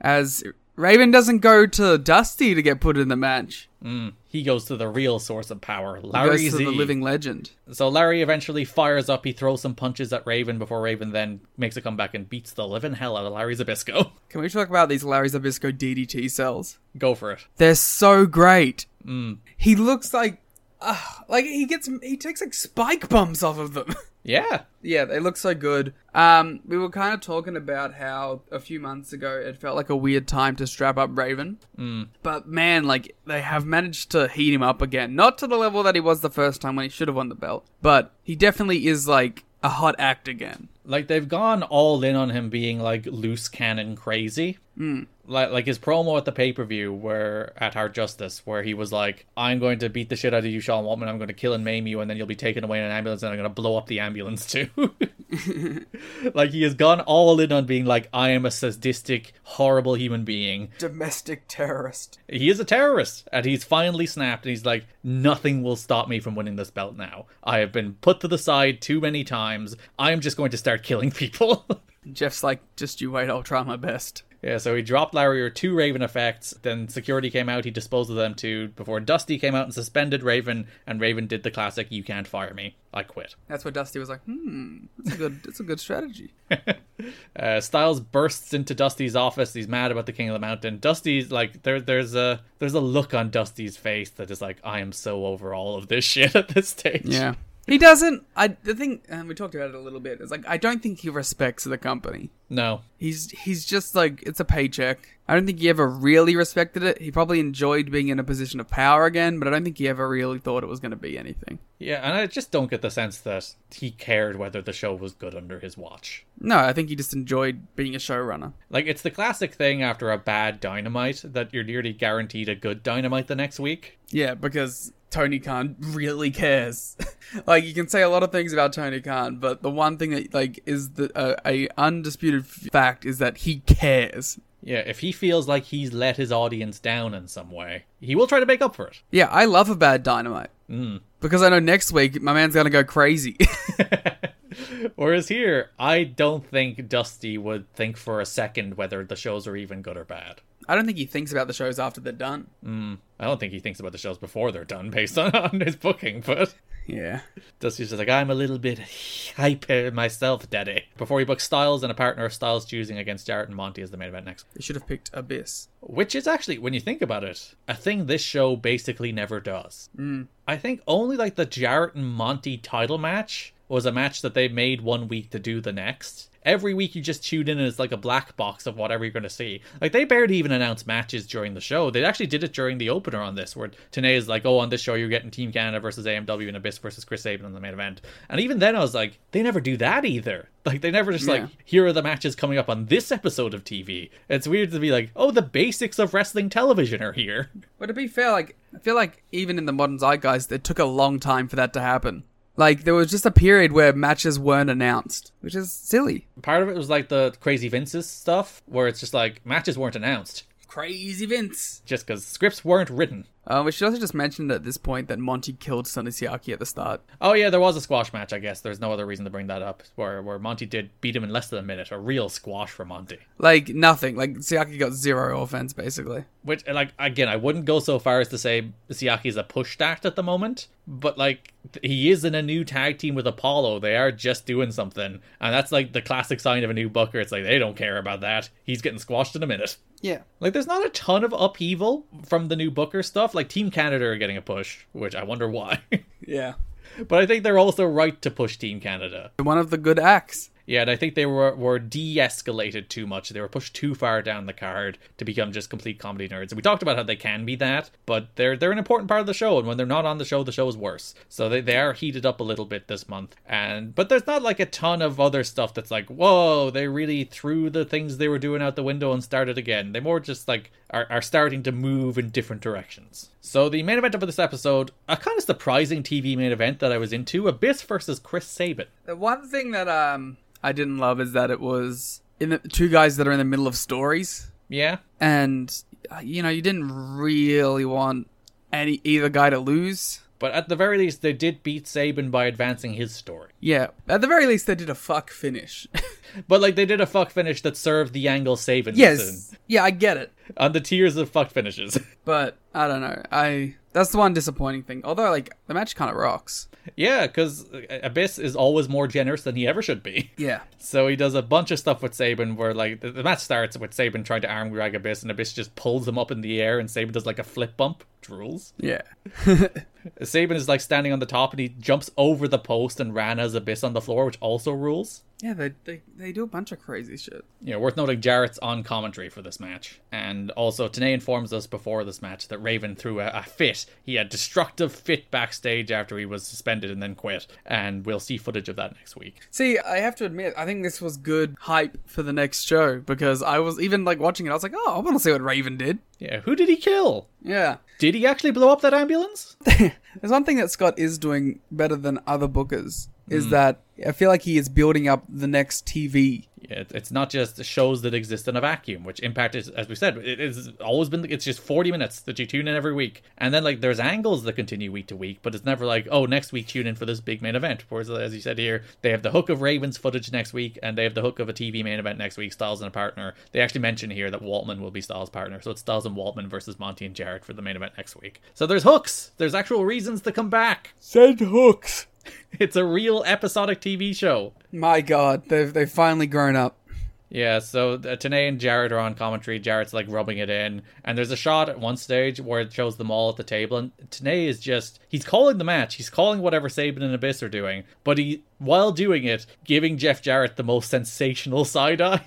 [SPEAKER 3] As Raven doesn't go to Dusty to get put in the match.
[SPEAKER 7] He goes to the real source of power,
[SPEAKER 3] He goes
[SPEAKER 7] Larry
[SPEAKER 3] to
[SPEAKER 7] Z.
[SPEAKER 3] the living legend.
[SPEAKER 7] So Larry eventually fires up, he throws some punches at Raven before Raven then makes a comeback and beats the living hell out of Larry Zabisco. <laughs>
[SPEAKER 3] Can we talk about these Larry Zabisco DDT cells?
[SPEAKER 7] Go for it.
[SPEAKER 3] They're so great.
[SPEAKER 7] Mm.
[SPEAKER 3] He looks like, uh, like he gets, he takes like spike bumps off of them. <laughs>
[SPEAKER 7] Yeah.
[SPEAKER 3] Yeah, they look so good. Um, we were kind of talking about how a few months ago it felt like a weird time to strap up Raven. Mm. But man, like they have managed to heat him up again. Not to the level that he was the first time when he should have won the belt, but he definitely is like a hot act again.
[SPEAKER 7] Like they've gone all in on him being like loose cannon crazy. Like like his promo at the pay per view where at Hard Justice where he was like, I'm going to beat the shit out of you, Sean Waltman, I'm gonna kill and maim you, and then you'll be taken away in an ambulance and I'm gonna blow up the ambulance too. <laughs> like he has gone all in on being like, I am a sadistic, horrible human being.
[SPEAKER 3] Domestic terrorist.
[SPEAKER 7] He is a terrorist, and he's finally snapped and he's like, Nothing will stop me from winning this belt now. I have been put to the side too many times. I am just going to start killing <laughs> people.
[SPEAKER 3] Jeff's like, just you wait, I'll try my best.
[SPEAKER 7] Yeah, so he dropped Larry or two Raven effects. Then security came out. He disposed of them too. Before Dusty came out and suspended Raven, and Raven did the classic "You can't fire me, I quit."
[SPEAKER 3] That's where Dusty was like, hmm, that's a good, that's a good strategy.
[SPEAKER 7] Uh, Styles bursts into Dusty's office. He's mad about the King of the Mountain. Dusty's like, there, there's a there's a look on Dusty's face that is like, I am so over all of this <laughs> shit at this stage.
[SPEAKER 3] Yeah. He doesn't. I the thing, and we talked about it a little bit. Is like I don't think he respects the company.
[SPEAKER 7] No,
[SPEAKER 3] He's he's just like it's a paycheck. I don't think he ever really respected it. He probably enjoyed being in a position of power again, but I don't think he ever really thought it was going to be anything.
[SPEAKER 7] yeah, and I just don't get the sense that he cared whether the show was good under his watch.
[SPEAKER 3] No, I think he just enjoyed being a showrunner.
[SPEAKER 7] Like it's the classic thing after a bad dynamite that you're nearly guaranteed a good dynamite the next week.
[SPEAKER 3] Yeah, because Tony Khan really cares. <laughs> like you can say a lot of things about Tony Khan, but the one thing that like is the uh, a undisputed f- fact is that he cares.
[SPEAKER 7] Yeah, if he feels like he's let his audience down in some way, he will try to make up for it. <laughs>
[SPEAKER 3] Yeah, I love a bad dynamite. Mm. Because I know next week my man's going to go crazy.
[SPEAKER 7] Whereas here, I don't think Dusty would think for a second whether the shows are even good or bad.
[SPEAKER 3] <laughs> I don't think he thinks about the shows after they're done.
[SPEAKER 7] I don't think he thinks about the shows before they're done based <laughs> on, on his booking, but
[SPEAKER 3] Yeah.
[SPEAKER 7] Dusty's just like, I'm a little bit hyper myself, daddy. Before he books Styles and a partner of Styles choosing against Jarrett and Monty as the main event next.
[SPEAKER 3] They should have picked Abyss.
[SPEAKER 7] Which is actually, when you think about it, a thing this show basically never does. I think only like the Jarrett and Monty title match was a match that they made one week to do the next. Every week you just tune in and it's like a black box of whatever you're going to see. Like they barely even announced matches during the show. They actually did it during the opener on this, where Tanay is like, "Oh, on this show you're getting Team Canada versus AMW and Abyss versus Chris Sabin on the main event." And even then I was like, they never do that either. <laughs> Like they never just like
[SPEAKER 3] Yeah.
[SPEAKER 7] here are the matches coming up on this episode of TV. It's weird to be like, oh, the basics of wrestling television are here.
[SPEAKER 3] But to be fair, like I feel like even in the modern zeitgeist, it took a long time for that to happen. Like there was just a period where matches weren't announced, which is silly.
[SPEAKER 7] Part of it was like the crazy Vince's stuff, where it's just like matches weren't announced.
[SPEAKER 3] Crazy Vince.
[SPEAKER 7] just because scripts weren't written.
[SPEAKER 3] Uh, we should also just mention at this point that Monty killed Sonny Siaki at the start.
[SPEAKER 7] Oh yeah, there was a squash match. I guess there's no other reason to bring that up. Where where Monty did beat him in less than a minute, a real squash for Monty.
[SPEAKER 3] Like nothing. Like Siaki got zero offense basically.
[SPEAKER 7] Which like again, I wouldn't go so far as to say Siaki's a pushed act at the moment, but like th- he is in a new tag team with Apollo. They are just doing something, and that's like the classic sign of a new booker. It's like they don't care about that. He's getting squashed in a minute.
[SPEAKER 3] Yeah.
[SPEAKER 7] Like, there's not a ton of upheaval from the new Booker stuff. Like, Team Canada are getting a push, which I wonder why. <laughs>
[SPEAKER 3] Yeah.
[SPEAKER 7] but I think they're also right to push Team Canada.
[SPEAKER 3] One of the good acts.
[SPEAKER 7] Yeah, and I think they were were de-escalated too much. They were pushed too far down the card to become just complete comedy nerds. And we talked about how they can be that, but they're they're an important part of the show. And when they're not on the show, the show is worse. So they, they are heated up a little bit this month. And but there's not like a ton of other stuff that's like, whoa, they really threw the things they were doing out the window and started again. They more just like are, are starting to move in different directions. So the main event of this episode, a kind of surprising TV main event that I was into, Abyss versus Chris Sabin.
[SPEAKER 3] The one thing that um I didn't love is that it was in the two guys that are in the middle of stories.
[SPEAKER 7] Yeah.
[SPEAKER 3] and uh, you know you didn't really want any either guy to lose.
[SPEAKER 7] But at the very least, they did beat Saban by advancing his story.
[SPEAKER 3] Yeah, at the very least they did a fuck finish. <laughs>
[SPEAKER 7] But like they did a fuck finish that served the angle Saban was
[SPEAKER 3] yes, yeah, I get it,
[SPEAKER 7] in, on the tiers of fuck finishes. <laughs>
[SPEAKER 3] but I don't know. I that's the one disappointing thing. Although like the match kind of rocks.
[SPEAKER 7] yeah, because Abyss is always more generous than he ever should be.
[SPEAKER 3] Yeah,
[SPEAKER 7] So he does a bunch of stuff with Saban where like the, the match starts with Saban trying to arm drag Abyss and Abyss just pulls him up in the air and Saban does like a flip bump. Drools.
[SPEAKER 3] yeah,
[SPEAKER 7] Saban is like standing on the top and he jumps over the post and ran as Abyss on the floor, which also rules.
[SPEAKER 3] yeah. They they they do a bunch of crazy shit.
[SPEAKER 7] you know, worth noting Jarrett's on commentary for this match. And also, Tanay informs us before this match that Raven threw a, a fit. He had destructive fit backstage after he was suspended and then quit. And we'll see footage of that next week.
[SPEAKER 3] See, I have to admit, I think this was good hype for the next show because I was even like watching it. I was like, oh, I want to see what Raven did.
[SPEAKER 7] Yeah, who did he kill?
[SPEAKER 3] Yeah.
[SPEAKER 7] Did he actually blow up that ambulance?
[SPEAKER 3] There's one thing that Scott is doing better than other bookers is that I feel like he is building up the next TV.
[SPEAKER 7] Yeah, it- it's not just shows that exist in a vacuum, which Impact is, as we said, it has always been, it's just 40 minutes that you tune in every week. And then, like, there's angles that continue week to week, but it's never like, oh, next week tune in for this big main event. Whereas, as you said here, they have the hook of Ravens footage next week, and they have the hook of a TV main event next week, Styles and a partner. They actually mention here that Waltman will be Styles' partner, so it's Styles and Waltman versus Monty and Jarrett for the main event next week. So there's hooks, there's actual reasons to come back.
[SPEAKER 3] Send hooks.
[SPEAKER 7] <laughs> It's a real episodic TV show.
[SPEAKER 3] My God, they've they've finally grown up.
[SPEAKER 7] Yeah, so uh, Tanay and Jarrett are on commentary. Jarrett's like rubbing it in, and there's a shot at one stage where it shows them all at the table, and Tanay is just—he's calling the match. He's calling whatever Saban and Abyss are doing, but he, while doing it, giving Jeff Jarrett the most sensational <laughs> side eye.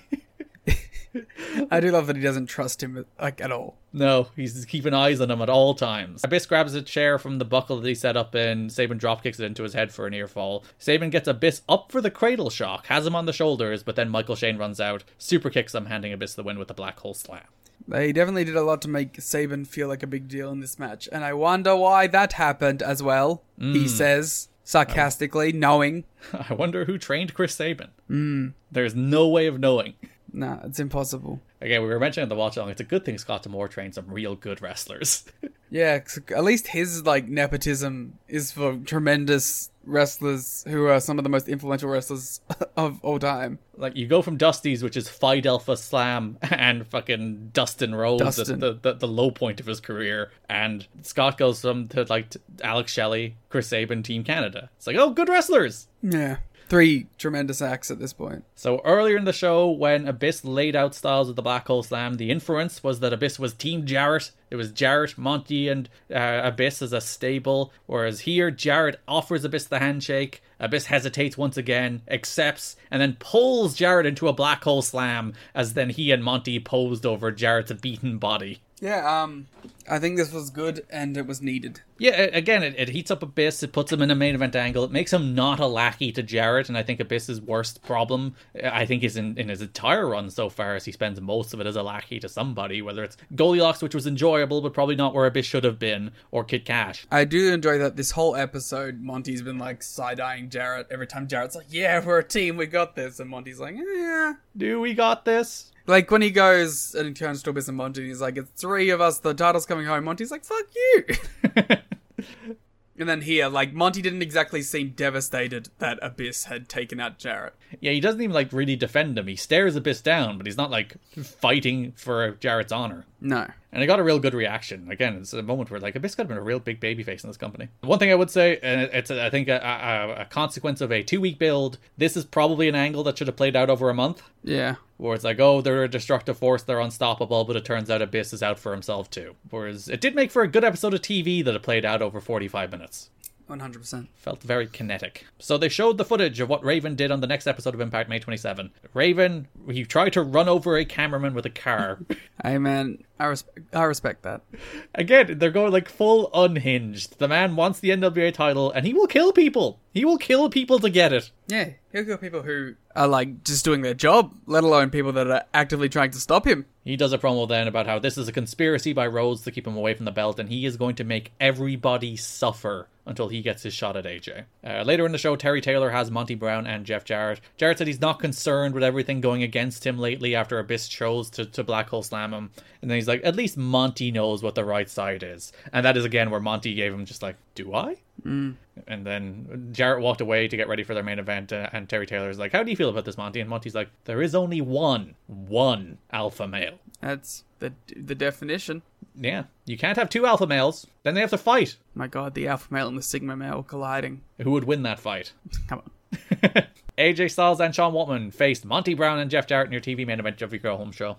[SPEAKER 3] I do love that he doesn't trust him like at all.
[SPEAKER 7] No, he's keeping eyes on him at all times. Abyss grabs a chair from the buckle that he set up in. Saban drop kicks it into his head for an earfall. Saban gets Abyss up for the cradle shock, has him on the shoulders, but then Michael Shane runs out, super kicks him, handing Abyss the win with a black hole slam.
[SPEAKER 3] They definitely did a lot to make Saban feel like a big deal in this match, and I wonder why that happened as well. He says sarcastically, knowing,
[SPEAKER 7] <laughs> I wonder who trained Chris Saban. There's no way of knowing.
[SPEAKER 3] "Nah, it's impossible."
[SPEAKER 7] Again, we were mentioning on the watch along. It's a good thing Scott Demore trained some real good wrestlers. <laughs>
[SPEAKER 3] Yeah, 'cause at least his like nepotism is for tremendous wrestlers who are some of the most influential wrestlers <laughs> of all time.
[SPEAKER 7] Like you go from Dusty's, which is Phi Delpha Slam, <laughs> and fucking Dustin Rhodes, at
[SPEAKER 3] Dustin.
[SPEAKER 7] The, the the low point of his career, and Scott goes from to like to Alex Shelley, Chris Sabin, Team Canada. It's like oh, good wrestlers.
[SPEAKER 3] Yeah. Three tremendous acts at this point.
[SPEAKER 7] So earlier in the show, when Abyss laid out Styles with the Black Hole Slam, the inference was that Abyss was Team Jarrett. It was Jarrett, Monty, and uh, Abyss as a stable. Whereas here, Jarrett offers Abyss the handshake. Abyss hesitates once again, accepts, and then pulls Jarrett into a Black Hole Slam. As then he and Monty posed over Jarrett's beaten body.
[SPEAKER 3] Yeah, um, I think this was good and it was needed.
[SPEAKER 7] Yeah, a- again, it, it heats up Abyss. It puts him in a main event angle. It makes him not a lackey to Jarrett, and I think Abyss's worst problem, uh, I think, is in, in his entire run so far, as he spends most of it as a lackey to somebody, whether it's Goldilocks, which was enjoyable, but probably not where Abyss should have been, or Kid Cash.
[SPEAKER 3] I do enjoy that this whole episode, Monty's been like side eyeing Jarrett every time Jarrett's like, Yeah, we're a team, we got this. And Monty's like, Yeah.
[SPEAKER 7] Do we got this?
[SPEAKER 3] Like when he goes and he turns to Abyss and Monty, he's like, It's three of us, the title's coming home. Monty's like, Fuck you. <laughs> and then here, like, Monty didn't exactly seem devastated that Abyss had taken out Jarrett.
[SPEAKER 7] <laughs> Yeah, he doesn't even like really defend him. He stares Abyss down, but he's not like fighting for Jarrett's honor.
[SPEAKER 3] No.
[SPEAKER 7] And it got a real good reaction. Again, it's a moment where like Abyss could have been a real big baby face in this company. One thing I would say, and it- it's I think a, a, a consequence of a two week build. This is probably an angle that should have played out over a month,
[SPEAKER 3] Yeah.
[SPEAKER 7] where it's like, oh, they're a destructive force, they're unstoppable, but it turns out Abyss is out for himself too. Whereas it did make for a good episode of TV that it played out over forty five minutes.
[SPEAKER 3] 100%.
[SPEAKER 7] Felt very kinetic. So they showed the footage of what Raven did on the next episode of Impact May 27. Raven, he tried to run over a cameraman with a car. <laughs>
[SPEAKER 3] Hey, man, I, respect. I respect that.
[SPEAKER 7] Again, they're going like full unhinged. The man wants the NWA title and he will kill people. He will kill people to get it.
[SPEAKER 3] Yeah, he'll kill people who are like just doing their job, let alone people that are actively trying to stop him.
[SPEAKER 7] He does a promo then about how this is a conspiracy by Rhodes to keep him away from the belt and he is going to make everybody suffer until he gets his shot at AJ. Uh, later in the show, Terry Taylor has Monty Brown and Jeff Jarrett. Jarrett said he's not concerned with everything going against him lately after Abyss chose to, to black hole slam him. And then he's like, at least Monty knows what the right side is. And that is again where Monty gave him just like, do I? And then Jarrett walked away to get ready for their main event, uh, and Terry Taylor's like, "How do you feel about this, Monty?" And Monty's like, "There is only one, one alpha male.
[SPEAKER 3] That's the the definition.
[SPEAKER 7] Yeah, you can't have two alpha males. Then they have to fight.
[SPEAKER 3] My God, the alpha male and the sigma male colliding.
[SPEAKER 7] Who would win that fight?"
[SPEAKER 3] Come on.
[SPEAKER 7] AJ Styles and Sean Waltman faced Monty Brown and Jeff Jarrett in your TV main event of your Girl Home show.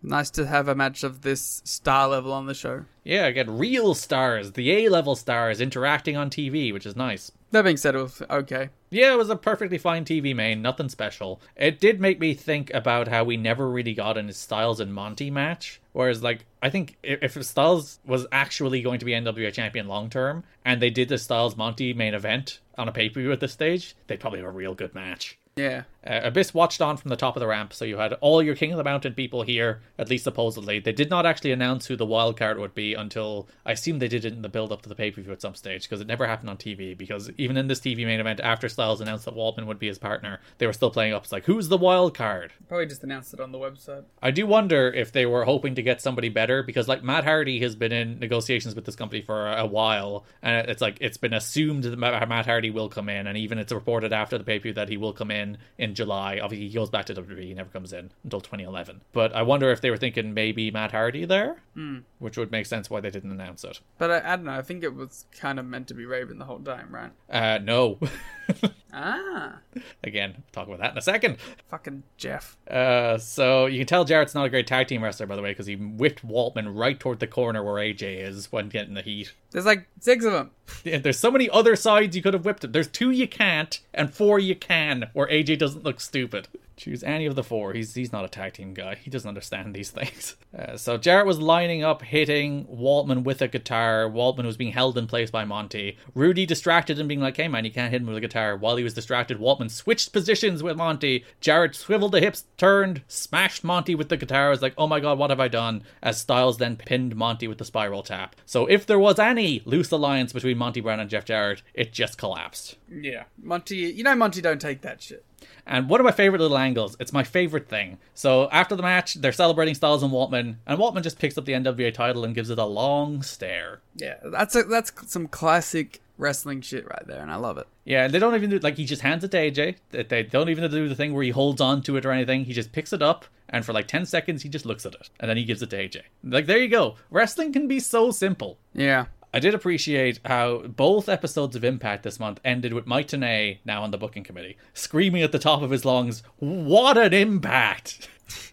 [SPEAKER 3] Nice to have a match of this star level on the show.
[SPEAKER 7] Yeah, again, real stars, the A-level stars interacting on TV, which is nice.
[SPEAKER 3] That being said, it was okay.
[SPEAKER 7] Yeah, it was a perfectly fine TV main, nothing special. It did make me think about how we never really got in a Styles and Monty match. Whereas, like, I think i- if Styles was actually going to be NWA champion long term, and they did the Styles Monty main event on a pay per view at this stage, they'd probably have a real good match.
[SPEAKER 3] Yeah.
[SPEAKER 7] Uh, Abyss watched on from the top of the ramp, so you had all your King of the Mountain people here, at least supposedly. They did not actually announce who the wild card would be until I assume they did it in the build up to the pay per view at some stage, because it never happened on TV. Because even in this TV main event, after Styles announced that Waltman would be his partner, they were still playing up. It's like, who's the wild card?
[SPEAKER 3] Probably just announced it on the website.
[SPEAKER 7] I do wonder if they were hoping to get somebody better because, like, Matt Hardy has been in negotiations with this company for a while, and it's like it's been assumed that Ma- Matt Hardy will come in, and even it's reported after the pay per view that he will come in in July. Obviously, he goes back to WWE; he never comes in until 2011. But I wonder if they were thinking maybe Matt Hardy there, which would make sense why they didn't announce it.
[SPEAKER 3] But I, I don't know. I think it was kind of meant to be Raven the whole time, right?
[SPEAKER 7] Uh, no. <laughs>
[SPEAKER 3] Ah,
[SPEAKER 7] Again, talk about that in a second.
[SPEAKER 3] fucking Jeff.
[SPEAKER 7] Uh, so you can tell Jarrett's not a great tag team wrestler, by the way, because he whipped Waltman right toward the corner where AJ is when getting the heat.
[SPEAKER 3] There's like six of them.
[SPEAKER 7] Yeah, There's so many other sides you could have whipped him. There's two you can't, and four you can, where AJ doesn't look stupid. Choose any of the four. He's he's not a tag team guy. He doesn't understand these things. Uh, so Jarrett was lining up, hitting Waltman with a guitar. Waltman was being held in place by Monty. Rudy distracted him, being like, "Hey man, you can't hit him with a guitar." While he was distracted, Waltman switched positions with Monty. Jarrett swiveled the hips, turned, smashed Monty with the guitar. I was like, "Oh my god, what have I done?" As Styles then pinned Monty with the spiral tap. So if there was any loose alliance between Monty Brown and Jeff Jarrett, it just collapsed.
[SPEAKER 3] Yeah. Monty, you know Monty don't take that shit.
[SPEAKER 7] And one of my favorite little angles, it's my favorite thing. So after the match, they're celebrating Styles and Waltman, and Waltman just picks up the NWA title and gives it a long stare.
[SPEAKER 3] Yeah, that's a, that's some classic wrestling shit right there, and I love it.
[SPEAKER 7] Yeah, and they don't even do like he just hands it to AJ. They- They don't even do the thing where he holds on to it or anything. He just picks it up and for like ten seconds he just looks at it and then he gives it to AJ. Like there you go. Wrestling can be so simple.
[SPEAKER 3] Yeah.
[SPEAKER 7] I did appreciate how both episodes of Impact this month ended with Mike Tenay, now on the booking committee, screaming at the top of his lungs, What an impact! <laughs>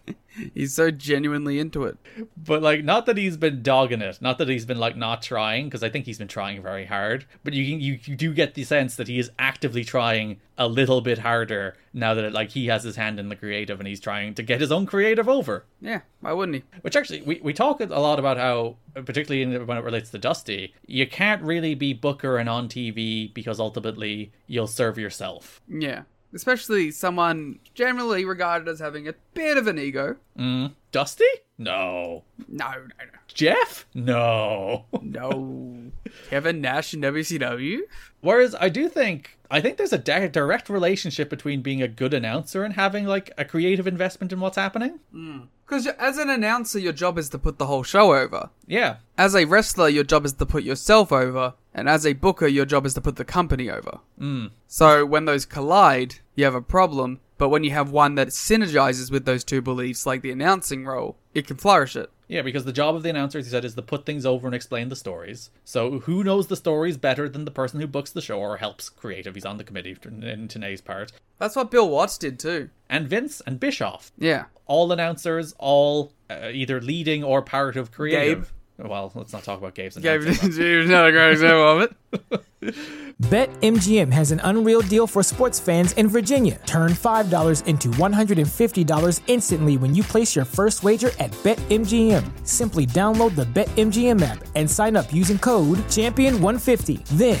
[SPEAKER 3] He's so genuinely into it.
[SPEAKER 7] But, like, not that he's been dogging it, not that he's been, like, not trying, because I think he's been trying very hard, but you, you, you do get the sense that he is actively trying a little bit harder now that, like, he has his hand in the creative and he's trying to get his own creative over.
[SPEAKER 3] Yeah, why wouldn't he?
[SPEAKER 7] Which actually, we, we talk a lot about how, particularly in, when it relates to Dusty, you can't really be Booker and on TV because ultimately you'll serve yourself.
[SPEAKER 3] Yeah. Especially someone generally regarded as having a bit of an ego.
[SPEAKER 7] Dusty? No.
[SPEAKER 3] No, no,
[SPEAKER 7] Jeff? No. <laughs>
[SPEAKER 3] no. No. Kevin Nash in WCW?
[SPEAKER 7] Whereas I do think, I think there's a di- direct relationship between being a good announcer and having like a creative investment in what's happening.
[SPEAKER 3] Because as an announcer, your job is to put the whole show over.
[SPEAKER 7] Yeah.
[SPEAKER 3] As a wrestler, your job is to put yourself over. And as a booker, your job is to put the company over. Mm. So when those collide, you have a problem. But when you have one that synergizes with those two beliefs, like the announcing role, it can flourish it.
[SPEAKER 7] Yeah, because the job of the announcer, as you said, is to put things over and explain the stories. So who knows the stories better than the person who books the show or helps creative? He's on the committee in Tanae's part.
[SPEAKER 3] That's what Bill Watts did too.
[SPEAKER 7] and Vince and Bischoff.
[SPEAKER 3] Yeah.
[SPEAKER 7] All announcers, all uh, either leading or part of creative. Well, let's not talk about Gabe's
[SPEAKER 3] Gave
[SPEAKER 7] announcing.
[SPEAKER 3] another great example of it.
[SPEAKER 8] BetMGM has an unreal deal for sports fans in Virginia. Turn $5 into $150 instantly when you place your first wager at BetMGM. Simply download the BetMGM app and sign up using code Champion150. Then,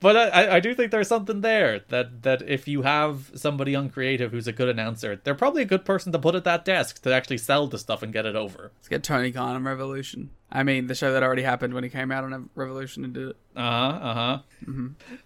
[SPEAKER 7] But I, I- I do think there's something there that that if you have somebody on creative who's a good announcer, they're probably a good person to put at that desk to actually sell the stuff and get it over.
[SPEAKER 3] <laughs> Let's get Tony Khan on Revolution. I mean, the show that already happened when he came out on Revolution and did it.
[SPEAKER 7] Uh huh. Uh huh.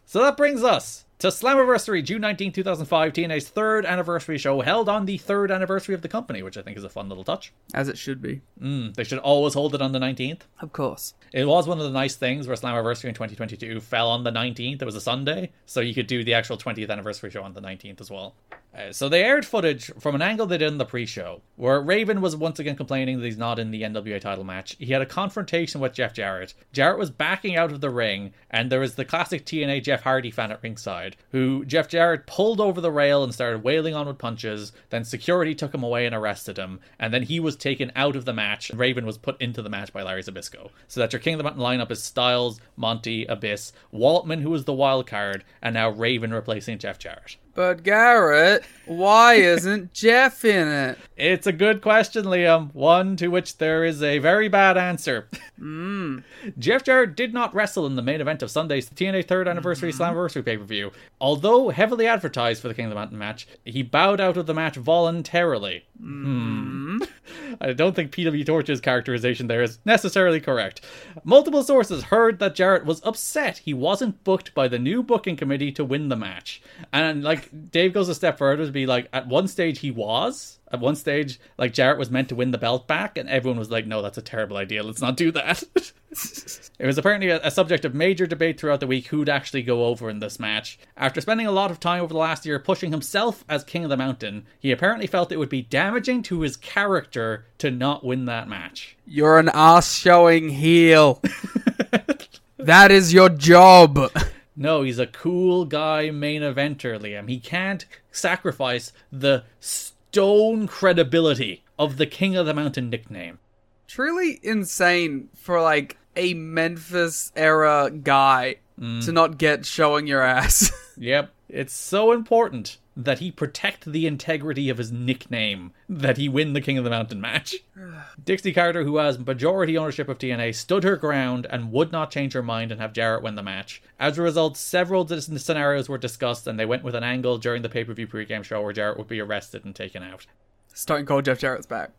[SPEAKER 7] So that brings us to Slammiversary, June 19, 2005, TNA's third anniversary show, held on the third anniversary of the company, which I think is a fun little touch. Mm,
[SPEAKER 3] As it should be.
[SPEAKER 7] They should always hold it on the 19th.
[SPEAKER 3] Of course.
[SPEAKER 7] It was one of the nice things where Slammiversary in 2022 fell on the 19th. It was a Sunday, so you could do the actual 20th anniversary show on the 19th as well. Uh, so they aired footage from an angle they did in the pre-show, where Raven was once again complaining that he's not in the NWA title match. He had a confrontation with Jeff Jarrett. Jarrett was backing out of the ring, and there was the classic TNA Jeff Hardy fan at ringside, who Jeff Jarrett pulled over the rail and started wailing on with punches. Then security took him away and arrested him, and then he was taken out of the match. Raven was put into the match by Larry Zabisco. So that your King of the Mountain lineup is Styles, Monty, Abyss, Waltman, who was the wild card, and now Raven replacing Jeff Jarrett.
[SPEAKER 3] But Garrett, why isn't Jeff in it?
[SPEAKER 7] It's a good question, Liam. One to which there is a very bad answer. Jeff Jarrett did not wrestle in the main event of Sunday's TNA 3rd Anniversary Slammiversary pay per view. Although heavily advertised for the King of the Mountain match, he bowed out of the match voluntarily. I don't think PW Torch's characterization there is necessarily correct. Multiple sources heard that Jarrett was upset he wasn't booked by the new booking committee to win the match. And like Dave goes a step further to be like at one stage he was. At one stage, like Jarrett was meant to win the belt back, and everyone was like, no, that's a terrible idea. Let's not do that. <laughs> It was apparently a, a subject of major debate throughout the week who'd actually go over in this match. After spending a lot of time over the last year pushing himself as King of the Mountain, he apparently felt it would be damaging to his character to not win that match.
[SPEAKER 3] You're an ass showing <laughs> heel. that is your job.
[SPEAKER 7] No, he's a cool guy main eventer, Liam. He can't sacrifice the stone credibility of the King of the Mountain nickname.
[SPEAKER 3] Truly insane for like a Memphis era guy to not get showing your ass. <laughs>
[SPEAKER 7] Yep. It's so important that he protect the integrity of his nickname that he win the King of the Mountain match. <sighs> Dixie Carter, who has majority ownership of TNA, stood her ground and would not change her mind and have Jarrett win the match. As a result, several dis- scenarios were discussed and they went with an angle during the pay per view pregame show where Jarrett would be arrested and taken out.
[SPEAKER 3] Stone Cold Jeff Jarrett's back.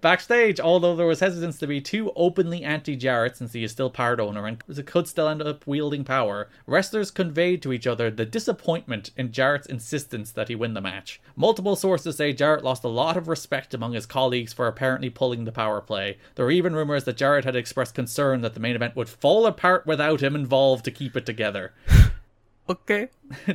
[SPEAKER 7] Backstage, although there was hesitance to be too openly anti Jarrett since he is still part owner and could still end up wielding power, wrestlers conveyed to each other the disappointment in Jarrett's insistence that he win the match. Multiple sources say Jarrett lost a lot of respect among his colleagues for apparently pulling the power play. There were even rumors that Jarrett had expressed concern that the main event would fall apart without him involved to keep it together. <laughs>
[SPEAKER 3] Okay.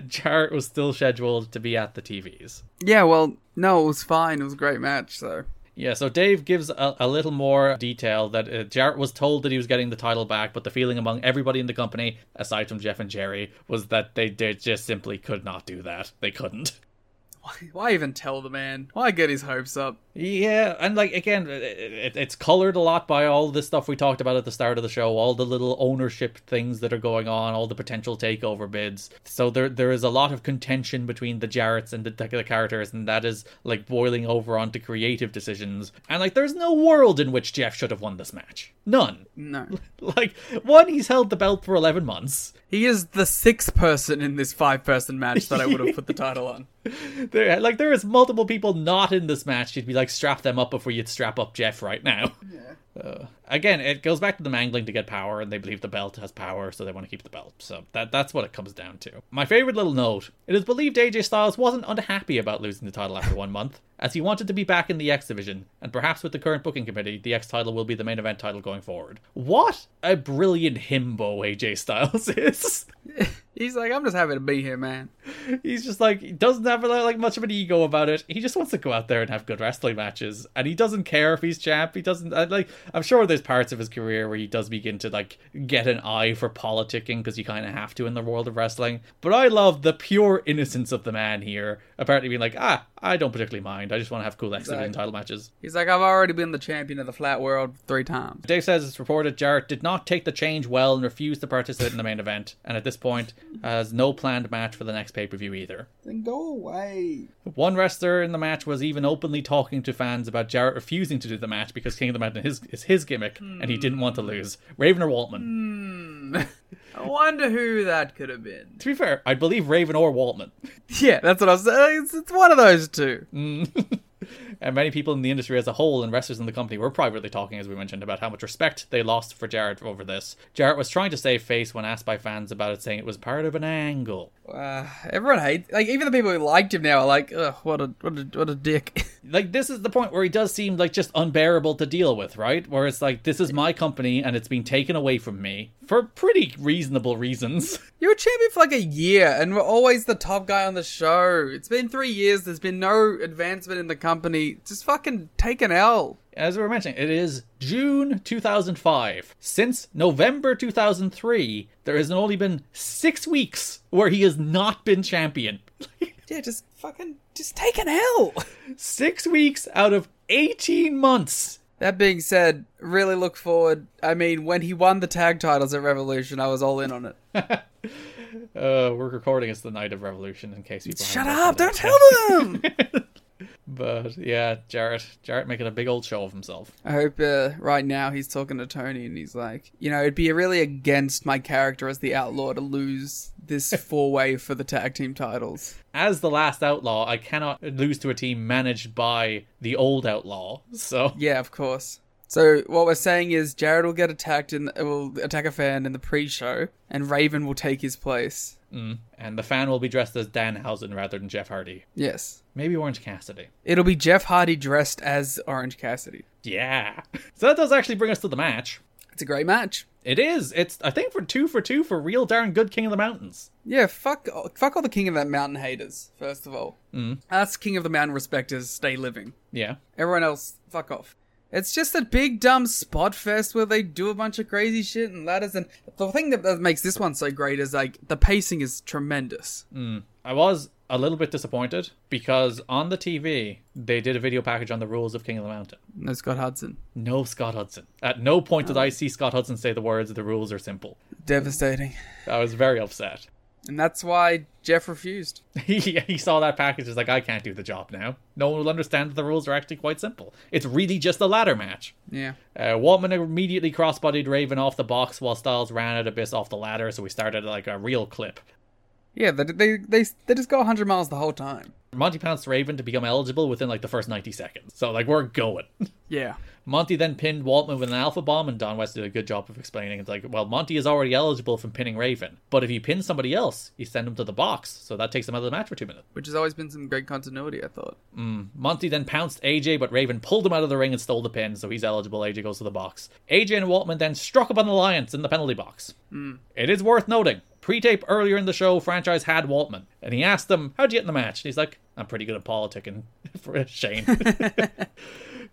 [SPEAKER 7] Jarrett was still scheduled to be at the TVs.
[SPEAKER 3] Yeah, well, no, it was fine. It was a great match, so.
[SPEAKER 7] Yeah, so Dave gives a, a little more detail that uh, Jarrett was told that he was getting the title back, but the feeling among everybody in the company, aside from Jeff and Jerry, was that they, they just simply could not do that. They couldn't.
[SPEAKER 3] Why even tell the man? Why get his hopes up?
[SPEAKER 7] Yeah, and like again, it, it, it's colored a lot by all the stuff we talked about at the start of the show, all the little ownership things that are going on, all the potential takeover bids. So there, there is a lot of contention between the Jarretts and the, the characters, and that is like boiling over onto creative decisions. And like, there's no world in which Jeff should have won this match. None.
[SPEAKER 3] No.
[SPEAKER 7] <laughs> Like, one, he's held the belt for eleven months.
[SPEAKER 3] He is the sixth person in this five person match that I would have put the title <laughs> on.
[SPEAKER 7] There, like, there is multiple people not in this match. You'd be like, strap them up before you'd strap up Jeff right now. Uh, again, it goes back to them angling to get power, and they believe the belt has power, so they want to keep the belt. So that that's what it comes down to. My favorite little note: it is believed AJ Styles wasn't unhappy about losing the title after one month, as he wanted to be back in the X division, and perhaps with the current booking committee, the X title will be the main event title going forward. What a brilliant himbo AJ Styles <laughs> is!
[SPEAKER 3] He's like, I'm just happy to be here, man.
[SPEAKER 7] He's just like he doesn't have like much of an ego about it. He just wants to go out there and have good wrestling matches, and he doesn't care if he's champ. He doesn't I- like. I'm sure there's parts of his career where he does begin to like get an eye for politicking because you kind of have to in the world of wrestling. But I love the pure innocence of the man here. Apparently, being like, ah, I don't particularly mind. I just want to have cool X Division title matches.
[SPEAKER 3] He's like, I've already been the champion of the flat world three times.
[SPEAKER 7] Dave says it's reported Jarrett did not take the change well and refused to participate in the main event, and at this point has no planned match for the next pay per view either.
[SPEAKER 9] Then go away.
[SPEAKER 7] One wrestler in the match was even openly talking to fans about Jarrett refusing to do the match because King of the Mountain is, is his gimmick and he didn't want to lose. Raven or Waltman?
[SPEAKER 3] I wonder who that could have been.
[SPEAKER 7] To be fair, I believe Raven or Waltman.
[SPEAKER 3] <laughs> Yeah, that's what I was saying. It's, it's one of those two.
[SPEAKER 7] And many people in the industry as a whole and wrestlers in the company were privately talking, as we mentioned, about how much respect they lost for Jarrett over this. Jarrett was trying to save face when asked by fans about it, saying it was part of an angle.
[SPEAKER 3] Uh, everyone hates, like, even the people who liked him now are like, ugh, what a, what a, what a dick. <laughs>
[SPEAKER 7] like this is the point where he does seem like just unbearable to deal with, right? Where it's like this is my company and it's been taken away from me for pretty reasonable reasons. <laughs>
[SPEAKER 3] You were champion for like a year, and we're always the top guy on the show. It's been three years. There's been no advancement in the company. Just fucking take an L.
[SPEAKER 7] As we were mentioning, it is June 2005. Since November 2003, there has only been 6 weeks where he has not been champion.
[SPEAKER 3] Yeah, just fucking just take an L. <laughs>
[SPEAKER 7] 6 weeks out of 18 months.
[SPEAKER 3] That being said, really look forward. I mean, when he won the tag titles at Revolution, I was all in on it.
[SPEAKER 7] Uh, we're recording it's the night of revolution in case people
[SPEAKER 3] Shut
[SPEAKER 7] haven't
[SPEAKER 3] up! Don't
[SPEAKER 7] listened.
[SPEAKER 3] tell them.
[SPEAKER 7] But yeah, Jarrett, Jarrett making a big old show of himself.
[SPEAKER 3] I hope uh, right now he's talking to Tony and he's like, you know, it'd be really against my character as the outlaw to lose this four way for the tag team titles.
[SPEAKER 7] as the last outlaw, I cannot lose to a team managed by the old outlaw. So
[SPEAKER 3] Yeah, of course. So what we're saying is Jared will get attacked and will attack a fan in the pre-show, and Raven will take his place.
[SPEAKER 7] and the fan will be dressed as Danhausen rather than Jeff Hardy.
[SPEAKER 3] Yes,
[SPEAKER 7] Maybe Orange Cassidy.
[SPEAKER 3] it'll be Jeff Hardy dressed as Orange Cassidy.
[SPEAKER 7] Yeah. <laughs> So that does actually bring us to the match.
[SPEAKER 3] It's a great match.
[SPEAKER 7] It is. It's I think for two for two for real darn good King of the Mountains.
[SPEAKER 3] Yeah, fuck, fuck all the King of the Mountain haters. First of all, mm. us King of the Mountain respecters stay living.
[SPEAKER 7] Yeah.
[SPEAKER 3] Everyone else, fuck off. It's just a big dumb spot fest where they do a bunch of crazy shit and ladders. And the thing that, that makes this one so great is like the pacing is tremendous.
[SPEAKER 7] I was a little bit disappointed because on the TV they did a video package on the rules of King of the Mountain.
[SPEAKER 3] No Scott Hudson.
[SPEAKER 7] No Scott Hudson. At no point did I see Scott Hudson say the words "the rules are simple."
[SPEAKER 3] Devastating.
[SPEAKER 7] I was very upset.
[SPEAKER 3] And that's why Jeff refused.
[SPEAKER 7] <laughs> he, he saw that package is like I can't do the job now. No one will understand that the rules are actually quite simple. It's really just a ladder match.
[SPEAKER 3] Yeah.
[SPEAKER 7] Uh, Waltman immediately crossbodied Raven off the box while Styles ran at Abyss off the ladder, so we started like a real clip.
[SPEAKER 3] Yeah, they, they, they, they just go 100 miles the whole time.
[SPEAKER 7] Monty pounced Raven to become eligible within like the first 90 seconds. So like we're going. <laughs>
[SPEAKER 3] Yeah.
[SPEAKER 7] Monty then pinned Waltman with an alpha bomb, and Don West did a good job of explaining. It's like, well, Monty is already eligible from pinning Raven, but if you pin somebody else, you send them to the box, so that takes them out of the match for two minutes.
[SPEAKER 3] Which has always been some great continuity, I thought.
[SPEAKER 7] Monty then pounced AJ, but Raven pulled him out of the ring and stole the pin, so he's eligible. AJ goes to the box. AJ and Waltman then struck up an alliance in the penalty box. It is worth noting. Pre tape earlier in the show, Franchise had Waltman, and he asked them, How'd you get in the match? And he's like, I'm pretty good at politicking <laughs> for Shane.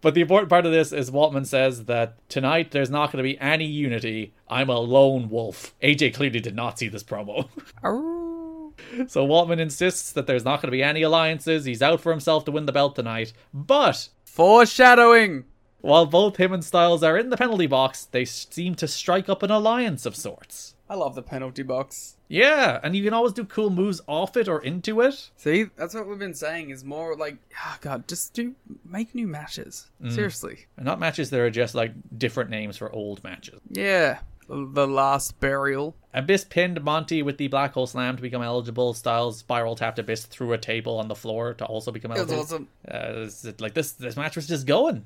[SPEAKER 7] but the important part of this is Waltman says that tonight there's not going to be any unity. I'm a lone wolf. AJ clearly did not see this promo. <laughs>
[SPEAKER 3] Arroo.
[SPEAKER 7] So Waltman insists that there's not going to be any alliances. He's out for himself to win the belt tonight. But
[SPEAKER 3] Foreshadowing!
[SPEAKER 7] while both him and Styles are in the penalty box, they s- seem to strike up an alliance of sorts.
[SPEAKER 3] I love the penalty box.
[SPEAKER 7] Yeah, and you can always do cool moves off it or into it.
[SPEAKER 3] See, that's what we've been saying is more like, ah, God, just do make new matches. Seriously.
[SPEAKER 7] And not matches that are just like different names for old matches.
[SPEAKER 3] Yeah. The the last burial.
[SPEAKER 7] Abyss pinned Monty with the black hole slam to become eligible. Styles spiral tapped Abyss through a table on the floor to also become
[SPEAKER 3] It was
[SPEAKER 7] eligible.
[SPEAKER 3] awesome.
[SPEAKER 7] Uh, this is- like this, this match was just going.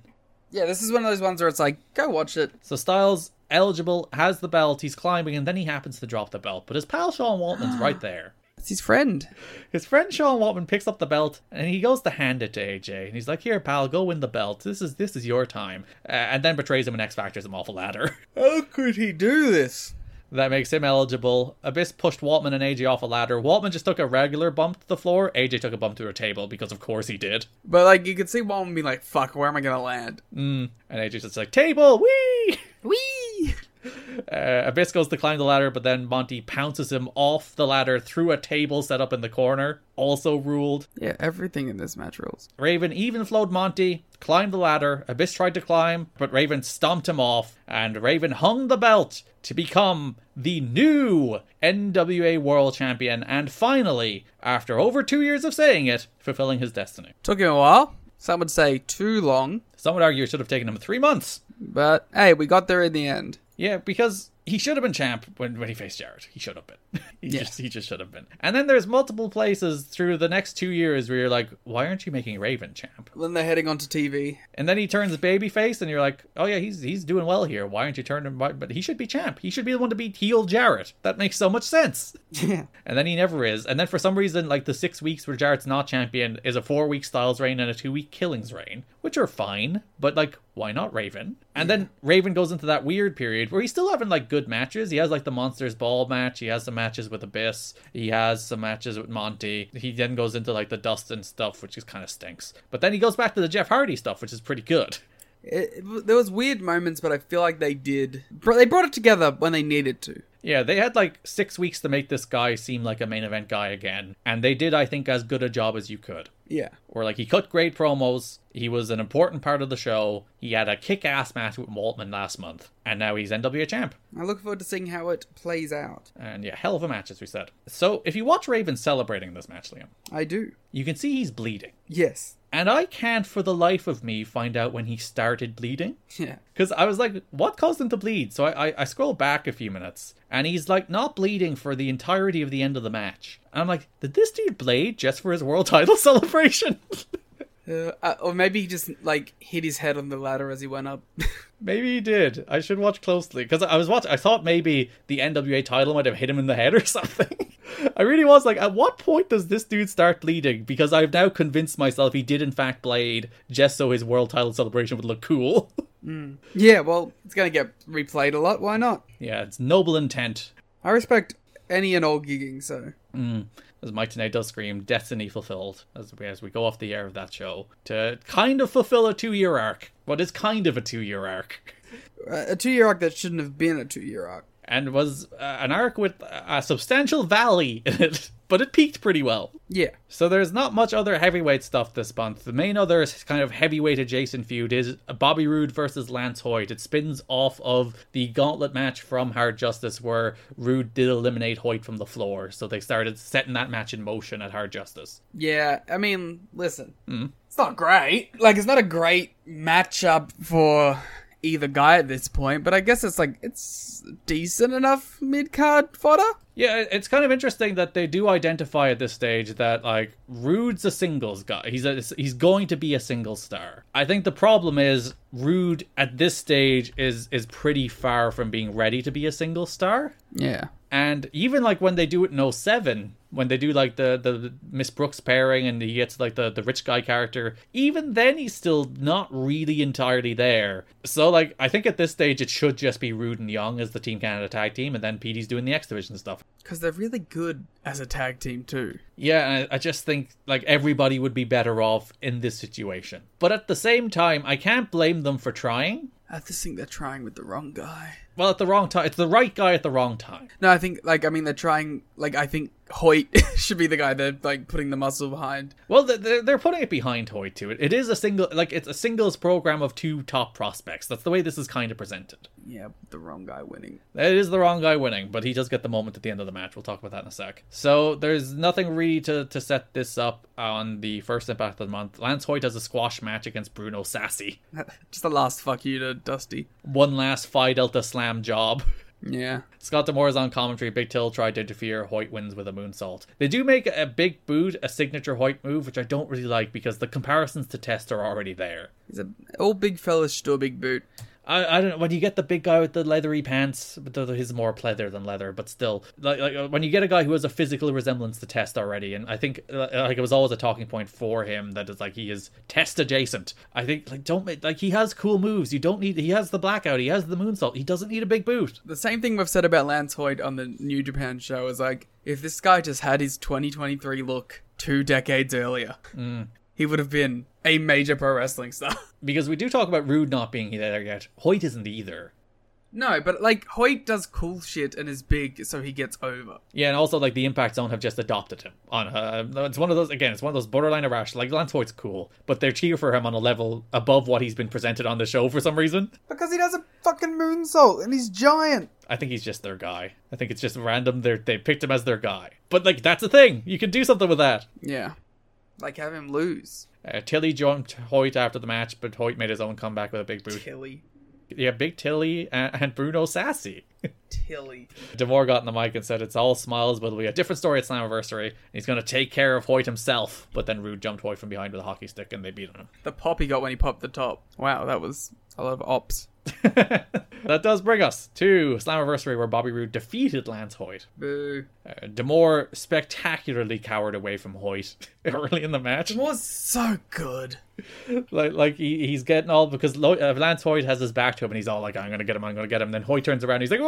[SPEAKER 3] Yeah, this is one of those ones where it's like, go watch it.
[SPEAKER 7] So Styles eligible has the belt. He's climbing, and then he happens to drop the belt. But his pal Sean
[SPEAKER 3] <gasps>
[SPEAKER 7] Waltman's right there.
[SPEAKER 3] It's his friend.
[SPEAKER 7] His friend Sean Waltman picks up the belt and he goes to hand it to AJ, and he's like, "Here, pal, go win the belt. This is this is your time." Uh, and then betrays him and X Factors him off a ladder. <laughs>
[SPEAKER 3] How could he do this?
[SPEAKER 7] that makes him eligible. Abyss pushed Waltman and AJ off a ladder. Waltman just took a regular bump to the floor. AJ took a bump to a table because, of course, he did.
[SPEAKER 3] But like you could see Waltman be like, fuck, where am I gonna land?
[SPEAKER 7] And AJ's just like, table, wee! Wee! <laughs> Uh, Abyss goes to climb the ladder, but then Monty pounces him off the ladder through a table set up in the corner. Also ruled.
[SPEAKER 3] Yeah, everything in this match rules.
[SPEAKER 7] Raven even flowed Monty, climbed the ladder. Abyss tried to climb, but Raven stomped him off, and Raven hung the belt to become the new NWA World Champion, and finally, after over two years of saying it, fulfilling his destiny.
[SPEAKER 3] Took him a while. Some would say too long,
[SPEAKER 7] Some would argue it should have taken him three months.
[SPEAKER 3] but hey, we got there in the end.
[SPEAKER 7] Yeah, because he should have been champ when, when he faced Jared. He should have been. <laughs> he
[SPEAKER 3] Yeah.
[SPEAKER 7] just he just should have been. And then there's multiple places through the next two years where you're like, why aren't you making Raven champ?
[SPEAKER 3] Then they're heading on to TV.
[SPEAKER 7] And then he turns babyface, and you're like, oh yeah, he's he's doing well here. Why aren't you turning? him? why- But he should be champ. He should be the one to beat heel Jarrett. That makes so much sense.
[SPEAKER 3] Yeah.
[SPEAKER 7] And then he never is. And then for some reason, like the six weeks where Jarrett's not champion is a four week Styles reign and a two week Killings reign, which are fine, but like, why not Raven? And then Raven goes into that weird period where he's still having like good matches. He has like the Monsters Ball match, he has some matches with Abyss, he has some matches with Monty. He then goes into like the Dustin stuff, which just kind of stinks. But then he goes back to the Jeff Hardy stuff, which is pretty good. <laughs>
[SPEAKER 3] It, it- there was weird moments, but I feel like they did. Bro, they brought it together when they needed to.
[SPEAKER 7] Yeah, they had like six weeks to make this guy seem like a main event guy again. And they did, I think, as good a job as you could.
[SPEAKER 3] Yeah.
[SPEAKER 7] where like he cut great promos. He was an important part of the show. He had a kick-ass match with Waltman last month, and now he's NWA champ.
[SPEAKER 3] I look forward to seeing how it plays out.
[SPEAKER 7] And yeah, hell of a match as we said. So if you watch Raven celebrating this match, Liam,
[SPEAKER 3] I do.
[SPEAKER 7] you can see he's bleeding,
[SPEAKER 3] Yes. <laughs>
[SPEAKER 7] and I can't for the life of me find out when he started bleeding.
[SPEAKER 3] Yeah.
[SPEAKER 7] Because I was like, what caused him to bleed? So I, I, I scroll back a few minutes, and he's like not bleeding for the entirety of the end of the match. And I'm like, did this dude bleed just for his world title <laughs> celebration?
[SPEAKER 3] Uh, uh, or maybe he just like hit his head on the ladder as he went up. <laughs>
[SPEAKER 7] Maybe he did. I should watch closely because I was watching. I thought maybe the NWA title might have hit him in the head or <laughs> something. I really was like, at what point does this dude start bleeding? Because I've now convinced myself he did in fact bleed just so his world title celebration would look cool. <laughs>
[SPEAKER 3] yeah. Well, it's gonna get replayed a lot. Why not?
[SPEAKER 7] yeah, it's noble intent.
[SPEAKER 3] I respect any and all gigging. So
[SPEAKER 7] As Mike tonight does scream, destiny fulfilled as we, as we go off the air of that show to kind of fulfill a two year arc. What is kind of a two year arc?
[SPEAKER 3] Uh, a two year arc that shouldn't have been a two year arc.
[SPEAKER 7] and was uh, an arc with a substantial valley in it, <laughs> but it peaked pretty well.
[SPEAKER 3] Yeah.
[SPEAKER 7] So there's not much other heavyweight stuff this month. The main other kind of heavyweight adjacent feud is Bobby Roode versus Lance Hoyt. It spins off of the gauntlet match from Hard Justice where Roode did eliminate Hoyt from the floor. So they started setting that match in motion at Hard Justice.
[SPEAKER 3] Yeah, I mean, listen, it's not great. Like, it's not a great matchup for either guy at this point. But I guess it's like it's decent enough mid card fodder.
[SPEAKER 7] Yeah, it- it's kind of interesting that they do identify at this stage that like Rude's a singles guy. He's a, he's going to be a single star. I think the problem is Rude at this stage is is pretty far from being ready to be a single star.
[SPEAKER 3] Yeah.
[SPEAKER 7] And even like when they do it in 07, when they do like the the Miss Brooks pairing and he gets like the the rich guy character, even then he's still not really entirely there. So like I think at this stage it should just be Rude and Young as the Team Canada tag team, and then PD's doing the X Division stuff.
[SPEAKER 3] Because they're really good as a tag team too.
[SPEAKER 7] Yeah, and I, I just think like everybody would be better off in this situation. But at the same time, I can't blame them for trying.
[SPEAKER 3] I just think they're trying with the wrong guy.
[SPEAKER 7] Well, at the wrong time, it's the right guy at the wrong time.
[SPEAKER 3] No, I think like I mean they're trying. Like I think Hoyt <laughs> should be the guy they're like putting the muscle behind.
[SPEAKER 7] Well, th- they're they're putting it behind Hoyt too. It, it is a single like it's a singles program of two top prospects. That's the way this is kind of presented.
[SPEAKER 3] Yeah, but the wrong guy winning. <laughs>
[SPEAKER 7] It is the wrong guy winning, but he does get the moment at the end of the match. We'll talk about that in a sec. So there's nothing really to, to set this up on the first impact of the month. Lance Hoyt has a squash match against Bruno Sassy.
[SPEAKER 3] Just the last fuck you to Dusty.
[SPEAKER 7] One last Phi Delta slam job. <laughs>
[SPEAKER 3] Yeah.
[SPEAKER 7] Scott Demore is on commentary. Big Till tried to interfere. Hoyt wins with a moonsault. They do make a big boot, a signature Hoyt move, which I don't really like because the comparisons to Test are already there.
[SPEAKER 3] He's a all big fellas should do a big boot.
[SPEAKER 7] I, I don't know when you get the big guy with the leathery pants, but though he's more pleather than leather, but still, like, like uh, when you get a guy who has a physical resemblance to Test already, and I think uh, like it was always a talking point for him that it's like he is Test adjacent. I think like don't make like he has cool moves. You don't need he has the blackout, he has the moonsault, he doesn't need a big boot.
[SPEAKER 3] The same thing we've said about Lance Hoyt on the New Japan show is like if this guy just had his 2023 look two decades earlier, he would have been a major pro wrestling star. <laughs>
[SPEAKER 7] Because we do talk about Rude not being there yet. Hoyt isn't either.
[SPEAKER 3] no, but like Hoyt does cool shit and is big, so he gets over.
[SPEAKER 7] Yeah, and also like the Impact Zone have just adopted him. On uh, it's one of those again, it's one of those borderline rash. Like Lance Hoyt's cool, but they're cheer for him on a level above what he's been presented on the show for some reason.
[SPEAKER 3] Because he does a fucking moonsault and he's giant.
[SPEAKER 7] I think he's just their guy. I think it's just random. They they picked him as their guy, but like that's a thing. You can do something with that.
[SPEAKER 3] Yeah. Like have him lose.
[SPEAKER 7] Uh, Tilly joined Hoyt after the match, but Hoyt made his own comeback with a big boot.
[SPEAKER 3] Tilly.
[SPEAKER 7] Yeah, big Tilly and, and Bruno Sassy.
[SPEAKER 3] Tilly.
[SPEAKER 7] Demore got in the mic and said, "It's all smiles, but it'll be a different story at Slammiversary." And he's going to take care of Hoyt himself. But then Rude jumped Hoyt from behind with a hockey stick, and they beat on him.
[SPEAKER 3] The pop he got when he popped the top. Wow, that was a lot of ops.
[SPEAKER 7] that does bring us to Slammiversary, where Bobby Roode defeated Lance Hoyt.
[SPEAKER 3] Boo.
[SPEAKER 7] Uh, Demore spectacularly cowered away from Hoyt <laughs> early in the match.
[SPEAKER 3] Was so good.
[SPEAKER 7] like like he, he's getting all because Lo- uh, Lance Hoyt has his back to him and he's all like I'm gonna get him I'm gonna get him and then Hoyt turns around and he's like <laughs>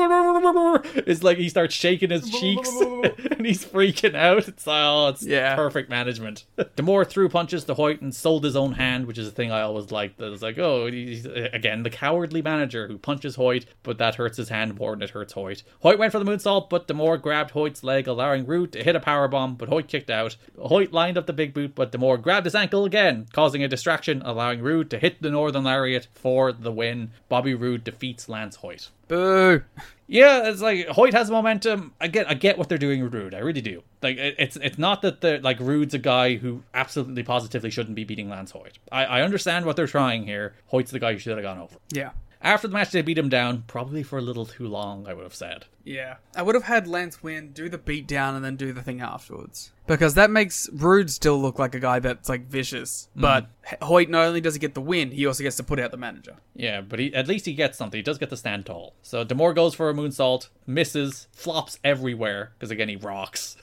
[SPEAKER 7] "Oh!" it's like he starts shaking his cheeks <laughs> and he's freaking out it's like, oh it's
[SPEAKER 3] Yeah.
[SPEAKER 7] perfect management <laughs> Demore threw punches to Hoyt and sold his own hand which is a thing I always liked that was like oh he's again the cowardly manager who punches Hoyt but that hurts his hand more than it hurts Hoyt Hoyt went for the moonsault but Demore grabbed Hoyt's leg allowing Root to hit a powerbomb but Hoyt kicked out Hoyt lined up the big boot but Demore grabbed his ankle again causing a distraction allowing Root to hit the Northern Lariat for the win Bobby Roode defeats Lance Hoyt
[SPEAKER 3] Boo.
[SPEAKER 7] yeah, it's like Hoyt has momentum. I get, I get what they're doing with Rude. I really do. Like, it- it's it's not that they're like Rude's a guy who absolutely positively shouldn't be beating Lance Hoyt. I, I understand what they're trying here. Hoyt's the guy who should have gone over.
[SPEAKER 3] Yeah.
[SPEAKER 7] After the match, they beat him down, probably for a little too long. I would have said.
[SPEAKER 3] Yeah. I would have had Lance win, do the beat down, and then do the thing afterwards. Because that makes Rude still look like a guy that's like vicious. But H- Hoyt not only does he get the win, he also gets to put out the manager.
[SPEAKER 7] Yeah, but he at least he gets something. He does get to stand tall. So Demore goes for a moonsault, misses, flops everywhere because again he rocks.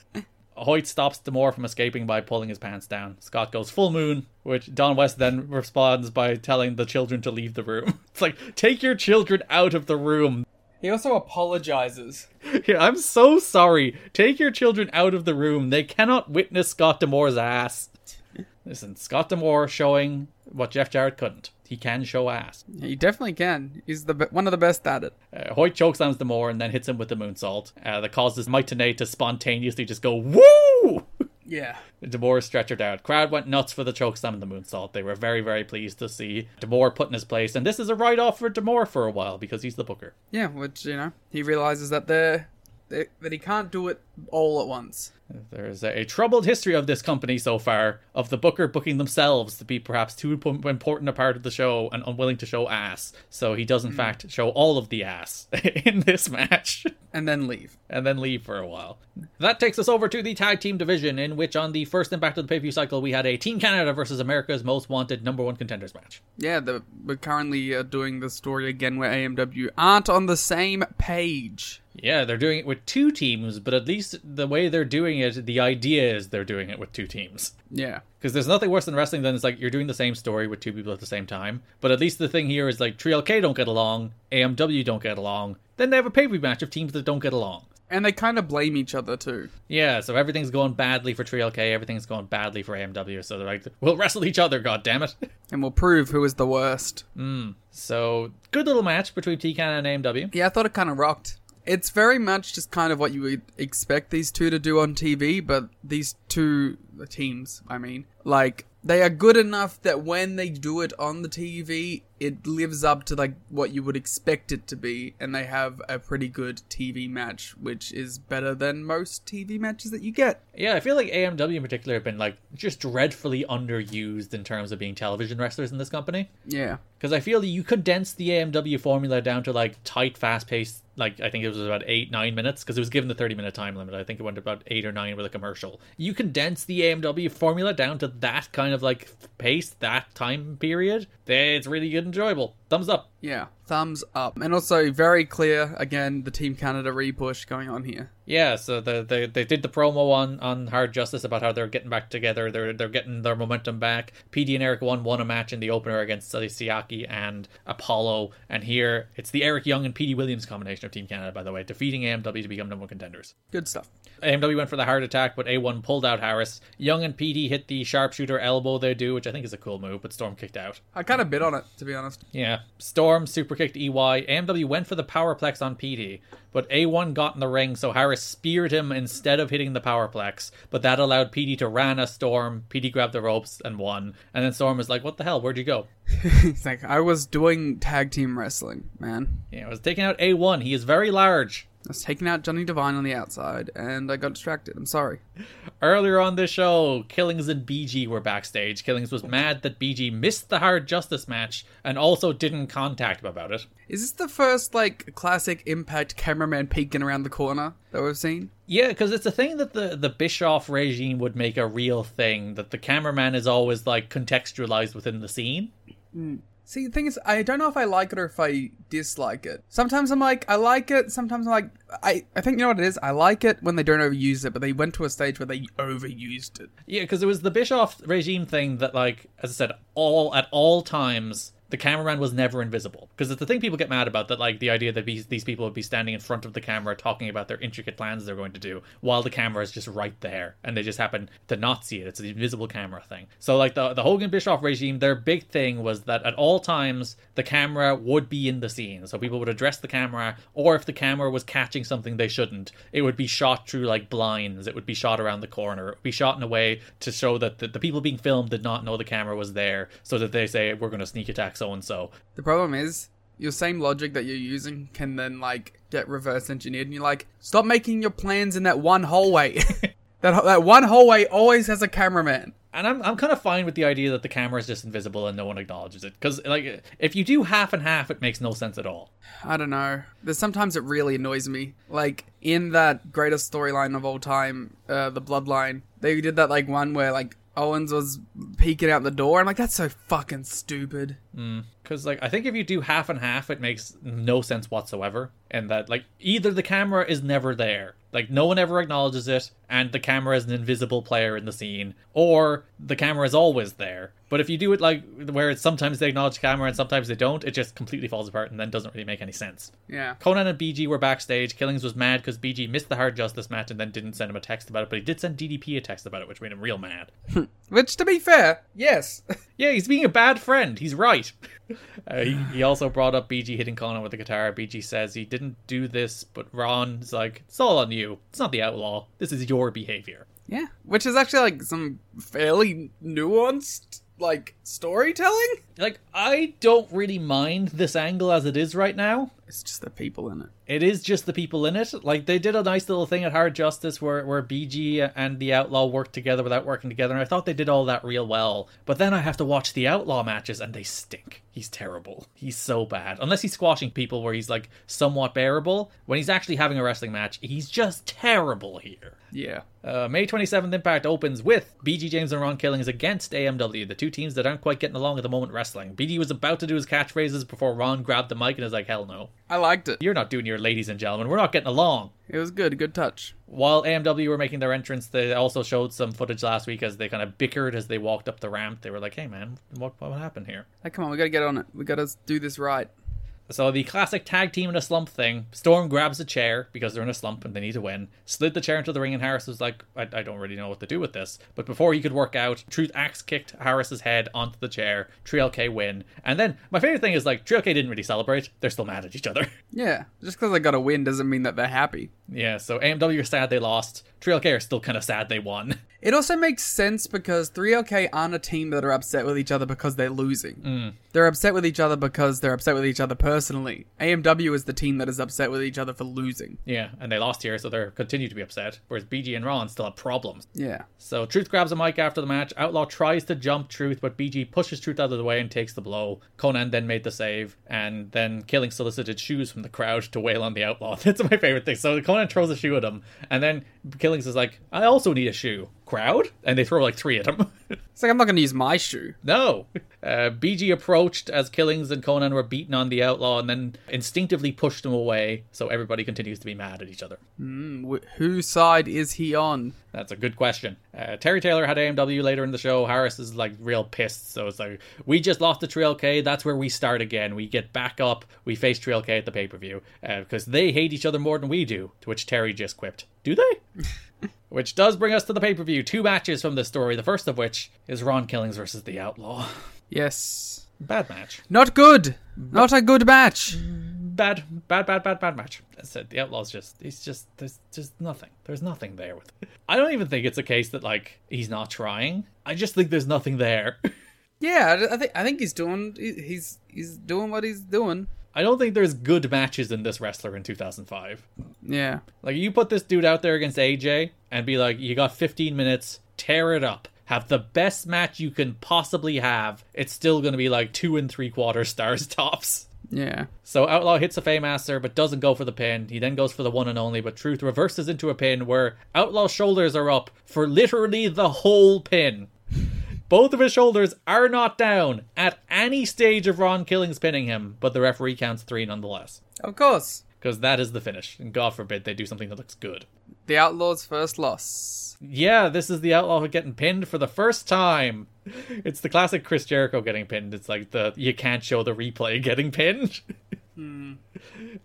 [SPEAKER 7] Hoyt stops Demore from escaping by pulling his pants down. Scott goes full moon, which Don West then responds by telling the children to leave the room. <laughs> It's like take your children out of the room. <laughs>
[SPEAKER 3] He also apologizes.
[SPEAKER 7] Yeah, I'm so sorry. Take your children out of the room. They cannot witness Scott Demore's ass. Listen, Scott Demore showing what Jeff Jarrett couldn't. He can show ass.
[SPEAKER 3] He definitely can. He's the be- one of the best at it.
[SPEAKER 7] Uh, Hoyt chokeslams Demore and then hits him with the moonsault. Uh, that causes Mike Tenay to spontaneously just go woo. <laughs>
[SPEAKER 3] Yeah.
[SPEAKER 7] Demore is stretchered out. Crowd went nuts for the chokeslam and the moonsault. They were very, very pleased to see Demore put in his place. And this is a write-off for Demore for a while because he's the booker.
[SPEAKER 3] Yeah, which, you know, he realizes that they're, they that he can't do it all at once.
[SPEAKER 7] There's a troubled history of this company so far of the booker booking themselves to be perhaps too p- important a part of the show and unwilling to show ass. So he does in fact show all of the ass <laughs> in this match
[SPEAKER 3] And then leave.
[SPEAKER 7] and then leave for a while. That takes us over to the tag team division in which on the first impact of the pay-per-view cycle we had a Team Canada versus America's Most Wanted number 1 contenders match.
[SPEAKER 3] Yeah, the, we're currently uh, doing the story again where AMW aren't on the same page.
[SPEAKER 7] Yeah, they're doing it with two teams, but at least the way they're doing it, the idea is they're doing it with two teams.
[SPEAKER 3] Yeah.
[SPEAKER 7] Because there's nothing worse than wrestling than it's like you're doing the same story with two people at the same time. But at least the thing here is like Trio K don't get along, AMW don't get along, then they have a pay per view match of teams that don't get along.
[SPEAKER 3] And they kind of blame each other too.
[SPEAKER 7] Yeah, so everything's going badly for Trio K, everything's going badly for AMW. So they're like, we'll wrestle each other, god damn it.
[SPEAKER 3] And we'll prove who is the worst.
[SPEAKER 7] So good little match between T Can and AMW.
[SPEAKER 3] Yeah, I thought it kind of rocked. It's very much just kind of what you would expect these two to do on TV, but these two the teams, I mean, like they are good enough that when they do it on the TV, it lives up to like what you would expect it to be, and they have a pretty good TV match, which is better than most TV matches that you get.
[SPEAKER 7] Yeah, I feel like AMW in particular have been like just dreadfully underused in terms of being television wrestlers in this company.
[SPEAKER 3] Yeah.
[SPEAKER 7] Because I feel that you condense the AMW formula down to like tight, fast paced, like I think it was about eight, nine minutes, because it was given the 30 minute time limit. I think it went about eight or nine with a commercial. You condense the AMW formula down to that kind of like pace, that time period. It's really good, and enjoyable. Thumbs up.
[SPEAKER 3] Yeah. Thumbs up. And also very clear again the Team Canada repush going on here.
[SPEAKER 7] Yeah, so the, they they did the promo on on Hard Justice about how they're getting back together. They're they're getting their momentum back. PD and Eric won won a match in the opener against Sully Siaki and Apollo. And here it's the Eric Young and PD Williams combination of Team Canada, by the way, defeating AMW to become number one contenders.
[SPEAKER 3] Good stuff.
[SPEAKER 7] AMW went for the heart attack, but A1 pulled out Harris. Young and PD hit the sharpshooter elbow they do, which I think is a cool move, but Storm kicked out.
[SPEAKER 3] I kind of bit on it to be honest.
[SPEAKER 7] Yeah. Storm E super kicked EY. AMW went for the powerplex on PD, but A1 got in the ring, so Harris speared him instead of hitting the powerplex. But that allowed PD to ran a Storm. PD grabbed the ropes and won. And then Storm was like, What the hell? Where'd you go?
[SPEAKER 3] It's like I was doing tag team wrestling, man.
[SPEAKER 7] Yeah, it was taking out A1. He is very large.
[SPEAKER 3] I was taking out Johnny Devine on the outside, and I got distracted. I'm sorry.
[SPEAKER 7] Earlier on this show, Killings and BG were backstage. Killings was mad that BG missed the Hard Justice match and also didn't contact him about it.
[SPEAKER 3] Is this the first like classic Impact cameraman peeking around the corner that we've seen?
[SPEAKER 7] Yeah, because it's a thing that the the Bischoff regime would make a real thing that the cameraman is always like contextualized within the scene.
[SPEAKER 3] See, the thing is, I don't know if I like it or if I dislike it. Sometimes I'm like, I like it. Sometimes I'm like, I, I think you know what it is. I like it when they don't overuse it, but they went to a stage where they overused it.
[SPEAKER 7] Yeah, because it was the Bischoff regime thing that, like, as I said, all at all times the cameraman was never invisible. Because it's the thing people get mad about that, like, the idea that these these people would be standing in front of the camera talking about their intricate plans they're going to do while the camera is just right there and they just happen to not see it. It's the invisible camera thing. So, like, the the Hogan Bischoff regime, their big thing was that at all times the camera would be in the scene, so people would address the camera, or if the camera was catching something they shouldn't, it would be shot through like blinds. It would be shot around the corner. It would be shot in a way to show that the, the people being filmed did not know the camera was there, so that they say we're going to sneak attack so and so.
[SPEAKER 3] The problem is, your same logic that you're using can then like get reverse engineered, and you're like, stop making your plans in that one hallway. <laughs> that that one hallway always has a cameraman.
[SPEAKER 7] and I'm I'm kind of fine with the idea that the camera is just invisible and no one acknowledges it because like if you do half and half, it makes no sense at all.
[SPEAKER 3] I don't know. There's sometimes it really annoys me. Like in that greatest storyline of all time, uh, the Bloodline, they did that like one where like Owens was peeking out the door. I'm like, that's so fucking stupid.
[SPEAKER 7] Because like I think if you do half and half, it makes no sense whatsoever, and that like either the camera is never there, like no one ever acknowledges it, and the camera is an invisible player in the scene, or the camera is always there. But if you do it like where it's sometimes they acknowledge the camera and sometimes they don't, it just completely falls apart and then doesn't really make any sense.
[SPEAKER 3] Yeah.
[SPEAKER 7] Conan and BG were backstage. Killings was mad because BG missed the Hard Justice match and then didn't send him a text about it, but he did send DDP a text about it, which made him real mad.
[SPEAKER 3] Which, to be fair, yes. <laughs>
[SPEAKER 7] Yeah, he's being a bad friend. He's right. <laughs> Uh, he, he also brought up BG hitting Conan with the guitar. BG says he didn't do this, but Ron's like, it's all on you. It's not the outlaw. This is your behavior.
[SPEAKER 3] yeah. Which is actually like some fairly nuanced like storytelling.
[SPEAKER 7] Like, I don't really mind this angle as it is right now.
[SPEAKER 3] It's just the people in it.
[SPEAKER 7] It is just the people in it. Like, they did a nice little thing at Hard Justice where, where BG and the Outlaw worked together without working together, and I thought they did all that real well. But then I have to watch the Outlaw matches, and they stink. He's terrible. He's so bad. Unless he's squashing people where he's, like, somewhat bearable. When he's actually having a wrestling match, he's just terrible here.
[SPEAKER 3] Yeah.
[SPEAKER 7] Uh, May 27th Impact opens with BG James and Ron Killings against AMW, the two teams that aren't quite getting along at the moment wrestling. BG was about to do his catchphrases before Ron grabbed the mic and is like, hell no.
[SPEAKER 3] I liked it.
[SPEAKER 7] You're not doing your ladies and gentlemen. We're not getting along.
[SPEAKER 3] It was good, good touch.
[SPEAKER 7] While AMW were making their entrance, they also showed some footage last week as they kind of bickered as they walked up the ramp. They were like, hey man, what, what happened here?
[SPEAKER 3] Like, come on, we gotta get on it. We gotta do this right.
[SPEAKER 7] So the classic tag team in a slump thing. Storm grabs a chair because they're in a slump and they need to win. Slid the chair into the ring, and Harris was like, I, I don't really know what to do with this. But before he could work out, Truth axe kicked Harris's head onto the chair. Trio K win. And then my favorite thing is like Trio K didn't really celebrate. They're still mad at each other. <laughs>
[SPEAKER 3] Yeah. Just because they got a win doesn't mean that they're happy.
[SPEAKER 7] yeah. So AMW are sad they lost. Trio K are still kind of sad they won. <laughs>
[SPEAKER 3] It also makes sense because 3LK aren't a team that are upset with each other because they're losing. They're upset with each other because they're upset with each other personally. AMW is the team that is upset with each other for losing.
[SPEAKER 7] yeah. And they lost here, so they're continue to be upset. Whereas BG and Ron still have problems.
[SPEAKER 3] Yeah.
[SPEAKER 7] So Truth grabs a mic after the match. Outlaw tries to jump Truth, but BG pushes Truth out of the way and takes the blow. Conan then made the save, and then Killing solicited shoes from the crowd to wail on the Outlaw. <laughs> That's my favorite thing. So Conan throws a shoe at him, and then Killings is like, "I also need a shoe." Crowd, and they throw like three at him. <laughs>
[SPEAKER 3] It's like, I'm not gonna use my shoe.
[SPEAKER 7] No. Uh, BG approached as Killings and Conan were beaten on the outlaw and then instinctively pushed him away, so everybody continues to be mad at each other.
[SPEAKER 3] Wh- whose side is he on?
[SPEAKER 7] That's a good question. Uh, Terry Taylor had AMW later in the show. Harris is like real pissed, so it's like we just lost to Trail K. That's where we start again. We get back up. We face Trail K at the pay per view because they hate each other more than we do. To which Terry just quipped, "Do they?" which does bring us to the pay per view. Two matches from this story. The first of which is Ron Killings versus the Outlaw.
[SPEAKER 3] Yes.
[SPEAKER 7] Bad match.
[SPEAKER 3] Not good. Not a good match.
[SPEAKER 7] bad, bad, bad, bad, bad match. I said the outlaw's just he's just there's just nothing. There's nothing there with. I don't even think it's a case that like he's not trying. I just think there's nothing there. <laughs>
[SPEAKER 3] Yeah, I, I think I think he's doing he- he's he's doing what he's doing.
[SPEAKER 7] I don't think there's good matches in this wrestler in 2005.
[SPEAKER 3] Yeah.
[SPEAKER 7] Like you put this dude out there against AJ and be like, you got 15 minutes, tear it up. Have the best match you can possibly have. It's still going to be like two and three quarter stars <laughs> tops.
[SPEAKER 3] Yeah.
[SPEAKER 7] So Outlaw hits a Faymaster but doesn't go for the pin. He then goes for the one and only, but Truth reverses into a pin where Outlaw's shoulders are up for literally the whole pin. Both of his shoulders are not down at any stage of Ron Killings pinning him, but the referee counts three nonetheless.
[SPEAKER 3] Of course.
[SPEAKER 7] Because that is the finish, and God forbid they do something that looks good.
[SPEAKER 3] The Outlaws' first loss.
[SPEAKER 7] Yeah, this is the Outlaw getting pinned for the first time. It's the classic Chris Jericho getting pinned. It's like the you can't show the replay getting pinned.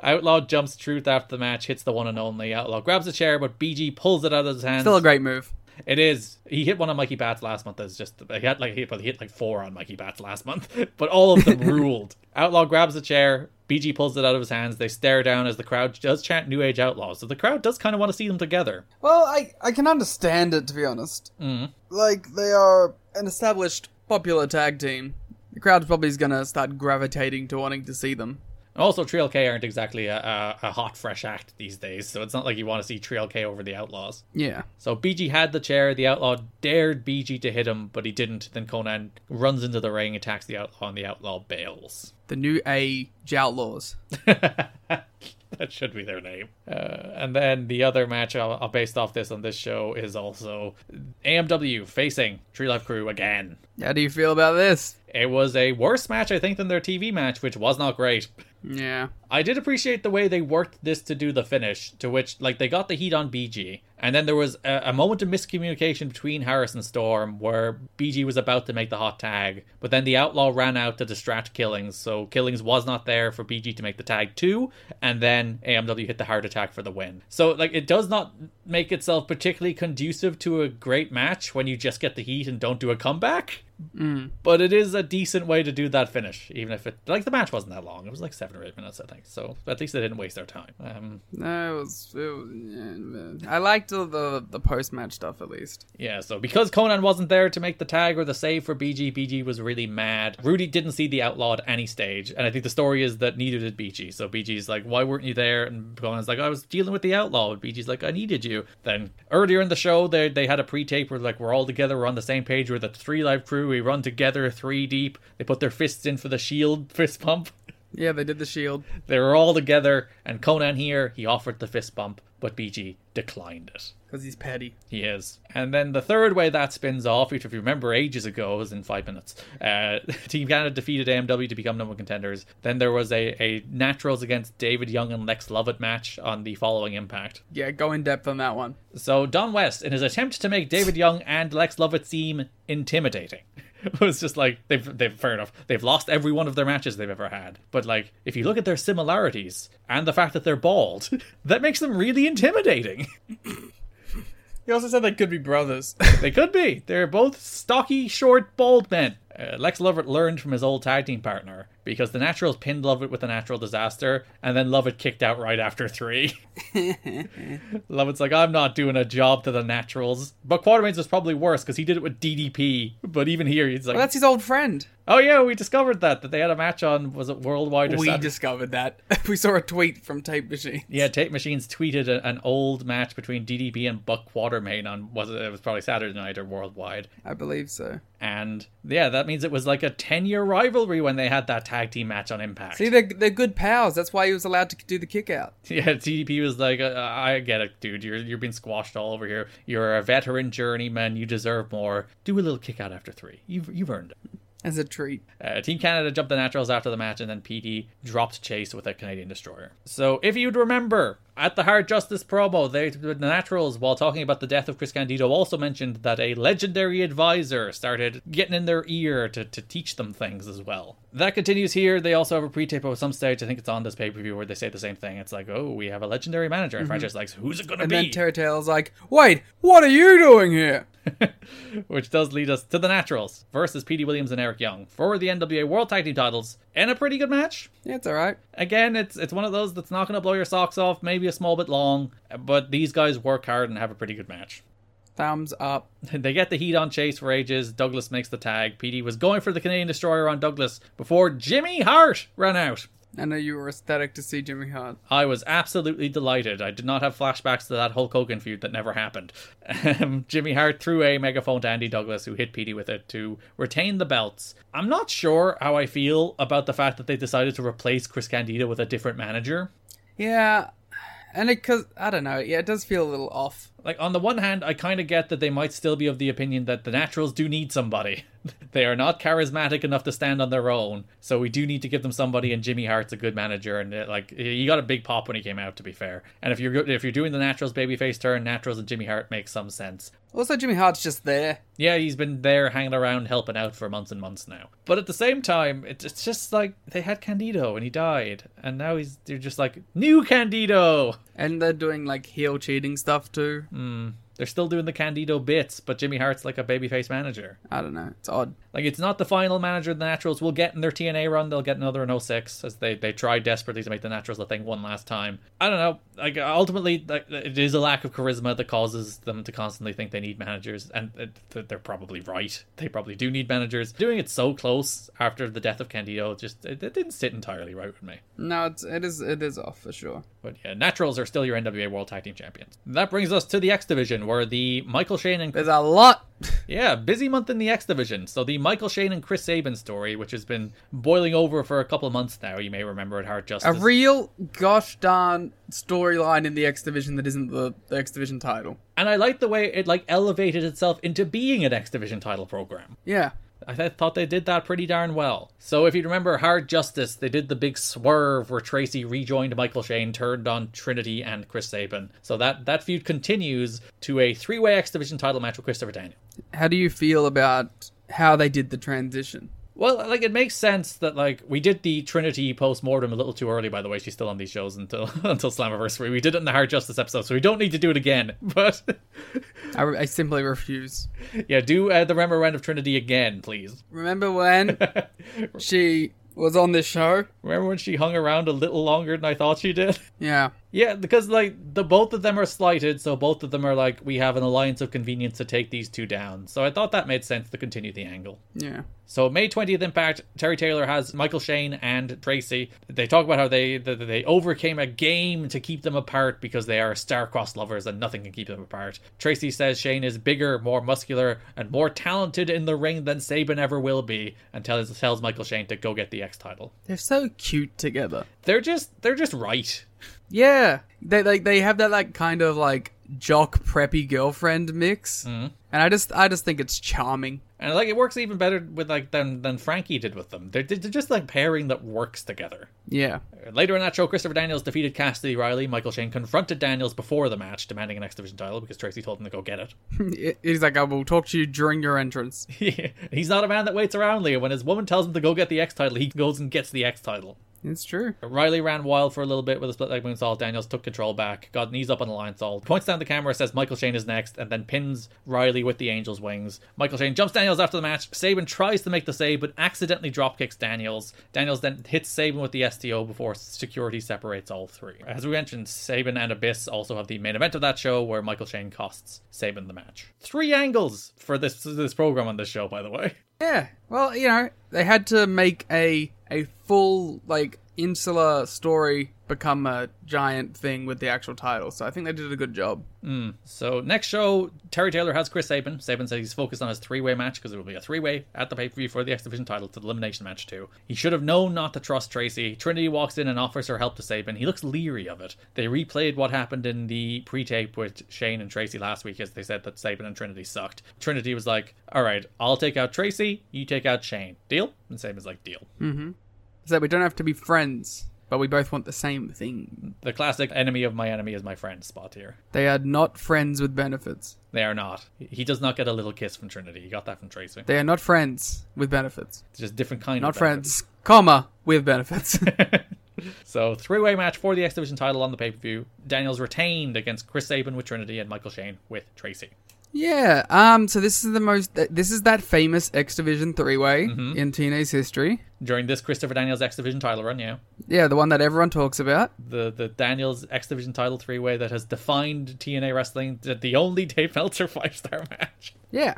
[SPEAKER 7] Outlaw jumps Truth after the match, hits the one and only. Outlaw grabs a chair, but BG pulls it out of his hands.
[SPEAKER 3] Still a great move.
[SPEAKER 7] It is. He hit one on Mikey Bats last month. That's just he had like he, well, he hit like four on Mikey Bats last month, <laughs> but all of them
[SPEAKER 3] <laughs>
[SPEAKER 7] ruled. Outlaw grabs a chair. BG pulls it out of his hands. They stare down as the crowd does chant New Age Outlaws. So the crowd does kind of want to see them together.
[SPEAKER 3] Well, I I can understand it to be honest. Mm. Like they are an established popular tag team. The crowd probably is gonna start gravitating to wanting to see them.
[SPEAKER 7] Also, Trail K aren't exactly a, a, a hot, fresh act these days, so it's not like you want to see Trail K over the Outlaws.
[SPEAKER 3] Yeah.
[SPEAKER 7] So BG had the chair, the Outlaw dared BG to hit him, but he didn't. Then Conan runs into the ring, attacks the Outlaw, and the Outlaw bails. <laughs>
[SPEAKER 3] The new A Outlaws.
[SPEAKER 7] that should be their name. Uh, and then the other match I'll, I'll based off this on this show is also AMW facing Tree Life Crew again.
[SPEAKER 3] How do you feel about this?
[SPEAKER 7] It was a worse match, I think, than their TV match, which was not great. <laughs>
[SPEAKER 3] Yeah.
[SPEAKER 7] I did appreciate the way they worked this to do the finish, to which, like, they got the heat on BG, and then there was a, a moment of miscommunication between Harris and Storm where BG was about to make the hot tag, but then the outlaw ran out to distract Killings, so Killings was not there for BG to make the tag too, and then AMW hit the heart attack for the win. So, like, it does not make itself particularly conducive to a great match when you just get the heat and don't do a comeback. But it is a decent way to do that finish, even if it like the match wasn't that long. It was like seven or eight minutes, I think. So at least they didn't waste their time. Um,
[SPEAKER 3] No, it was. It was I liked the the, the post match stuff at least.
[SPEAKER 7] yeah. So because Conan wasn't there to make the tag or the save for BG, BG was really mad. Rudy didn't see the outlaw at any stage, and I think the story is that neither did BG. So BG's like, "Why weren't you there?" And Conan's like, "I was dealing with the outlaw." And BG's like, "I needed you." Then earlier in the show, they they had a pre-tape where like we're all together, we're on the same page, we're the three live crew, we run together, three deep. They put their fists in for the shield fist pump. <laughs>
[SPEAKER 3] Yeah, they did the shield.
[SPEAKER 7] They were all together, and Conan here, he offered the fist bump, but BG declined it.
[SPEAKER 3] Because he's petty.
[SPEAKER 7] He is. And then the third way that spins off, which if you remember ages ago, was in five minutes. Uh, <laughs> Team Canada defeated AMW to become number one contenders. Then there was a, a Naturals against David Young and Lex Lovett match on the following Impact.
[SPEAKER 3] Yeah, go in depth on that one.
[SPEAKER 7] So Don West, in his attempt to make David Young and Lex Lovett seem intimidating, <laughs> was just like they've they've fair enough. They've lost every one of their matches they've ever had. But like, if you look at their similarities and the fact that they're bald, <laughs> that makes them really intimidating.
[SPEAKER 3] He also said they could be <laughs> brothers.
[SPEAKER 7] They could be. They're both stocky, short, bald men. Uh, Lex Lovett learned from his old tag team partner because the Naturals pinned Lovett with a natural disaster, and then Lovett kicked out right after
[SPEAKER 3] <laughs>
[SPEAKER 7] three. Lovett's like, I'm not doing a job to the Naturals. But Quartermains was probably worse because he did it with DDP. But even here, he's like,
[SPEAKER 3] well, that's his old friend.
[SPEAKER 7] oh yeah, we discovered that that they had a match on was it Worldwide or
[SPEAKER 3] We
[SPEAKER 7] Saturday?
[SPEAKER 3] discovered that. <laughs> we saw a tweet from Tape Machine.
[SPEAKER 7] Yeah, Tape Machines tweeted a, an old match between DDP and Buck Quartermain on was it, it was probably Saturday night or Worldwide,
[SPEAKER 3] I believe so.
[SPEAKER 7] And yeah, that means it was like a 10 year rivalry when they had that tag team match on Impact.
[SPEAKER 3] See, they're, they're good pals. That's why he was allowed to do the kick out.
[SPEAKER 7] <laughs> yeah, TDP was like, uh, I get it, dude. You're, you're being squashed all over here. You're a veteran journeyman. You deserve more. Do a little kick out after three. You've, you've earned it.
[SPEAKER 3] As a treat.
[SPEAKER 7] Uh, Team Canada jumped the Naturals after the match, and then PD dropped Chase with a Canadian Destroyer. So, if you'd remember, at the Hard Justice promo, they, the Naturals, while talking about the death of Chris Candido, also mentioned that a legendary advisor started getting in their ear to, to teach them things as well. That continues here. They also have a pre tape of some stage. I think it's on this pay per view where they say the same thing. It's like, oh, we have a legendary manager. And Francesca's like, who's it going to
[SPEAKER 3] Mm-hmm. And
[SPEAKER 7] be?
[SPEAKER 3] then Terry Taylor's like, wait, what are you doing here?
[SPEAKER 7] Which does lead us to the Naturals versus PD Williams and Eric Young for the NWA World Tag Team titles and a pretty good match.
[SPEAKER 3] Yeah, it's all right.
[SPEAKER 7] Again, it's it's one of those that's not going to blow your socks off, maybe a small bit long, but these guys work hard and have a pretty good match. <laughs>
[SPEAKER 3] Thumbs up.
[SPEAKER 7] They get the heat on Chase for ages. Douglas makes the tag. PD was going for the Canadian Destroyer on Douglas before Jimmy Hart ran out.
[SPEAKER 3] I know you were ecstatic to see Jimmy Hart.
[SPEAKER 7] I was absolutely delighted. I did not have flashbacks to that Hulk Hogan feud that never happened. <laughs> Um, Jimmy Hart threw a megaphone to Andy Douglas, who hit Petey with it to retain the belts. I'm not sure how I feel about the fact that they decided to replace Chris Candido with a different manager.
[SPEAKER 3] Yeah. And it, cause, I don't know. Yeah, it does feel a little off.
[SPEAKER 7] Like, on the one hand, I kind of get that they might still be of the opinion that the Naturals do need somebody. <laughs> they are not charismatic enough to stand on their own, so we do need to give them somebody. And Jimmy Hart's a good manager, and uh, like he got a big pop when he came out, to be fair. And if you're go- if you're doing the Naturals babyface turn, Naturals and Jimmy Hart make some sense.
[SPEAKER 3] Also, Jimmy Hart's just there.
[SPEAKER 7] Yeah, he's been there hanging around, helping out for months and months now. But at the same time, it- it's just like they had Candido and he died, and now he's they're just like new Candido.
[SPEAKER 3] And they're doing like heel cheating stuff too.
[SPEAKER 7] They're still doing the Candido bits, but Jimmy Hart's like a babyface manager.
[SPEAKER 3] I don't know. It's odd.
[SPEAKER 7] Like it's not the final manager the Naturals will get in their TNA run. They'll get another in 06 as they they try desperately to make the Naturals a thing one last time. I don't know. Like ultimately, like, it is a lack of charisma that causes them to constantly think they need managers, and uh, th- they're probably right. They probably do need managers. Doing it so close after the death of Candido just it, it didn't sit entirely right with me.
[SPEAKER 3] No, it's it is it is off for sure.
[SPEAKER 7] But yeah, Naturals are still your NWA World Tag Team Champions. That brings us to the X Division, where the Michael Shane and
[SPEAKER 3] There's a lot.
[SPEAKER 7] yeah, busy month in the X Division. So the Michael Shane and Chris Sabin story, which has been boiling over for a couple of months now, you may remember at Heart
[SPEAKER 3] A
[SPEAKER 7] Justice.
[SPEAKER 3] real gosh darn storyline in the X Division that isn't the, the X Division title.
[SPEAKER 7] and I like the way it like elevated itself into being an X Division title program.
[SPEAKER 3] Yeah.
[SPEAKER 7] I th- thought they did that pretty darn well. So if you remember Hard Justice, they did the big swerve where Tracy rejoined Michael Shane, turned on Trinity and Chris Sabin. So that that feud continues to a three-way X Division title match with Christopher Daniel.
[SPEAKER 3] How do you feel about how they did the transition?
[SPEAKER 7] Well, like it makes sense that like we did the Trinity post mortem a little too early. By the way, she's still on these shows until <laughs> until Slammiversary. We did it in the Hard Justice episode, so we don't need to do it again. <laughs> But
[SPEAKER 3] I, re- I simply refuse.
[SPEAKER 7] yeah, do uh, the Remoran of Trinity again, please.
[SPEAKER 3] Remember when she was on this show?
[SPEAKER 7] Remember when she hung around a little longer than I thought she did? <laughs>
[SPEAKER 3] Yeah.
[SPEAKER 7] Yeah, because like the both of them are slighted, so both of them are like, we have an alliance of convenience to take these two down. So I thought that made sense to continue the angle.
[SPEAKER 3] Yeah.
[SPEAKER 7] So May 20th Impact, Terry Taylor has Michael Shane and Tracy. They talk about how they that they overcame a game to keep them apart because they are star-crossed lovers and nothing can keep them apart. Tracy says Shane is bigger, more muscular, and more talented in the ring than Saban ever will be, and tells tells Michael Shane to go get the X title.
[SPEAKER 3] They're so cute together.
[SPEAKER 7] They're just they're just right.
[SPEAKER 3] Yeah. They like they have that like kind of like jock preppy girlfriend mix. And I just I just think it's charming.
[SPEAKER 7] And like it works even better with like than than Frankie did with them. They're, they're just like pairing that works together.
[SPEAKER 3] Yeah. <laughs>
[SPEAKER 7] Later in that show, Christopher Daniels defeated Cassidy Riley. Michael Shane confronted Daniels before the match, demanding an X Division title because Tracy told him to go get it.
[SPEAKER 3] It- It's like I will talk to you during your entrance.
[SPEAKER 7] <laughs>
[SPEAKER 3] <laughs>
[SPEAKER 7] He's not a man that waits around, Leo. When his woman tells him to go get the X title, he goes and gets the X title.
[SPEAKER 3] It's true.
[SPEAKER 7] Riley ran wild for a little bit with a split leg moonsault. Daniels took control back, got knees up on the line salt, points down the camera, says Michael Shane is next, and then pins Riley with the angel's wings. Michael Shane jumps Daniels after the match. Saban tries to make the save, but accidentally dropkicks Daniels. Daniels then hits Saban with the STO before security separates all three. As we mentioned, Saban and Abyss also have the main event of that show, where Michael Shane costs Saban the match. Three angles for this this program on this show, by the way. <laughs>
[SPEAKER 3] Yeah. Well, you know, they had to make a a full like insular story become a giant thing with the actual title. So I think they did a good job.
[SPEAKER 7] So next show, Terry Taylor has Chris Saban. Saban said he's focused on his three-way match because it will be a three-way at the pay-per-view for the X Division title to the elimination match too. He should have known not to trust Tracy. Trinity walks in and offers her help to Saban. He looks leery of it. They replayed what happened in the pre-tape with Shane and Tracy last week as they said that Saban and Trinity sucked. Trinity was like, "All right, I'll take out Tracy. You take out Shane. Deal?" And Saban's like, "Deal."
[SPEAKER 3] So that we don't have to be friends, but we both want the same thing.
[SPEAKER 7] The classic enemy of my enemy is my friend spot here.
[SPEAKER 3] They are not friends with benefits.
[SPEAKER 7] They are not. He does not get a little kiss from Trinity. He got that from Tracy.
[SPEAKER 3] They are not friends with benefits.
[SPEAKER 7] It's just different kind
[SPEAKER 3] Not
[SPEAKER 7] of benefits.
[SPEAKER 3] friends, comma, with benefits.
[SPEAKER 7] So three-way match for the X Division title on the pay-per-view. Daniels retained against Chris Sabin with Trinity and Michael Shane with Tracy.
[SPEAKER 3] <laughs> yeah. Um. So this is the most. th- This is that famous X Division three way in TNA's history.
[SPEAKER 7] During this Christopher Daniels X Division title run, yeah,
[SPEAKER 3] Yeah, the one that everyone talks about.
[SPEAKER 7] the the Daniels X Division title three-way that has defined TNA wrestling, the- the only <laughs> Dave Meltzer five-star match.
[SPEAKER 3] Yeah.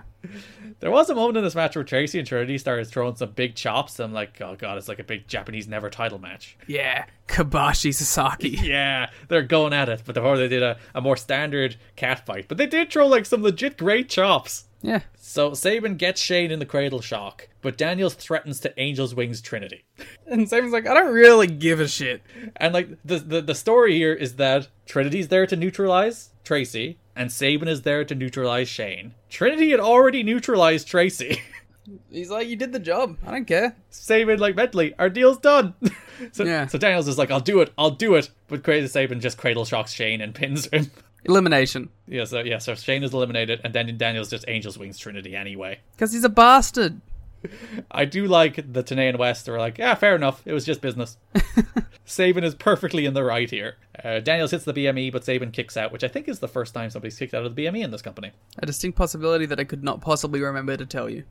[SPEAKER 7] There was a moment in this match where Tracy and Trinity started throwing some big chops. I'm like, oh god, it's like a big Japanese never title match. <laughs>
[SPEAKER 3] Yeah. Kabashi Sasaki.
[SPEAKER 7] Yeah, they're going at it, but before they did a, a more standard cat fight, but they did throw like some legit great chops.
[SPEAKER 3] <laughs> Yeah.
[SPEAKER 7] So Saban gets Shane in the cradle shock, but Daniels threatens to Angel's Wings Trinity.
[SPEAKER 3] And Saban's like, I don't really give a shit.
[SPEAKER 7] And like the, the the story here is that Trinity's there to neutralize Tracy, and Saban is there to neutralize Shane. Trinity had already neutralized Tracy. <laughs>
[SPEAKER 3] He's like, you did the job. I don't care.
[SPEAKER 7] Saban like mentally, our deal's done. <laughs> so,
[SPEAKER 3] Yeah.
[SPEAKER 7] so Daniels is like, I'll do it, I'll do it. But Crazy Saban just cradle shocks Shane and pins him. <laughs>
[SPEAKER 3] Elimination.
[SPEAKER 7] yeah, so yeah, so Shane is eliminated, and then Daniels just Angel's Wings Trinity anyway.
[SPEAKER 3] Because he's a bastard.
[SPEAKER 7] I do like the Tanay and West are like, yeah, fair enough. It was just business. Saban is perfectly in the right here. Uh, Daniels hits the BME, but Saban kicks out, which I think is the first time somebody's kicked out of the BME in this company.
[SPEAKER 3] A distinct possibility that I could not possibly remember to tell you.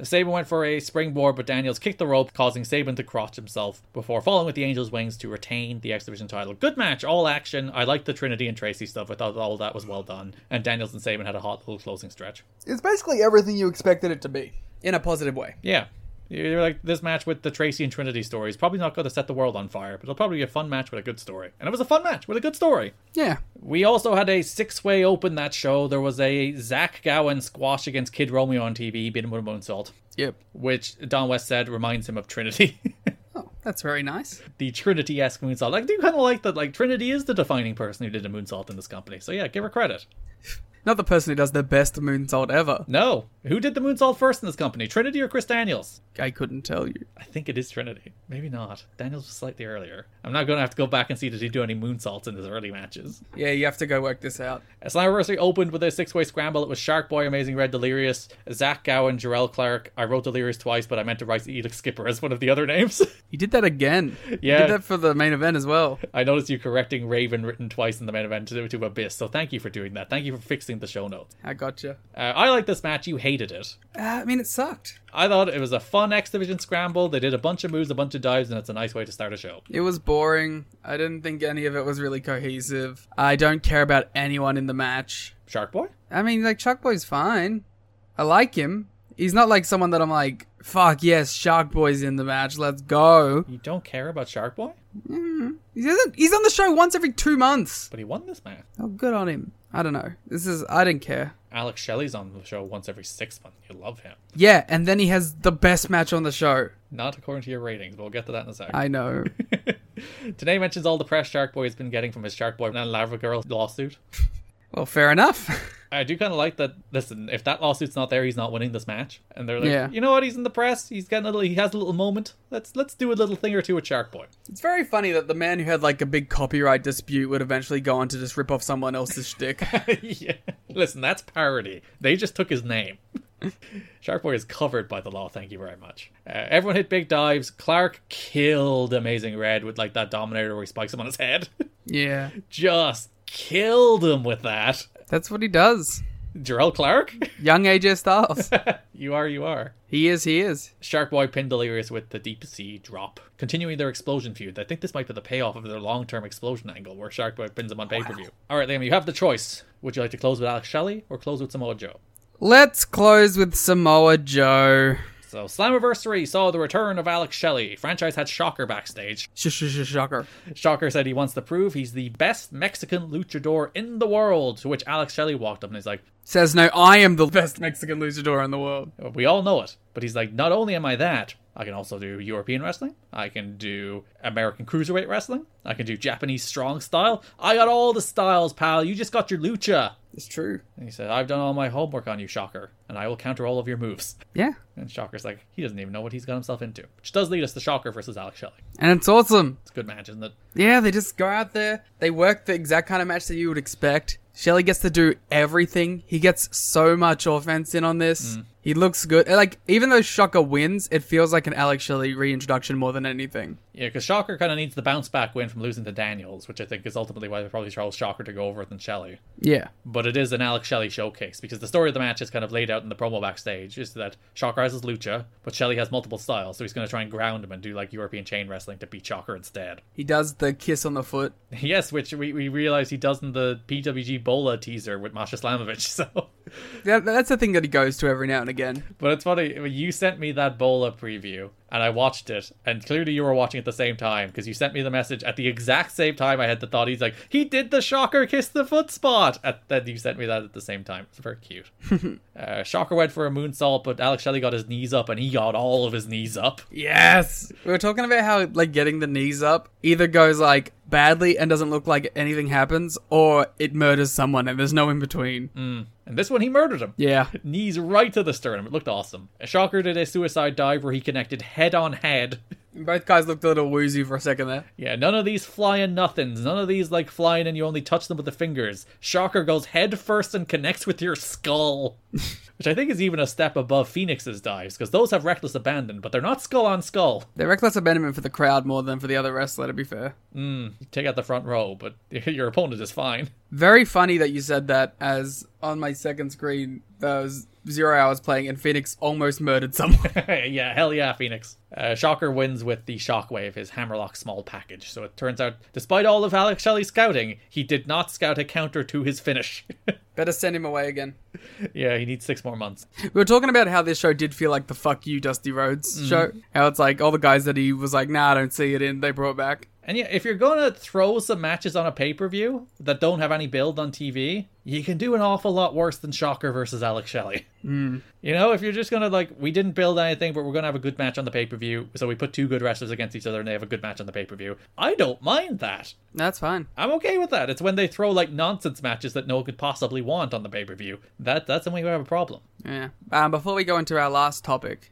[SPEAKER 7] Saban went for a springboard, but Daniels kicked the rope, causing Saban to crotch himself before falling with the Angels' wings to retain the X Division title. Good match, all action. I liked the Trinity and Tracy stuff. I thought all that was well done. And Daniels and Saban had a hot little closing stretch.
[SPEAKER 3] It's basically everything you expected it to be. In a positive way.
[SPEAKER 7] Yeah. You're like, this match with the Tracy and Trinity story is probably not going to set the world on fire, but it'll probably be a fun match with a good story. And it was a fun match with a good story.
[SPEAKER 3] Yeah.
[SPEAKER 7] We also had a six way open that show. There was a Zach Gowen squash against Kid Romeo on TV, beating him with a moonsault,
[SPEAKER 3] Yep.
[SPEAKER 7] which Don West said reminds him of Trinity. <laughs>
[SPEAKER 3] Oh, that's very nice.
[SPEAKER 7] the Trinity esque moonsault. I do kind of like that, like, Trinity is the defining person who did a moonsault in this company. So yeah, give her credit.
[SPEAKER 3] Not the person who does the best moonsault ever.
[SPEAKER 7] No. Who did the moonsault first in this company? Trinity or Chris Daniels?
[SPEAKER 3] I couldn't tell you.
[SPEAKER 7] I think it is Trinity. Maybe not. Daniels was slightly earlier. I'm not going to have to go back and see did he do any moonsaults in his early matches.
[SPEAKER 3] Yeah, you have to go work this out.
[SPEAKER 7] Slammiversary opened with a six-way scramble. It was Shark Boy, Amazing Red, Delirious, Zach Gowen, Jarrell Clark. I wrote Delirious twice, but I meant to write Elix Skipper as one of the other names. <laughs>
[SPEAKER 3] You did that again. You
[SPEAKER 7] Yeah.
[SPEAKER 3] did that for the main event as well.
[SPEAKER 7] I noticed you correcting Raven written twice in the main event to, to Abyss, so thank you for doing that. Thank you for fixing the show notes.
[SPEAKER 3] I gotcha.
[SPEAKER 7] Uh, I like this match. You hated it.
[SPEAKER 3] Ah, I mean, it sucked.
[SPEAKER 7] I thought it was a fun X Division scramble. They did a bunch of moves, a bunch of dives, and it's a nice way to start a show.
[SPEAKER 3] It was boring. I didn't think any of it was really cohesive. I don't care about anyone in the match.
[SPEAKER 7] Shark Boy?
[SPEAKER 3] I mean, like, Chuck Boy's fine. I like him. He's not like someone that I'm like, fuck yes, Shark Boy's in the match, let's go.
[SPEAKER 7] You don't care about Shark Boy?
[SPEAKER 3] He doesn't, he's on the show once every two months.
[SPEAKER 7] But he won this match.
[SPEAKER 3] Oh, good on him. I don't know. This is, I didn't care.
[SPEAKER 7] Alex Shelley's on the show once every six months. You love him.
[SPEAKER 3] Yeah, and then he has the best match on the show.
[SPEAKER 7] Not according to your ratings, but we'll get to that in a sec.
[SPEAKER 3] I <laughs> know.
[SPEAKER 7] Today mentions all the press Shark Boy has been getting from his Shark Boy and Lava Girl lawsuit.
[SPEAKER 3] well, fair enough. <laughs>
[SPEAKER 7] I do kind of like that. Listen, if that lawsuit's not there, he's not winning this match. And they're like,
[SPEAKER 3] Yeah.
[SPEAKER 7] you know what? He's in the press. He's getting a little. He has a little moment. Let's let's do a little thing or two with Shark Boy. <laughs>
[SPEAKER 3] It's very funny that the man who had like a big copyright dispute would eventually go on to just rip off someone else's shtick. <laughs>
[SPEAKER 7] yeah. Listen, that's parody. They just took his name. <laughs> Shark Boy is covered by the law. Thank you very much. Uh, everyone hit big dives. Clark killed Amazing Red with like that Dominator where he spikes him on his head. <laughs>
[SPEAKER 3] yeah,
[SPEAKER 7] just killed him with that.
[SPEAKER 3] that's what he does.
[SPEAKER 7] Jarrell Clark, <laughs>
[SPEAKER 3] Young AJ <laughs> Styles.
[SPEAKER 7] you are, you are.
[SPEAKER 3] he is, he is.
[SPEAKER 7] Shark Boy pinned Delirious with the deep sea drop, continuing their explosion feud. I think this might be the payoff of their long term explosion angle where Shark Boy pins him on pay per view. All right, Liam, you have the choice. Would you like to close with Alex Shelley or close with Samoa Joe?
[SPEAKER 3] Let's close with Samoa Joe.
[SPEAKER 7] So Slammiversary saw the return of Alex Shelley. Franchise had Shocker backstage.
[SPEAKER 3] Sh- sh- sh- Shocker.
[SPEAKER 7] Shocker said he wants to prove he's the best Mexican luchador in the world. To which Alex Shelley walked up and he's like,
[SPEAKER 3] Says no, I am the best Mexican luchador in the world.
[SPEAKER 7] We all know it. But he's like, not only am I that, I can also do European wrestling. I can do American cruiserweight wrestling. I can do Japanese strong style. I got all the styles, pal. You just got your lucha.
[SPEAKER 3] It's true.
[SPEAKER 7] And he said, I've done all my homework on you, Shocker, and I will counter all of your moves.
[SPEAKER 3] Yeah.
[SPEAKER 7] And Shocker's like, he doesn't even know what he's got himself into. Which does lead us to Shocker versus Alex Shelley.
[SPEAKER 3] And it's awesome.
[SPEAKER 7] It's a good match, isn't it?
[SPEAKER 3] Yeah, they just go out there. They work the exact kind of match that you would expect. Shelly gets to do everything. He gets so much offense in on this. He looks good. And, Like, even though Shocker wins, it feels like an Alex Shelley reintroduction more than anything.
[SPEAKER 7] Yeah, because Shocker kind of needs the bounce back win from losing to Daniels, which I think is ultimately why they probably chose Shocker to go over than Shelley.
[SPEAKER 3] Yeah.
[SPEAKER 7] But it is an Alex Shelley showcase because the story of the match is kind of laid out in the promo backstage is that Shocker has his lucha, but Shelley has multiple styles, so he's going to try and ground him and do like European chain wrestling to beat Shocker instead. <laughs>
[SPEAKER 3] He does the kiss on the foot.
[SPEAKER 7] Yes, which we, we realize he does in the PWG Bola teaser with Masha Slamovich, <laughs> so.
[SPEAKER 3] That, that's the thing that he goes to every now and again.
[SPEAKER 7] But it's funny, when you sent me that Bola preview, and I watched it, and clearly you were watching at the same time, because you sent me the message at the exact same time I had the thought. He's like, he did the shocker kiss the foot spot! And then you sent me that at the same time. It's very
[SPEAKER 3] <laughs>
[SPEAKER 7] cute. uh, shocker went for a moonsault, but Alex Shelley got his knees up, and he got all of his knees up.
[SPEAKER 3] Yes. We were talking about how like getting the knees up either goes like badly and doesn't look like anything happens, or it murders someone and there's no in between.
[SPEAKER 7] And this one, he murdered him.
[SPEAKER 3] Yeah.
[SPEAKER 7] Knees right to the sternum. It looked awesome. Shocker did a suicide dive where he connected head on head.
[SPEAKER 3] Both guys looked a little woozy for a second there.
[SPEAKER 7] Yeah, none of these flying nothings. None of these like flying and you only touch them with the fingers. Shocker goes head first and connects with your skull, <laughs> which I think is even a step above Phoenix's dives because those have reckless abandon, but they're not skull on skull.
[SPEAKER 3] The reckless abandonment for the crowd more than for the other wrestler, to be fair.
[SPEAKER 7] You take out the front row, but <laughs> your opponent is fine. <laughs>
[SPEAKER 3] Very funny that you said that, as on my second screen, there was zero hours playing and Phoenix almost murdered someone. <laughs>
[SPEAKER 7] yeah, hell yeah, Phoenix. Uh, Shocker wins with the Shockwave, his Hammerlock small package. So it turns out, despite all of Alex Shelley's scouting, he did not scout a counter to his finish. <laughs>
[SPEAKER 3] Better send him away again.
[SPEAKER 7] yeah, he needs six more months.
[SPEAKER 3] We were talking about how this show did feel like the fuck you, Dusty Rhodes show. How it's like all the guys that he was like, nah, I don't see it in, they brought back.
[SPEAKER 7] And yeah, if you're gonna throw some matches on a pay per view that don't have any build on TV, you can do an awful lot worse than Shocker versus Alex Shelley. You know, if you're just gonna like, we didn't build anything, but we're gonna have a good match on the pay per view, so we put two good wrestlers against each other and they have a good match on the pay per view. I don't mind that.
[SPEAKER 3] That's fine.
[SPEAKER 7] I'm okay with that. It's when they throw like nonsense matches that no one could possibly want on the pay per view. That that's when we have a problem.
[SPEAKER 3] Yeah. Um, before we go into our last topic,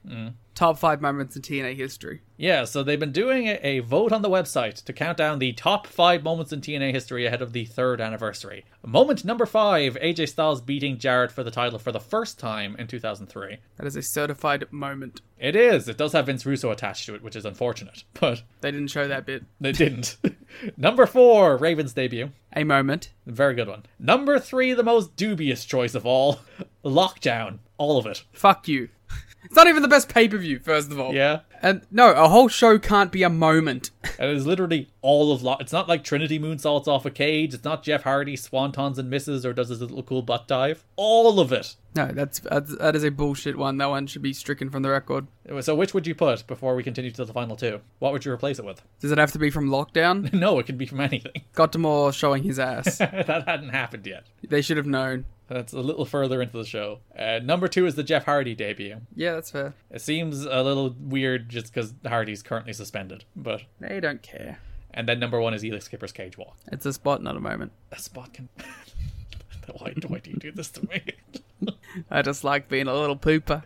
[SPEAKER 3] top five moments in TNA history.
[SPEAKER 7] Yeah, so they've been doing a, a vote on the website to count down the top five moments in TNA history ahead of the third anniversary. Moment number five AJ Styles beating Jarrett for the title for the first time in 2003.
[SPEAKER 3] That is a certified moment.
[SPEAKER 7] It is. It does have Vince Russo attached to it, which is unfortunate, <laughs> but
[SPEAKER 3] They didn't show that bit.
[SPEAKER 7] they didn't. <laughs> number four Raven's debut.
[SPEAKER 3] A moment.
[SPEAKER 7] Very good one. Number three, the most dubious choice of all <laughs> Lockdown. All of it.
[SPEAKER 3] Fuck you. <laughs> It's not even the best pay per view, first of all.
[SPEAKER 7] Yeah.
[SPEAKER 3] And no, a whole show can't be a moment. <laughs>
[SPEAKER 7] And it is literally all of Lock. It's not like Trinity moonsaults off a cage. It's not Jeff Hardy swantons and misses or does his little cool butt dive. All of it.
[SPEAKER 3] No, that's, that's that is a bullshit one. That one should be stricken from the record.
[SPEAKER 7] So which would you put before we continue to the final two? What would you replace it with? <laughs>
[SPEAKER 3] Does it have to be from lockdown?
[SPEAKER 7] No, it could be from anything. <laughs>
[SPEAKER 3] Gottamore showing his ass.
[SPEAKER 7] that hadn't happened yet.
[SPEAKER 3] they should have known.
[SPEAKER 7] That's a little further into the show. Uh, number two is the Jeff Hardy debut.
[SPEAKER 3] Yeah, that's fair.
[SPEAKER 7] It seems a little weird just because Hardy's currently suspended, but
[SPEAKER 3] They don't care.
[SPEAKER 7] and then number one is Elix Skipper's cage walk.
[SPEAKER 3] It's a spot, not a moment.
[SPEAKER 7] That spot can. <laughs> why, why do you do this to me? <laughs>
[SPEAKER 3] I just like being a little pooper.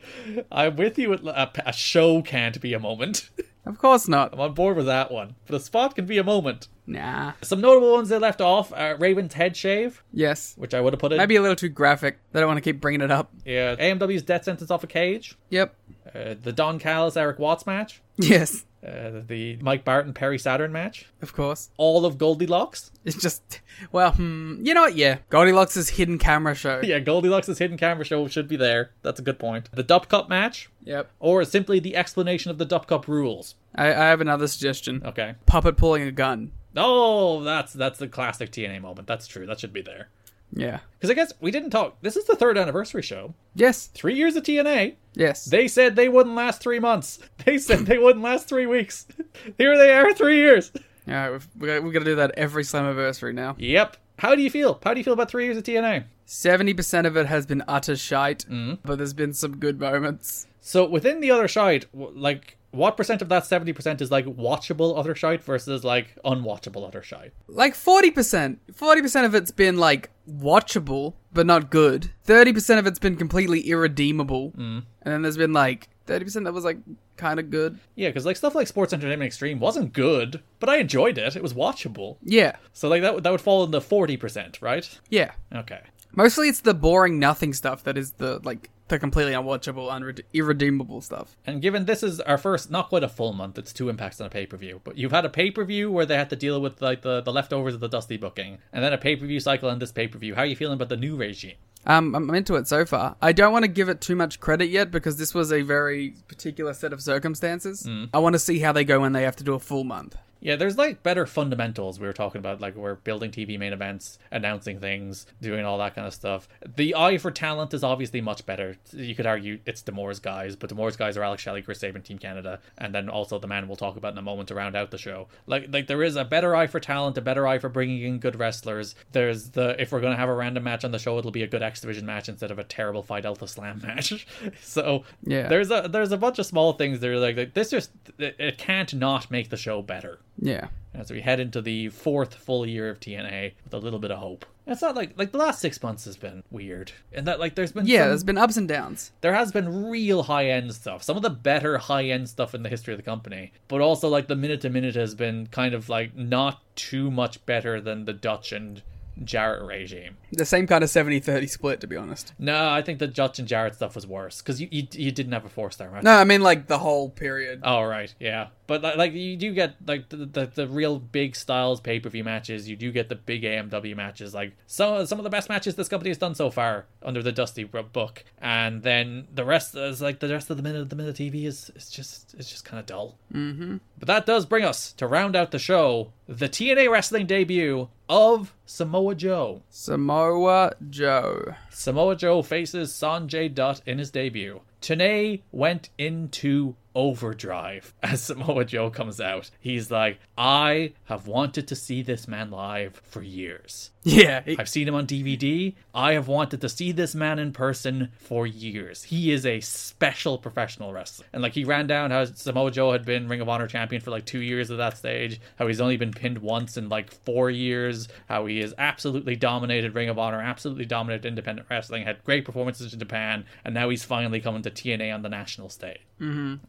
[SPEAKER 7] I'm with you. at- A, a show can't be a moment. <laughs>
[SPEAKER 3] Of course not.
[SPEAKER 7] I'm on board with that one. But a spot can be a moment.
[SPEAKER 3] Nah.
[SPEAKER 7] Some notable ones they left off uh, Raven's head shave,
[SPEAKER 3] Yes.
[SPEAKER 7] which I would have put in.
[SPEAKER 3] Maybe a little too graphic. They don't want to keep bringing it up.
[SPEAKER 7] Yeah. AMW's death sentence off a cage.
[SPEAKER 3] Yep. <laughs>
[SPEAKER 7] Uh, the Don Callis Eric Watts match.
[SPEAKER 3] Yes.
[SPEAKER 7] Uh, the Mike Barton Perry Saturn match.
[SPEAKER 3] Of course.
[SPEAKER 7] All of Goldilocks.
[SPEAKER 3] It's just, well, hmm, you know what? Yeah. Goldilocks' hidden camera show.
[SPEAKER 7] <laughs> Yeah, Goldilocks' hidden camera show should be there. That's a good point. The Dup Cup match.
[SPEAKER 3] Yep.
[SPEAKER 7] Or simply the explanation of the Dup Cup rules.
[SPEAKER 3] I, I have another suggestion.
[SPEAKER 7] Okay.
[SPEAKER 3] Puppet pulling a gun.
[SPEAKER 7] Oh, that's that's the classic TNA moment. That's true. That should be there.
[SPEAKER 3] Yeah.
[SPEAKER 7] Because I guess we didn't talk. This is the third anniversary show.
[SPEAKER 3] Yes.
[SPEAKER 7] Three years of TNA.
[SPEAKER 3] Yes.
[SPEAKER 7] They said they wouldn't last three months. <laughs> They said they wouldn't last three weeks. <laughs> Here they are, three years.
[SPEAKER 3] All right, we've, we're gonna- we're gonna do that every Slammiversary now.
[SPEAKER 7] Yep. How do you feel? How do you feel about three years of TNA?
[SPEAKER 3] Seventy percent of it has been utter shite,
[SPEAKER 7] Mm-hmm.
[SPEAKER 3] but there's been some good moments.
[SPEAKER 7] So within the other shite, w- like what percent of that seventy percent is like watchable other shite versus like unwatchable other shite?
[SPEAKER 3] Like forty percent, forty percent of it's been like watchable but not good. Thirty percent of it's been completely irredeemable,
[SPEAKER 7] Mm-hmm.
[SPEAKER 3] mm. and then there's been like thirty percent that was like kind of good.
[SPEAKER 7] Yeah, because like stuff like Sports Entertainment Extreme wasn't good, but I enjoyed it. It was watchable.
[SPEAKER 3] Yeah,
[SPEAKER 7] So like that would- that would fall in the forty percent, right?
[SPEAKER 3] yeah.
[SPEAKER 7] Okay.
[SPEAKER 3] Mostly it's the boring nothing stuff that is the like the completely unwatchable, unrede- irredeemable stuff.
[SPEAKER 7] And given this is our first, not quite a full month, it's two impacts on a pay per view. But you've had a pay per view where they had to deal with like the, the leftovers of the Dusty booking, and then a pay per view cycle and this pay per view. How are you feeling about the new regime?
[SPEAKER 3] Um, I'm into it so far. I don't want to give it too much credit yet because this was a very particular set of circumstances. I want to see how they go when they have to do a full month.
[SPEAKER 7] Yeah, there's like better fundamentals we were talking about, like we're building TV main events, announcing things, doing all that kind of stuff. The eye for talent is obviously much better. You could argue it's Demore's guys, but Demore's guys are Alex Shelley, Chris Sabin, Team Canada, and then also the man we'll talk about in a moment to round out the show. Like, like there is a better eye for talent, a better eye for bringing in good wrestlers. There's the if we're gonna have a random match on the show, it'll be a good X Division match instead of a terrible Fight Alpha Slam <laughs> match. so
[SPEAKER 3] Yeah.
[SPEAKER 7] there's a there's a bunch of small things that are like, like this just it, it can't not make the show better
[SPEAKER 3] Yeah.
[SPEAKER 7] as we head into the fourth full year of TNA with a little bit of hope. It's not like like the last six months has been weird, and that like there's been
[SPEAKER 3] Yeah,
[SPEAKER 7] some-
[SPEAKER 3] there's been ups and downs.
[SPEAKER 7] there has been real high end stuff, some of the better high end stuff in the history of the company, but also like the minute to minute has been kind of like not too much better than the Dutch and Jarrett regime.
[SPEAKER 3] The same kind of 70 30 split, to be honest.
[SPEAKER 7] No, I think the Dutch and Jarrett stuff was worse because you, you you didn't have a four star match.
[SPEAKER 3] No, I mean, like, the whole period.
[SPEAKER 7] Oh right, yeah, but li- like you do get like the the, the real big Styles pay per view matches. You do get the big AMW matches, like some some of the best matches this company has done so far under the Dusty Ro- book. And then the rest is like the rest of the minute of the minute TV is it's just it's just kind of dull. Mm-hmm. But that does bring us to round out the show, the TNA wrestling debut of Samoa Joe.
[SPEAKER 3] Samoa Joe.
[SPEAKER 7] Samoa Joe faces Sanjay Dutt in his debut. Tanay went into overdrive <laughs> as Samoa Joe comes out. He's like, I have wanted to see this man live for years.
[SPEAKER 3] Yeah, he-
[SPEAKER 7] I've seen him on DVD. I have wanted to see this man in person for years. He is a special professional wrestler. And like he ran down how Samoa Joe had been Ring of Honor champion for like two years at that stage, how he's only been pinned once in like four years, how he has absolutely dominated Ring of Honor, absolutely dominated independent wrestling, had great performances in Japan, and now he's finally coming to TNA on the national stage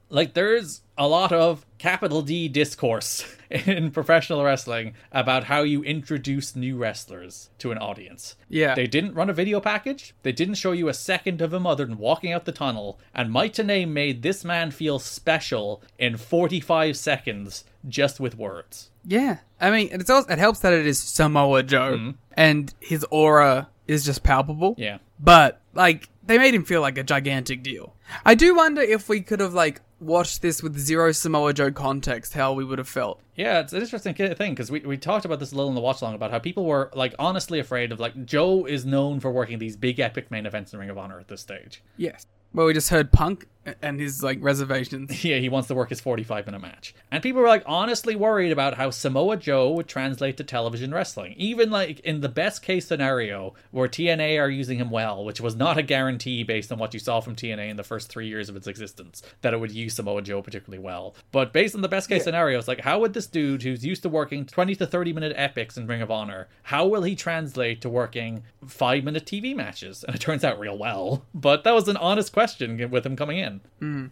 [SPEAKER 7] like there's a lot of capital D discourse <laughs> in professional wrestling about how you introduce new wrestlers to an audience.
[SPEAKER 3] Yeah.
[SPEAKER 7] They didn't run a video package. They didn't show you a second of him other than walking out the tunnel. And Maitane made this man feel special in 45 seconds just with words.
[SPEAKER 3] yeah. I mean, it's also, it helps that it is Samoa Joe, and his aura is just palpable.
[SPEAKER 7] Yeah.
[SPEAKER 3] But like they made him feel like a gigantic deal. I do wonder if we could have like watched this with zero Samoa Joe context, how we would have felt.
[SPEAKER 7] Yeah, it's an interesting ki- thing because we, we talked about this a little in the watch along about how people were like honestly afraid of like Joe is known for working these big epic main events in Ring of Honor at this stage.
[SPEAKER 3] Yes. Well, we just heard Punk a- and his like
[SPEAKER 7] <laughs>
[SPEAKER 3] reservations.
[SPEAKER 7] yeah, he wants to work his 45 minute match. And people were like honestly worried about how Samoa Joe would translate to television wrestling. Even like in the best case scenario where TNA are using him well, which was not a guarantee based on what you saw from TNA in the first three years of its existence, that it would use Samoa Joe particularly well. But based on the best case scenarios, like how would this dude who's used to working 20 to 30 minute epics in Ring of Honor, how will he translate to working five minute TV matches? And it turns out real well. <laughs> But that was an honest question with him coming in. And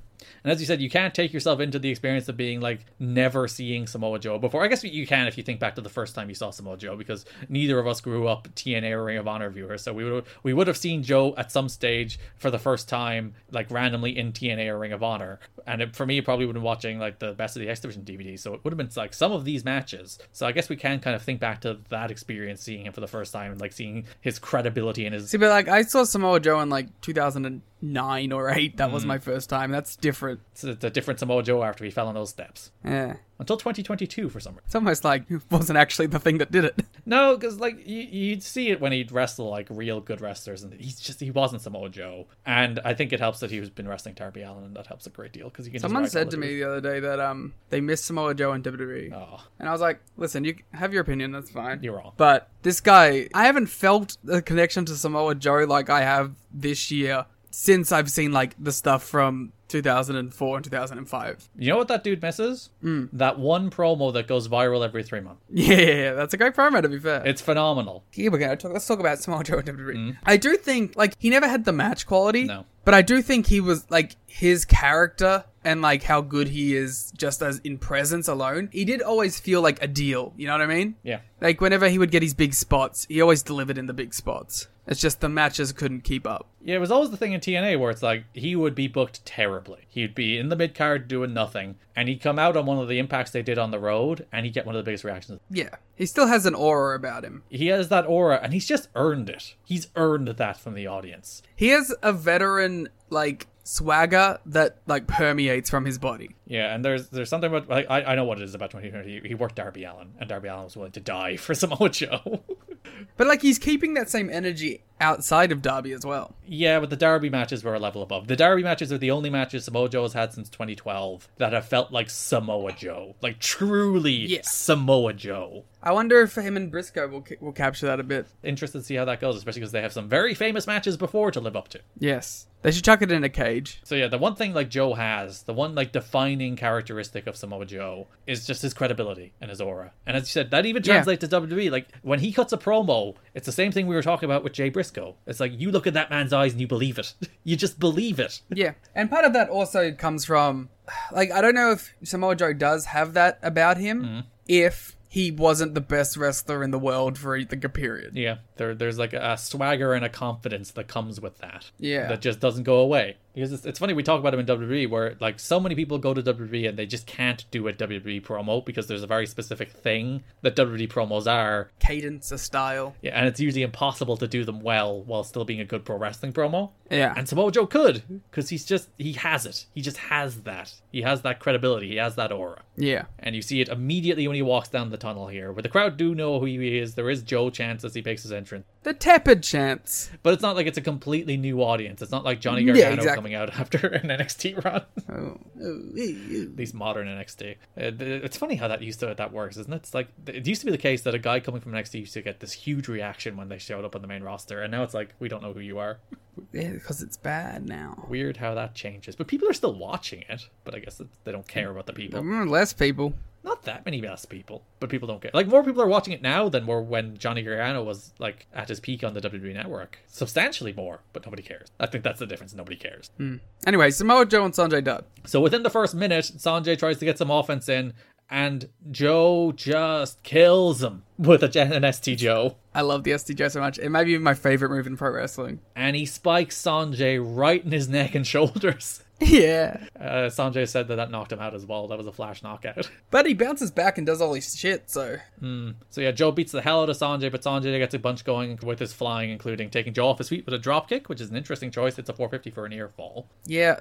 [SPEAKER 7] as you said, you can't take yourself into the experience of being like never seeing Samoa Joe before. I guess you can if you think back to the first time you saw Samoa Joe, because neither of us grew up TNA or Ring of Honor viewers, so we would we would have seen Joe at some stage for the first time, like randomly in TNA or Ring of Honor. And it, for me, it probably would have been watching like the Best of the X Division DVD, so it would have been like some of these matches. So I guess we can kind of think back to that experience, seeing him for the first time, and like seeing his credibility and his
[SPEAKER 3] See, but like I saw Samoa Joe in like 2009 or 8. That was my first time. That's different.
[SPEAKER 7] the different Samoa Joe after he fell on those steps
[SPEAKER 3] Yeah.
[SPEAKER 7] until 2022 for some reason.
[SPEAKER 3] It's almost like it wasn't actually the thing that did it.
[SPEAKER 7] No, because like you, you'd see it when he'd wrestle like real good wrestlers, and he's just he wasn't Samoa Joe. And I think it helps that he was been wrestling Darby Allen, and that helps a great deal because he can. just
[SPEAKER 3] Someone
[SPEAKER 7] ride
[SPEAKER 3] said
[SPEAKER 7] all
[SPEAKER 3] to
[SPEAKER 7] the
[SPEAKER 3] me the other day that um they missed Samoa Joe in WWE.
[SPEAKER 7] Oh.
[SPEAKER 3] And I was like, listen, you have your opinion, that's fine.
[SPEAKER 7] You're wrong.
[SPEAKER 3] But this guy, I haven't felt a connection to Samoa Joe like I have this year since I've seen like the stuff from 2004 and 2005.
[SPEAKER 7] You know what that dude misses?
[SPEAKER 3] Hmm.
[SPEAKER 7] That one promo that goes viral every three months.
[SPEAKER 3] <laughs> Yeah, yeah, yeah, that's a great promo to be fair.
[SPEAKER 7] It's phenomenal.
[SPEAKER 3] Here we go. Talk, let's talk about Samoa Joe in WWE. I do think like he never had the match quality,
[SPEAKER 7] Mm-hmm. No.
[SPEAKER 3] but I do think he was like his character and like how good he is just as in presence alone. He did always feel like a deal. You know what I mean?
[SPEAKER 7] Yeah.
[SPEAKER 3] Like whenever he would get his big spots, he always delivered in the big spots. It's just the matches couldn't keep up.
[SPEAKER 7] Yeah, it was always the thing in TNA where it's like he would be booked terribly. He'd be in the mid card doing nothing, and he'd come out on one of the impacts they did on the road, and he'd get one of the biggest reactions.
[SPEAKER 3] Yeah, he still has an aura about him.
[SPEAKER 7] He has that aura, and he's just earned it. He's earned that from the audience.
[SPEAKER 3] He has a veteran like swagger that like permeates from his body.
[SPEAKER 7] Yeah, and there's there's something about like I, I know what it is about 2020. He, he worked Darby Allen, and Darby Allen was willing to die for <laughs> Samoa Joe.
[SPEAKER 3] But like he's keeping that same energy outside of Derby as well.
[SPEAKER 7] yeah, but the Darby matches were a level above. The Darby matches are the only matches Samoa Joe has had since 2012 that have felt like Samoa Joe, like truly
[SPEAKER 3] Yeah.
[SPEAKER 7] Samoa Joe.
[SPEAKER 3] I wonder if him and Briscoe will ca- will capture that a bit.
[SPEAKER 7] Interested to see how that goes, especially because they have some very famous matches before to live up to.
[SPEAKER 3] Yes, they should chuck it in a cage.
[SPEAKER 7] So yeah, the one thing like Joe has, the one like defining characteristic of Samoa Joe is just his credibility and his aura. And as you said, that even
[SPEAKER 3] Yeah.
[SPEAKER 7] translates to WWE. Like when he cuts a promo, it's the same thing we were talking about with Jay Briscoe. It's like you look at that man's eyes and you believe it. <laughs> You just believe it.
[SPEAKER 3] <laughs> Yeah, and part of that also comes from, like, I don't know if Samoa Joe does have that about him. If he wasn't the best wrestler in the world for like a period,
[SPEAKER 7] Yeah, there, there's like a swagger and a confidence that comes with that.
[SPEAKER 3] Yeah.
[SPEAKER 7] that just doesn't go away. Because it's, it's funny we talk about him in WWE, where like so many people go to WWE and they just can't do a WWE promo because there's a very specific thing that WWE promos are,
[SPEAKER 3] cadence, a style.
[SPEAKER 7] Yeah, and it's usually impossible to do them well while still being a good pro wrestling promo.
[SPEAKER 3] Yeah.
[SPEAKER 7] And Samoa Joe could, because he's just, he has it. He just has that. He has that credibility. He has that aura.
[SPEAKER 3] Yeah,
[SPEAKER 7] And you see it immediately when he walks down the tunnel here, but the crowd do know who he is. There is Joe Chance as he makes his entrance,
[SPEAKER 3] The tepid chance.
[SPEAKER 7] but it's not like it's a completely new audience. It's not like Johnny
[SPEAKER 3] Yeah,
[SPEAKER 7] Gargano
[SPEAKER 3] exactly.
[SPEAKER 7] coming out <laughs> after an NXT run.
[SPEAKER 3] Oh.
[SPEAKER 7] At least modern NXT. Uh, th- It's funny how that used to that works, isn't it? It's like it used to be the case that a guy coming from NXT used to get this huge reaction when they showed up on the main roster, and now it's like we don't know who you are.
[SPEAKER 3] Yeah, because it's bad now.
[SPEAKER 7] Weird how that changes, but people are still watching it. But I guess it- they don't care about the people.
[SPEAKER 3] Mm, Less people.
[SPEAKER 7] not that many less people, but people don't care. Like more people are watching it now than were when Johnny Gargano was like at his peak on the WWE network. Substantially more, but nobody cares. I think that's the difference. Nobody cares.
[SPEAKER 3] Anyway, Samoa Joe and Sanjay Dutt.
[SPEAKER 7] So within the first minute, Sanjay tries to get some offense in, and Joe just kills him <laughs> with a an ST Joe.
[SPEAKER 3] I love the SDJ so much. It may be my favorite move in pro <laughs> wrestling.
[SPEAKER 7] And he spikes Sanjay right in his neck and <laughs> shoulders.
[SPEAKER 3] Yeah.
[SPEAKER 7] Uh, Sanjay said that that knocked him out as well. That was a flash knockout. <laughs>
[SPEAKER 3] But he bounces back and does all his shit, so.
[SPEAKER 7] So yeah, Joe beats the hell out of Sanjay, but Sanjay gets a bunch going with his flying, including taking Joe off his feet with a drop kick, which is an interesting choice. It's a 450 for an ear fall.
[SPEAKER 3] Yeah.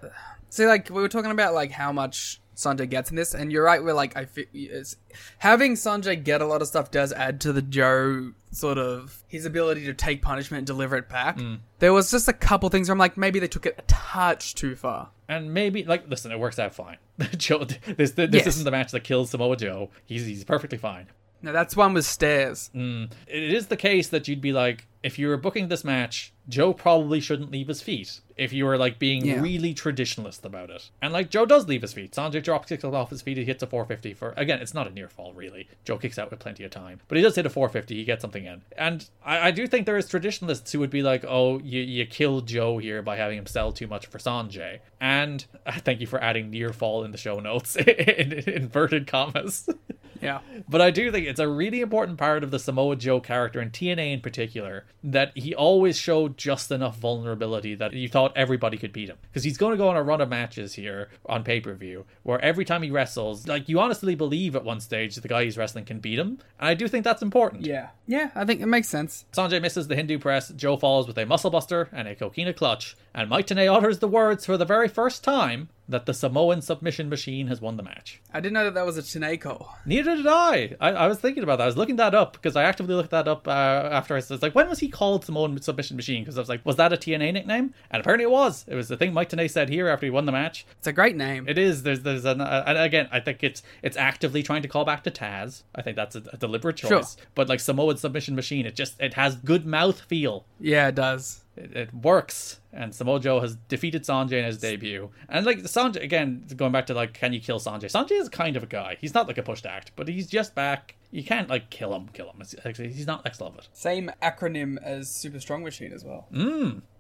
[SPEAKER 3] See, like, we were talking about, like, how much Sanjay gets in this, and you're right, we're like, I fi- it's, having Sanjay get a lot of stuff does add to the Joe sort of his ability to take punishment and deliver it back. There was just a couple things where I'm like, maybe they took it a touch too far.
[SPEAKER 7] And maybe like listen, it works out fine. <laughs> Joe, this this
[SPEAKER 3] Yes.
[SPEAKER 7] isn't the match that kills Samoa Joe. He's he's perfectly fine.
[SPEAKER 3] No, that's one with stairs.
[SPEAKER 7] It is the case that you'd be like, if you were booking this match, Joe probably shouldn't leave his feet. If you were like being
[SPEAKER 3] Yeah.
[SPEAKER 7] really traditionalist about it, and like Joe does leave his feet, Sanjay drop kicks off his feet. He hits a 450 for again. It's not a near fall really. Joe kicks out with plenty of time, but he does hit a 450. He gets something in, and I, I do think there is traditionalists who would be like, oh, you you killed Joe here by having him sell too much for Sanjay. And <laughs> uh, thank you for adding near fall in the show notes <laughs> in inverted commas. <laughs>
[SPEAKER 3] Yeah.
[SPEAKER 7] But I do think it's a really important part of the Samoa Joe character and TNA in particular that he always showed just enough vulnerability that you thought everybody could beat him. Because he's going to go on a run of matches here on pay per view where every time he wrestles, like you honestly believe at one stage the guy he's wrestling can beat him. And I do think that's important.
[SPEAKER 3] Yeah. Yeah, I think it makes sense.
[SPEAKER 7] Sanjay misses the Hindu press, Joe follows with a muscle buster and a coquina clutch, and Mike Tanay utters the words for the very first time that the Samoan submission machine has won the match.
[SPEAKER 3] I didn't know that that was a Tanae call.
[SPEAKER 7] Neither did I. I. I was thinking about that. I was looking that up because I actively looked that up uh, after I was like, when was he called Samoan Submission Machine? Because I was like, was that a TNA nickname? And apparently it was. It was the thing Mike Tenay said here after he won the match.
[SPEAKER 3] It's a great name.
[SPEAKER 7] It is. There's there's an uh, and again. I think it's it's actively trying to call back to Taz. I think that's a, a deliberate choice.
[SPEAKER 3] Sure.
[SPEAKER 7] But like Samoan Submission Machine, it just it has good mouth feel.
[SPEAKER 3] yeah, it does.
[SPEAKER 7] It, it works. And Samoa Joe has defeated Sanjay in his debut. And like Sanjay again, going back to like, can you kill Sanjay? Sanjay is kind of a guy. He's not like a pushed act, but he's just back. You can't like kill him, kill him. It's, actually, he's not Lex Lovett.
[SPEAKER 3] Same acronym as Super Strong Machine as well.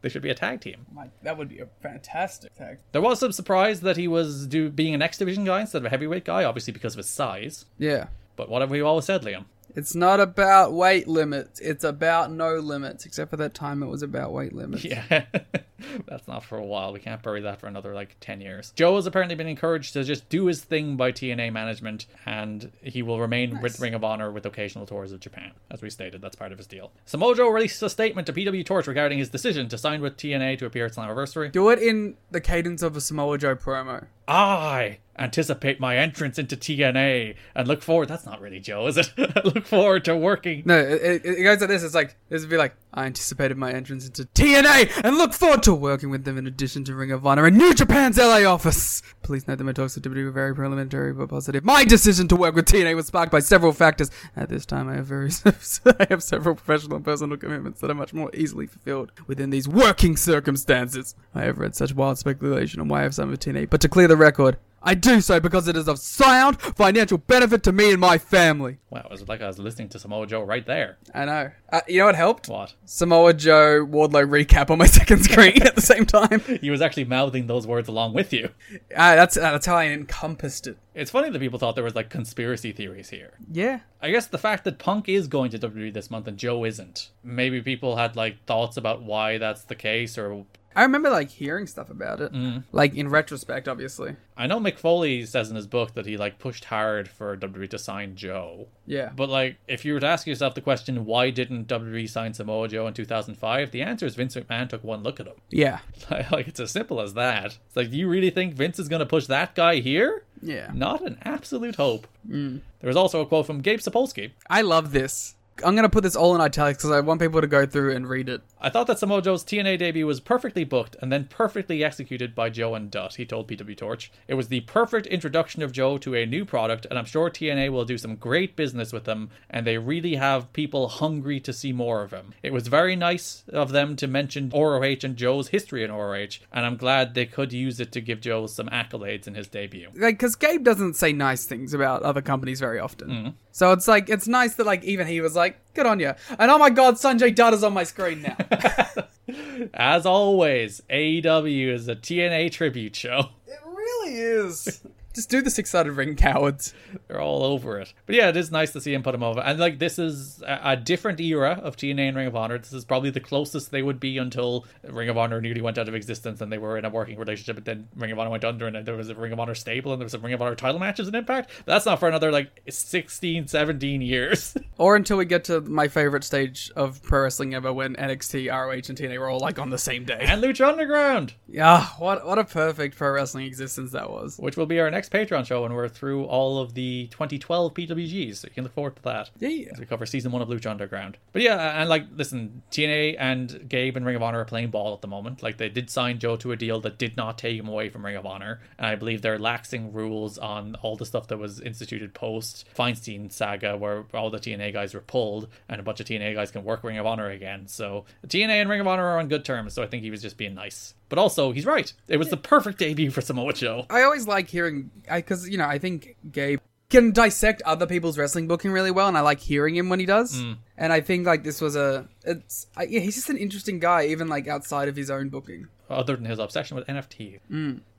[SPEAKER 7] They should be a tag team.
[SPEAKER 3] Like, that would be a fantastic tag.
[SPEAKER 7] There was some surprise that he was do being an X division guy instead of a heavyweight guy, obviously because of his size.
[SPEAKER 3] Yeah.
[SPEAKER 7] But what have we always said, Liam?
[SPEAKER 3] It's not about weight limits. It's about no limits. Except for that time, it was about weight limits.
[SPEAKER 7] Yeah. <laughs> That's not for a while. We can't bury that for another like 10 years. Joe has apparently been encouraged to just do his thing by TNA management, and he will remain with Ring of Honor with occasional tours of Japan. As we stated, that's part of his deal. Samojo released a statement to PW Torch regarding his decision to sign with TNA to appear at Slammiversary.
[SPEAKER 3] Do it in the cadence of a Samoa Joe promo.
[SPEAKER 7] I anticipate my entrance into TNA and look forward. That's not really Joe, is it? <laughs> I look forward to working
[SPEAKER 3] No, it, it, it goes like this. It's like, this would be like, I anticipated my entrance into TNA and look forward to working with them in addition to Ring of Honor and New Japan's LA office. Please note that my talks with WWE were very preliminary but positive. My decision to work with TNA was sparked by several factors. At this time, I have, very, <laughs> I have several professional and personal commitments that are much more easily fulfilled within these working circumstances. I have read such wild speculation on why I have signed with TNA, but to clear the record, I do so because it is of sound financial benefit to me and my family.
[SPEAKER 7] Wow, it was like I was listening to Samoa Joe right there.
[SPEAKER 3] I know. Uh, you know what helped?
[SPEAKER 7] What?
[SPEAKER 3] Samoa Joe Wardlow recap on my <laughs> second screen at the same <laughs> time.
[SPEAKER 7] He was actually mouthing those words along with you.
[SPEAKER 3] Ah, that's uh, that's how I encompassed it.
[SPEAKER 7] It's funny that people thought there was like conspiracy theories here.
[SPEAKER 3] Yeah.
[SPEAKER 7] I guess the fact that Punk is going to WWE this month and Joe isn't, maybe people had like thoughts about why that's the case or
[SPEAKER 3] I remember like hearing stuff about it, like in retrospect, obviously.
[SPEAKER 7] I know Mick Foley says in his book that he like pushed hard for WWE to sign Joe.
[SPEAKER 3] Yeah,
[SPEAKER 7] But like, if you were to ask yourself the question, why didn't WWE sign Samoa Joe in 2005? The answer is Vince McMahon took one look at him. <laughs>
[SPEAKER 3] yeah,
[SPEAKER 7] like, it's as simple as that. It's like, do you really think Vince is going to push that guy here?
[SPEAKER 3] yeah.
[SPEAKER 7] Not an absolute hope. There was also a quote from Gabe Sapolsky.
[SPEAKER 3] I love this. I'm gonna put this all in italics because I want people to go through and read it.
[SPEAKER 7] I thought that Samoa Joe's TNA debut was perfectly booked and then perfectly executed by Joe and Dutt, he told PW Torch. It was the perfect introduction of Joe to a new product, and I'm sure TNA will do some great business with them, and they really have people hungry to see more of him. It was very nice of them to mention ROH and Joe's history in ROH, and I'm glad they could use it to give Joe some accolades in his debut.
[SPEAKER 3] Like, because Gabe doesn't say nice things about other companies very often, so it's like it's nice that like even he was like, "Good on you!" And oh my god, Sanjay Dutt is on my screen now.
[SPEAKER 7] As always, AEW is a TNA tribute show. <laughs>
[SPEAKER 3] it really is. Just do the six-sided ring, cowards.
[SPEAKER 7] they're all over it. But yeah, it is nice to see him put him over. And like, this is a, a different era of TNA and Ring of Honor. This is probably the closest they would be until Ring of Honor nearly went out of existence and they were in a working relationship. But then Ring of Honor went under and there was a Ring of Honor stable and there was some Ring of Honor title matches in Impact. But that's not for another like 16, 17 years. <laughs>
[SPEAKER 3] Or until we get to my favorite stage of pro wrestling ever, when NXT, ROH, and TNA were all like on the same day.
[SPEAKER 7] and Lucha Underground,
[SPEAKER 3] Yeah, what what a perfect pro wrestling existence that was.
[SPEAKER 7] which will be our next Patreon show when we're through all of the 2012 PWGs. So you can look forward to that.
[SPEAKER 3] Yeah.
[SPEAKER 7] as we cover season one of Lucha Underground. But yeah, and like, listen, TNA and Gabe and Ring of Honor are playing ball at the moment. Like, they did sign Joe to a deal that did not take him away from Ring of Honor, and I believe they're laxing rules on all the stuff that was instituted post Feinstein saga, where all the TNA guys were pulled, and a bunch of TNA guys can work Ring of Honor again. So TNA and Ring of Honor are on good terms. So I think he was just being nice. But also, he's right. It was the perfect debut for Samoa Joe.
[SPEAKER 3] I always like hearing because you know I think Gabe can dissect other people's wrestling booking really well, and I like hearing him when he does. And I think like this was a it's I, yeah he's just an interesting guy even like outside of his own booking.
[SPEAKER 7] other than his obsession with NFT.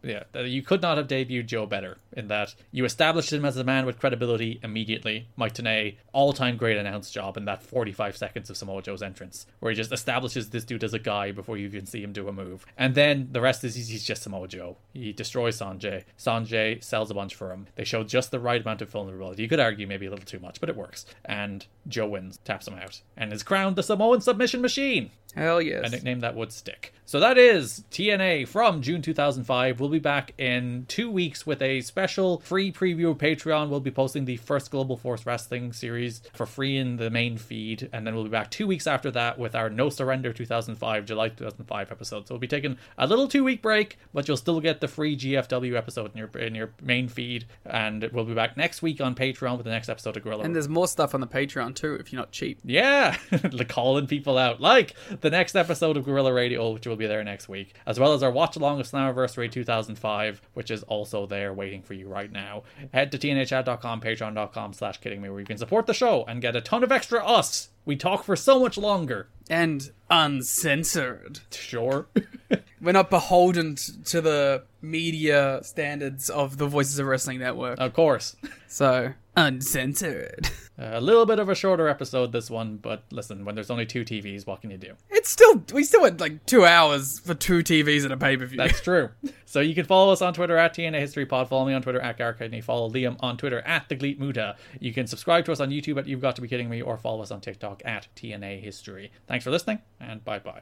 [SPEAKER 7] Yeah, that you could not have debuted Joe better in that you established him as a man with credibility immediately. Mike Tenay, all time great announce job in that 45 seconds of Samoa Joe's entrance, where he just establishes this dude as a guy before you even see him do a move. And then the rest is he's he's just Samoa Joe. He destroys Sanjay. Sanjay sells a bunch for him. They show just the right amount of vulnerability. You could argue maybe a little too much, but it works. And Joe wins, taps him out, and is crowned the Samoan submission machine
[SPEAKER 3] Hell yes.
[SPEAKER 7] a nickname that would stick. So that is TNA from June 2005. We'll be back in two weeks with a special free preview of Patreon. We'll be posting the first Global Force Wrestling series for free in the main feed, and then we'll be back two weeks after that with our No Surrender 2005, July 2005 episode. So we'll be taking a little two week break, but you'll still get the free GFW episode in your in your main feed, and we'll be back next week on Patreon with the next episode of Gorilla.
[SPEAKER 3] and there's more stuff on the Patreon too if you're not cheap.
[SPEAKER 7] Yeah, <laughs> like calling people out, like the next episode of Gorilla Radio, which will be there next week, as well as our watch along of Slammiversary 2005, which is also there waiting for you right now. Head to tnhad.com, patreon.com slash kidding me, where you can support the show and get a ton of extra us. We talk for so much longer.
[SPEAKER 3] And uncensored.
[SPEAKER 7] Sure.
[SPEAKER 3] We're not beholden t- to the media standards of the Voices of Wrestling Network.
[SPEAKER 7] of course.
[SPEAKER 3] So uncensored. <laughs>
[SPEAKER 7] A little bit of a shorter episode, this one, but listen, when there's only two TVs, what can you do?
[SPEAKER 3] It's still we still went like two hours for two TVs and a pay per view. <laughs>
[SPEAKER 7] That's true. So you can follow us on Twitter at TNA History Pod. Follow me on Twitter at Garkidney. Follow Liam on Twitter at The Gleet Muda. You can subscribe to us on YouTube at You've Got to Be Kidding Me or follow us on TikTok at TNA History. Thanks for listening and bye bye.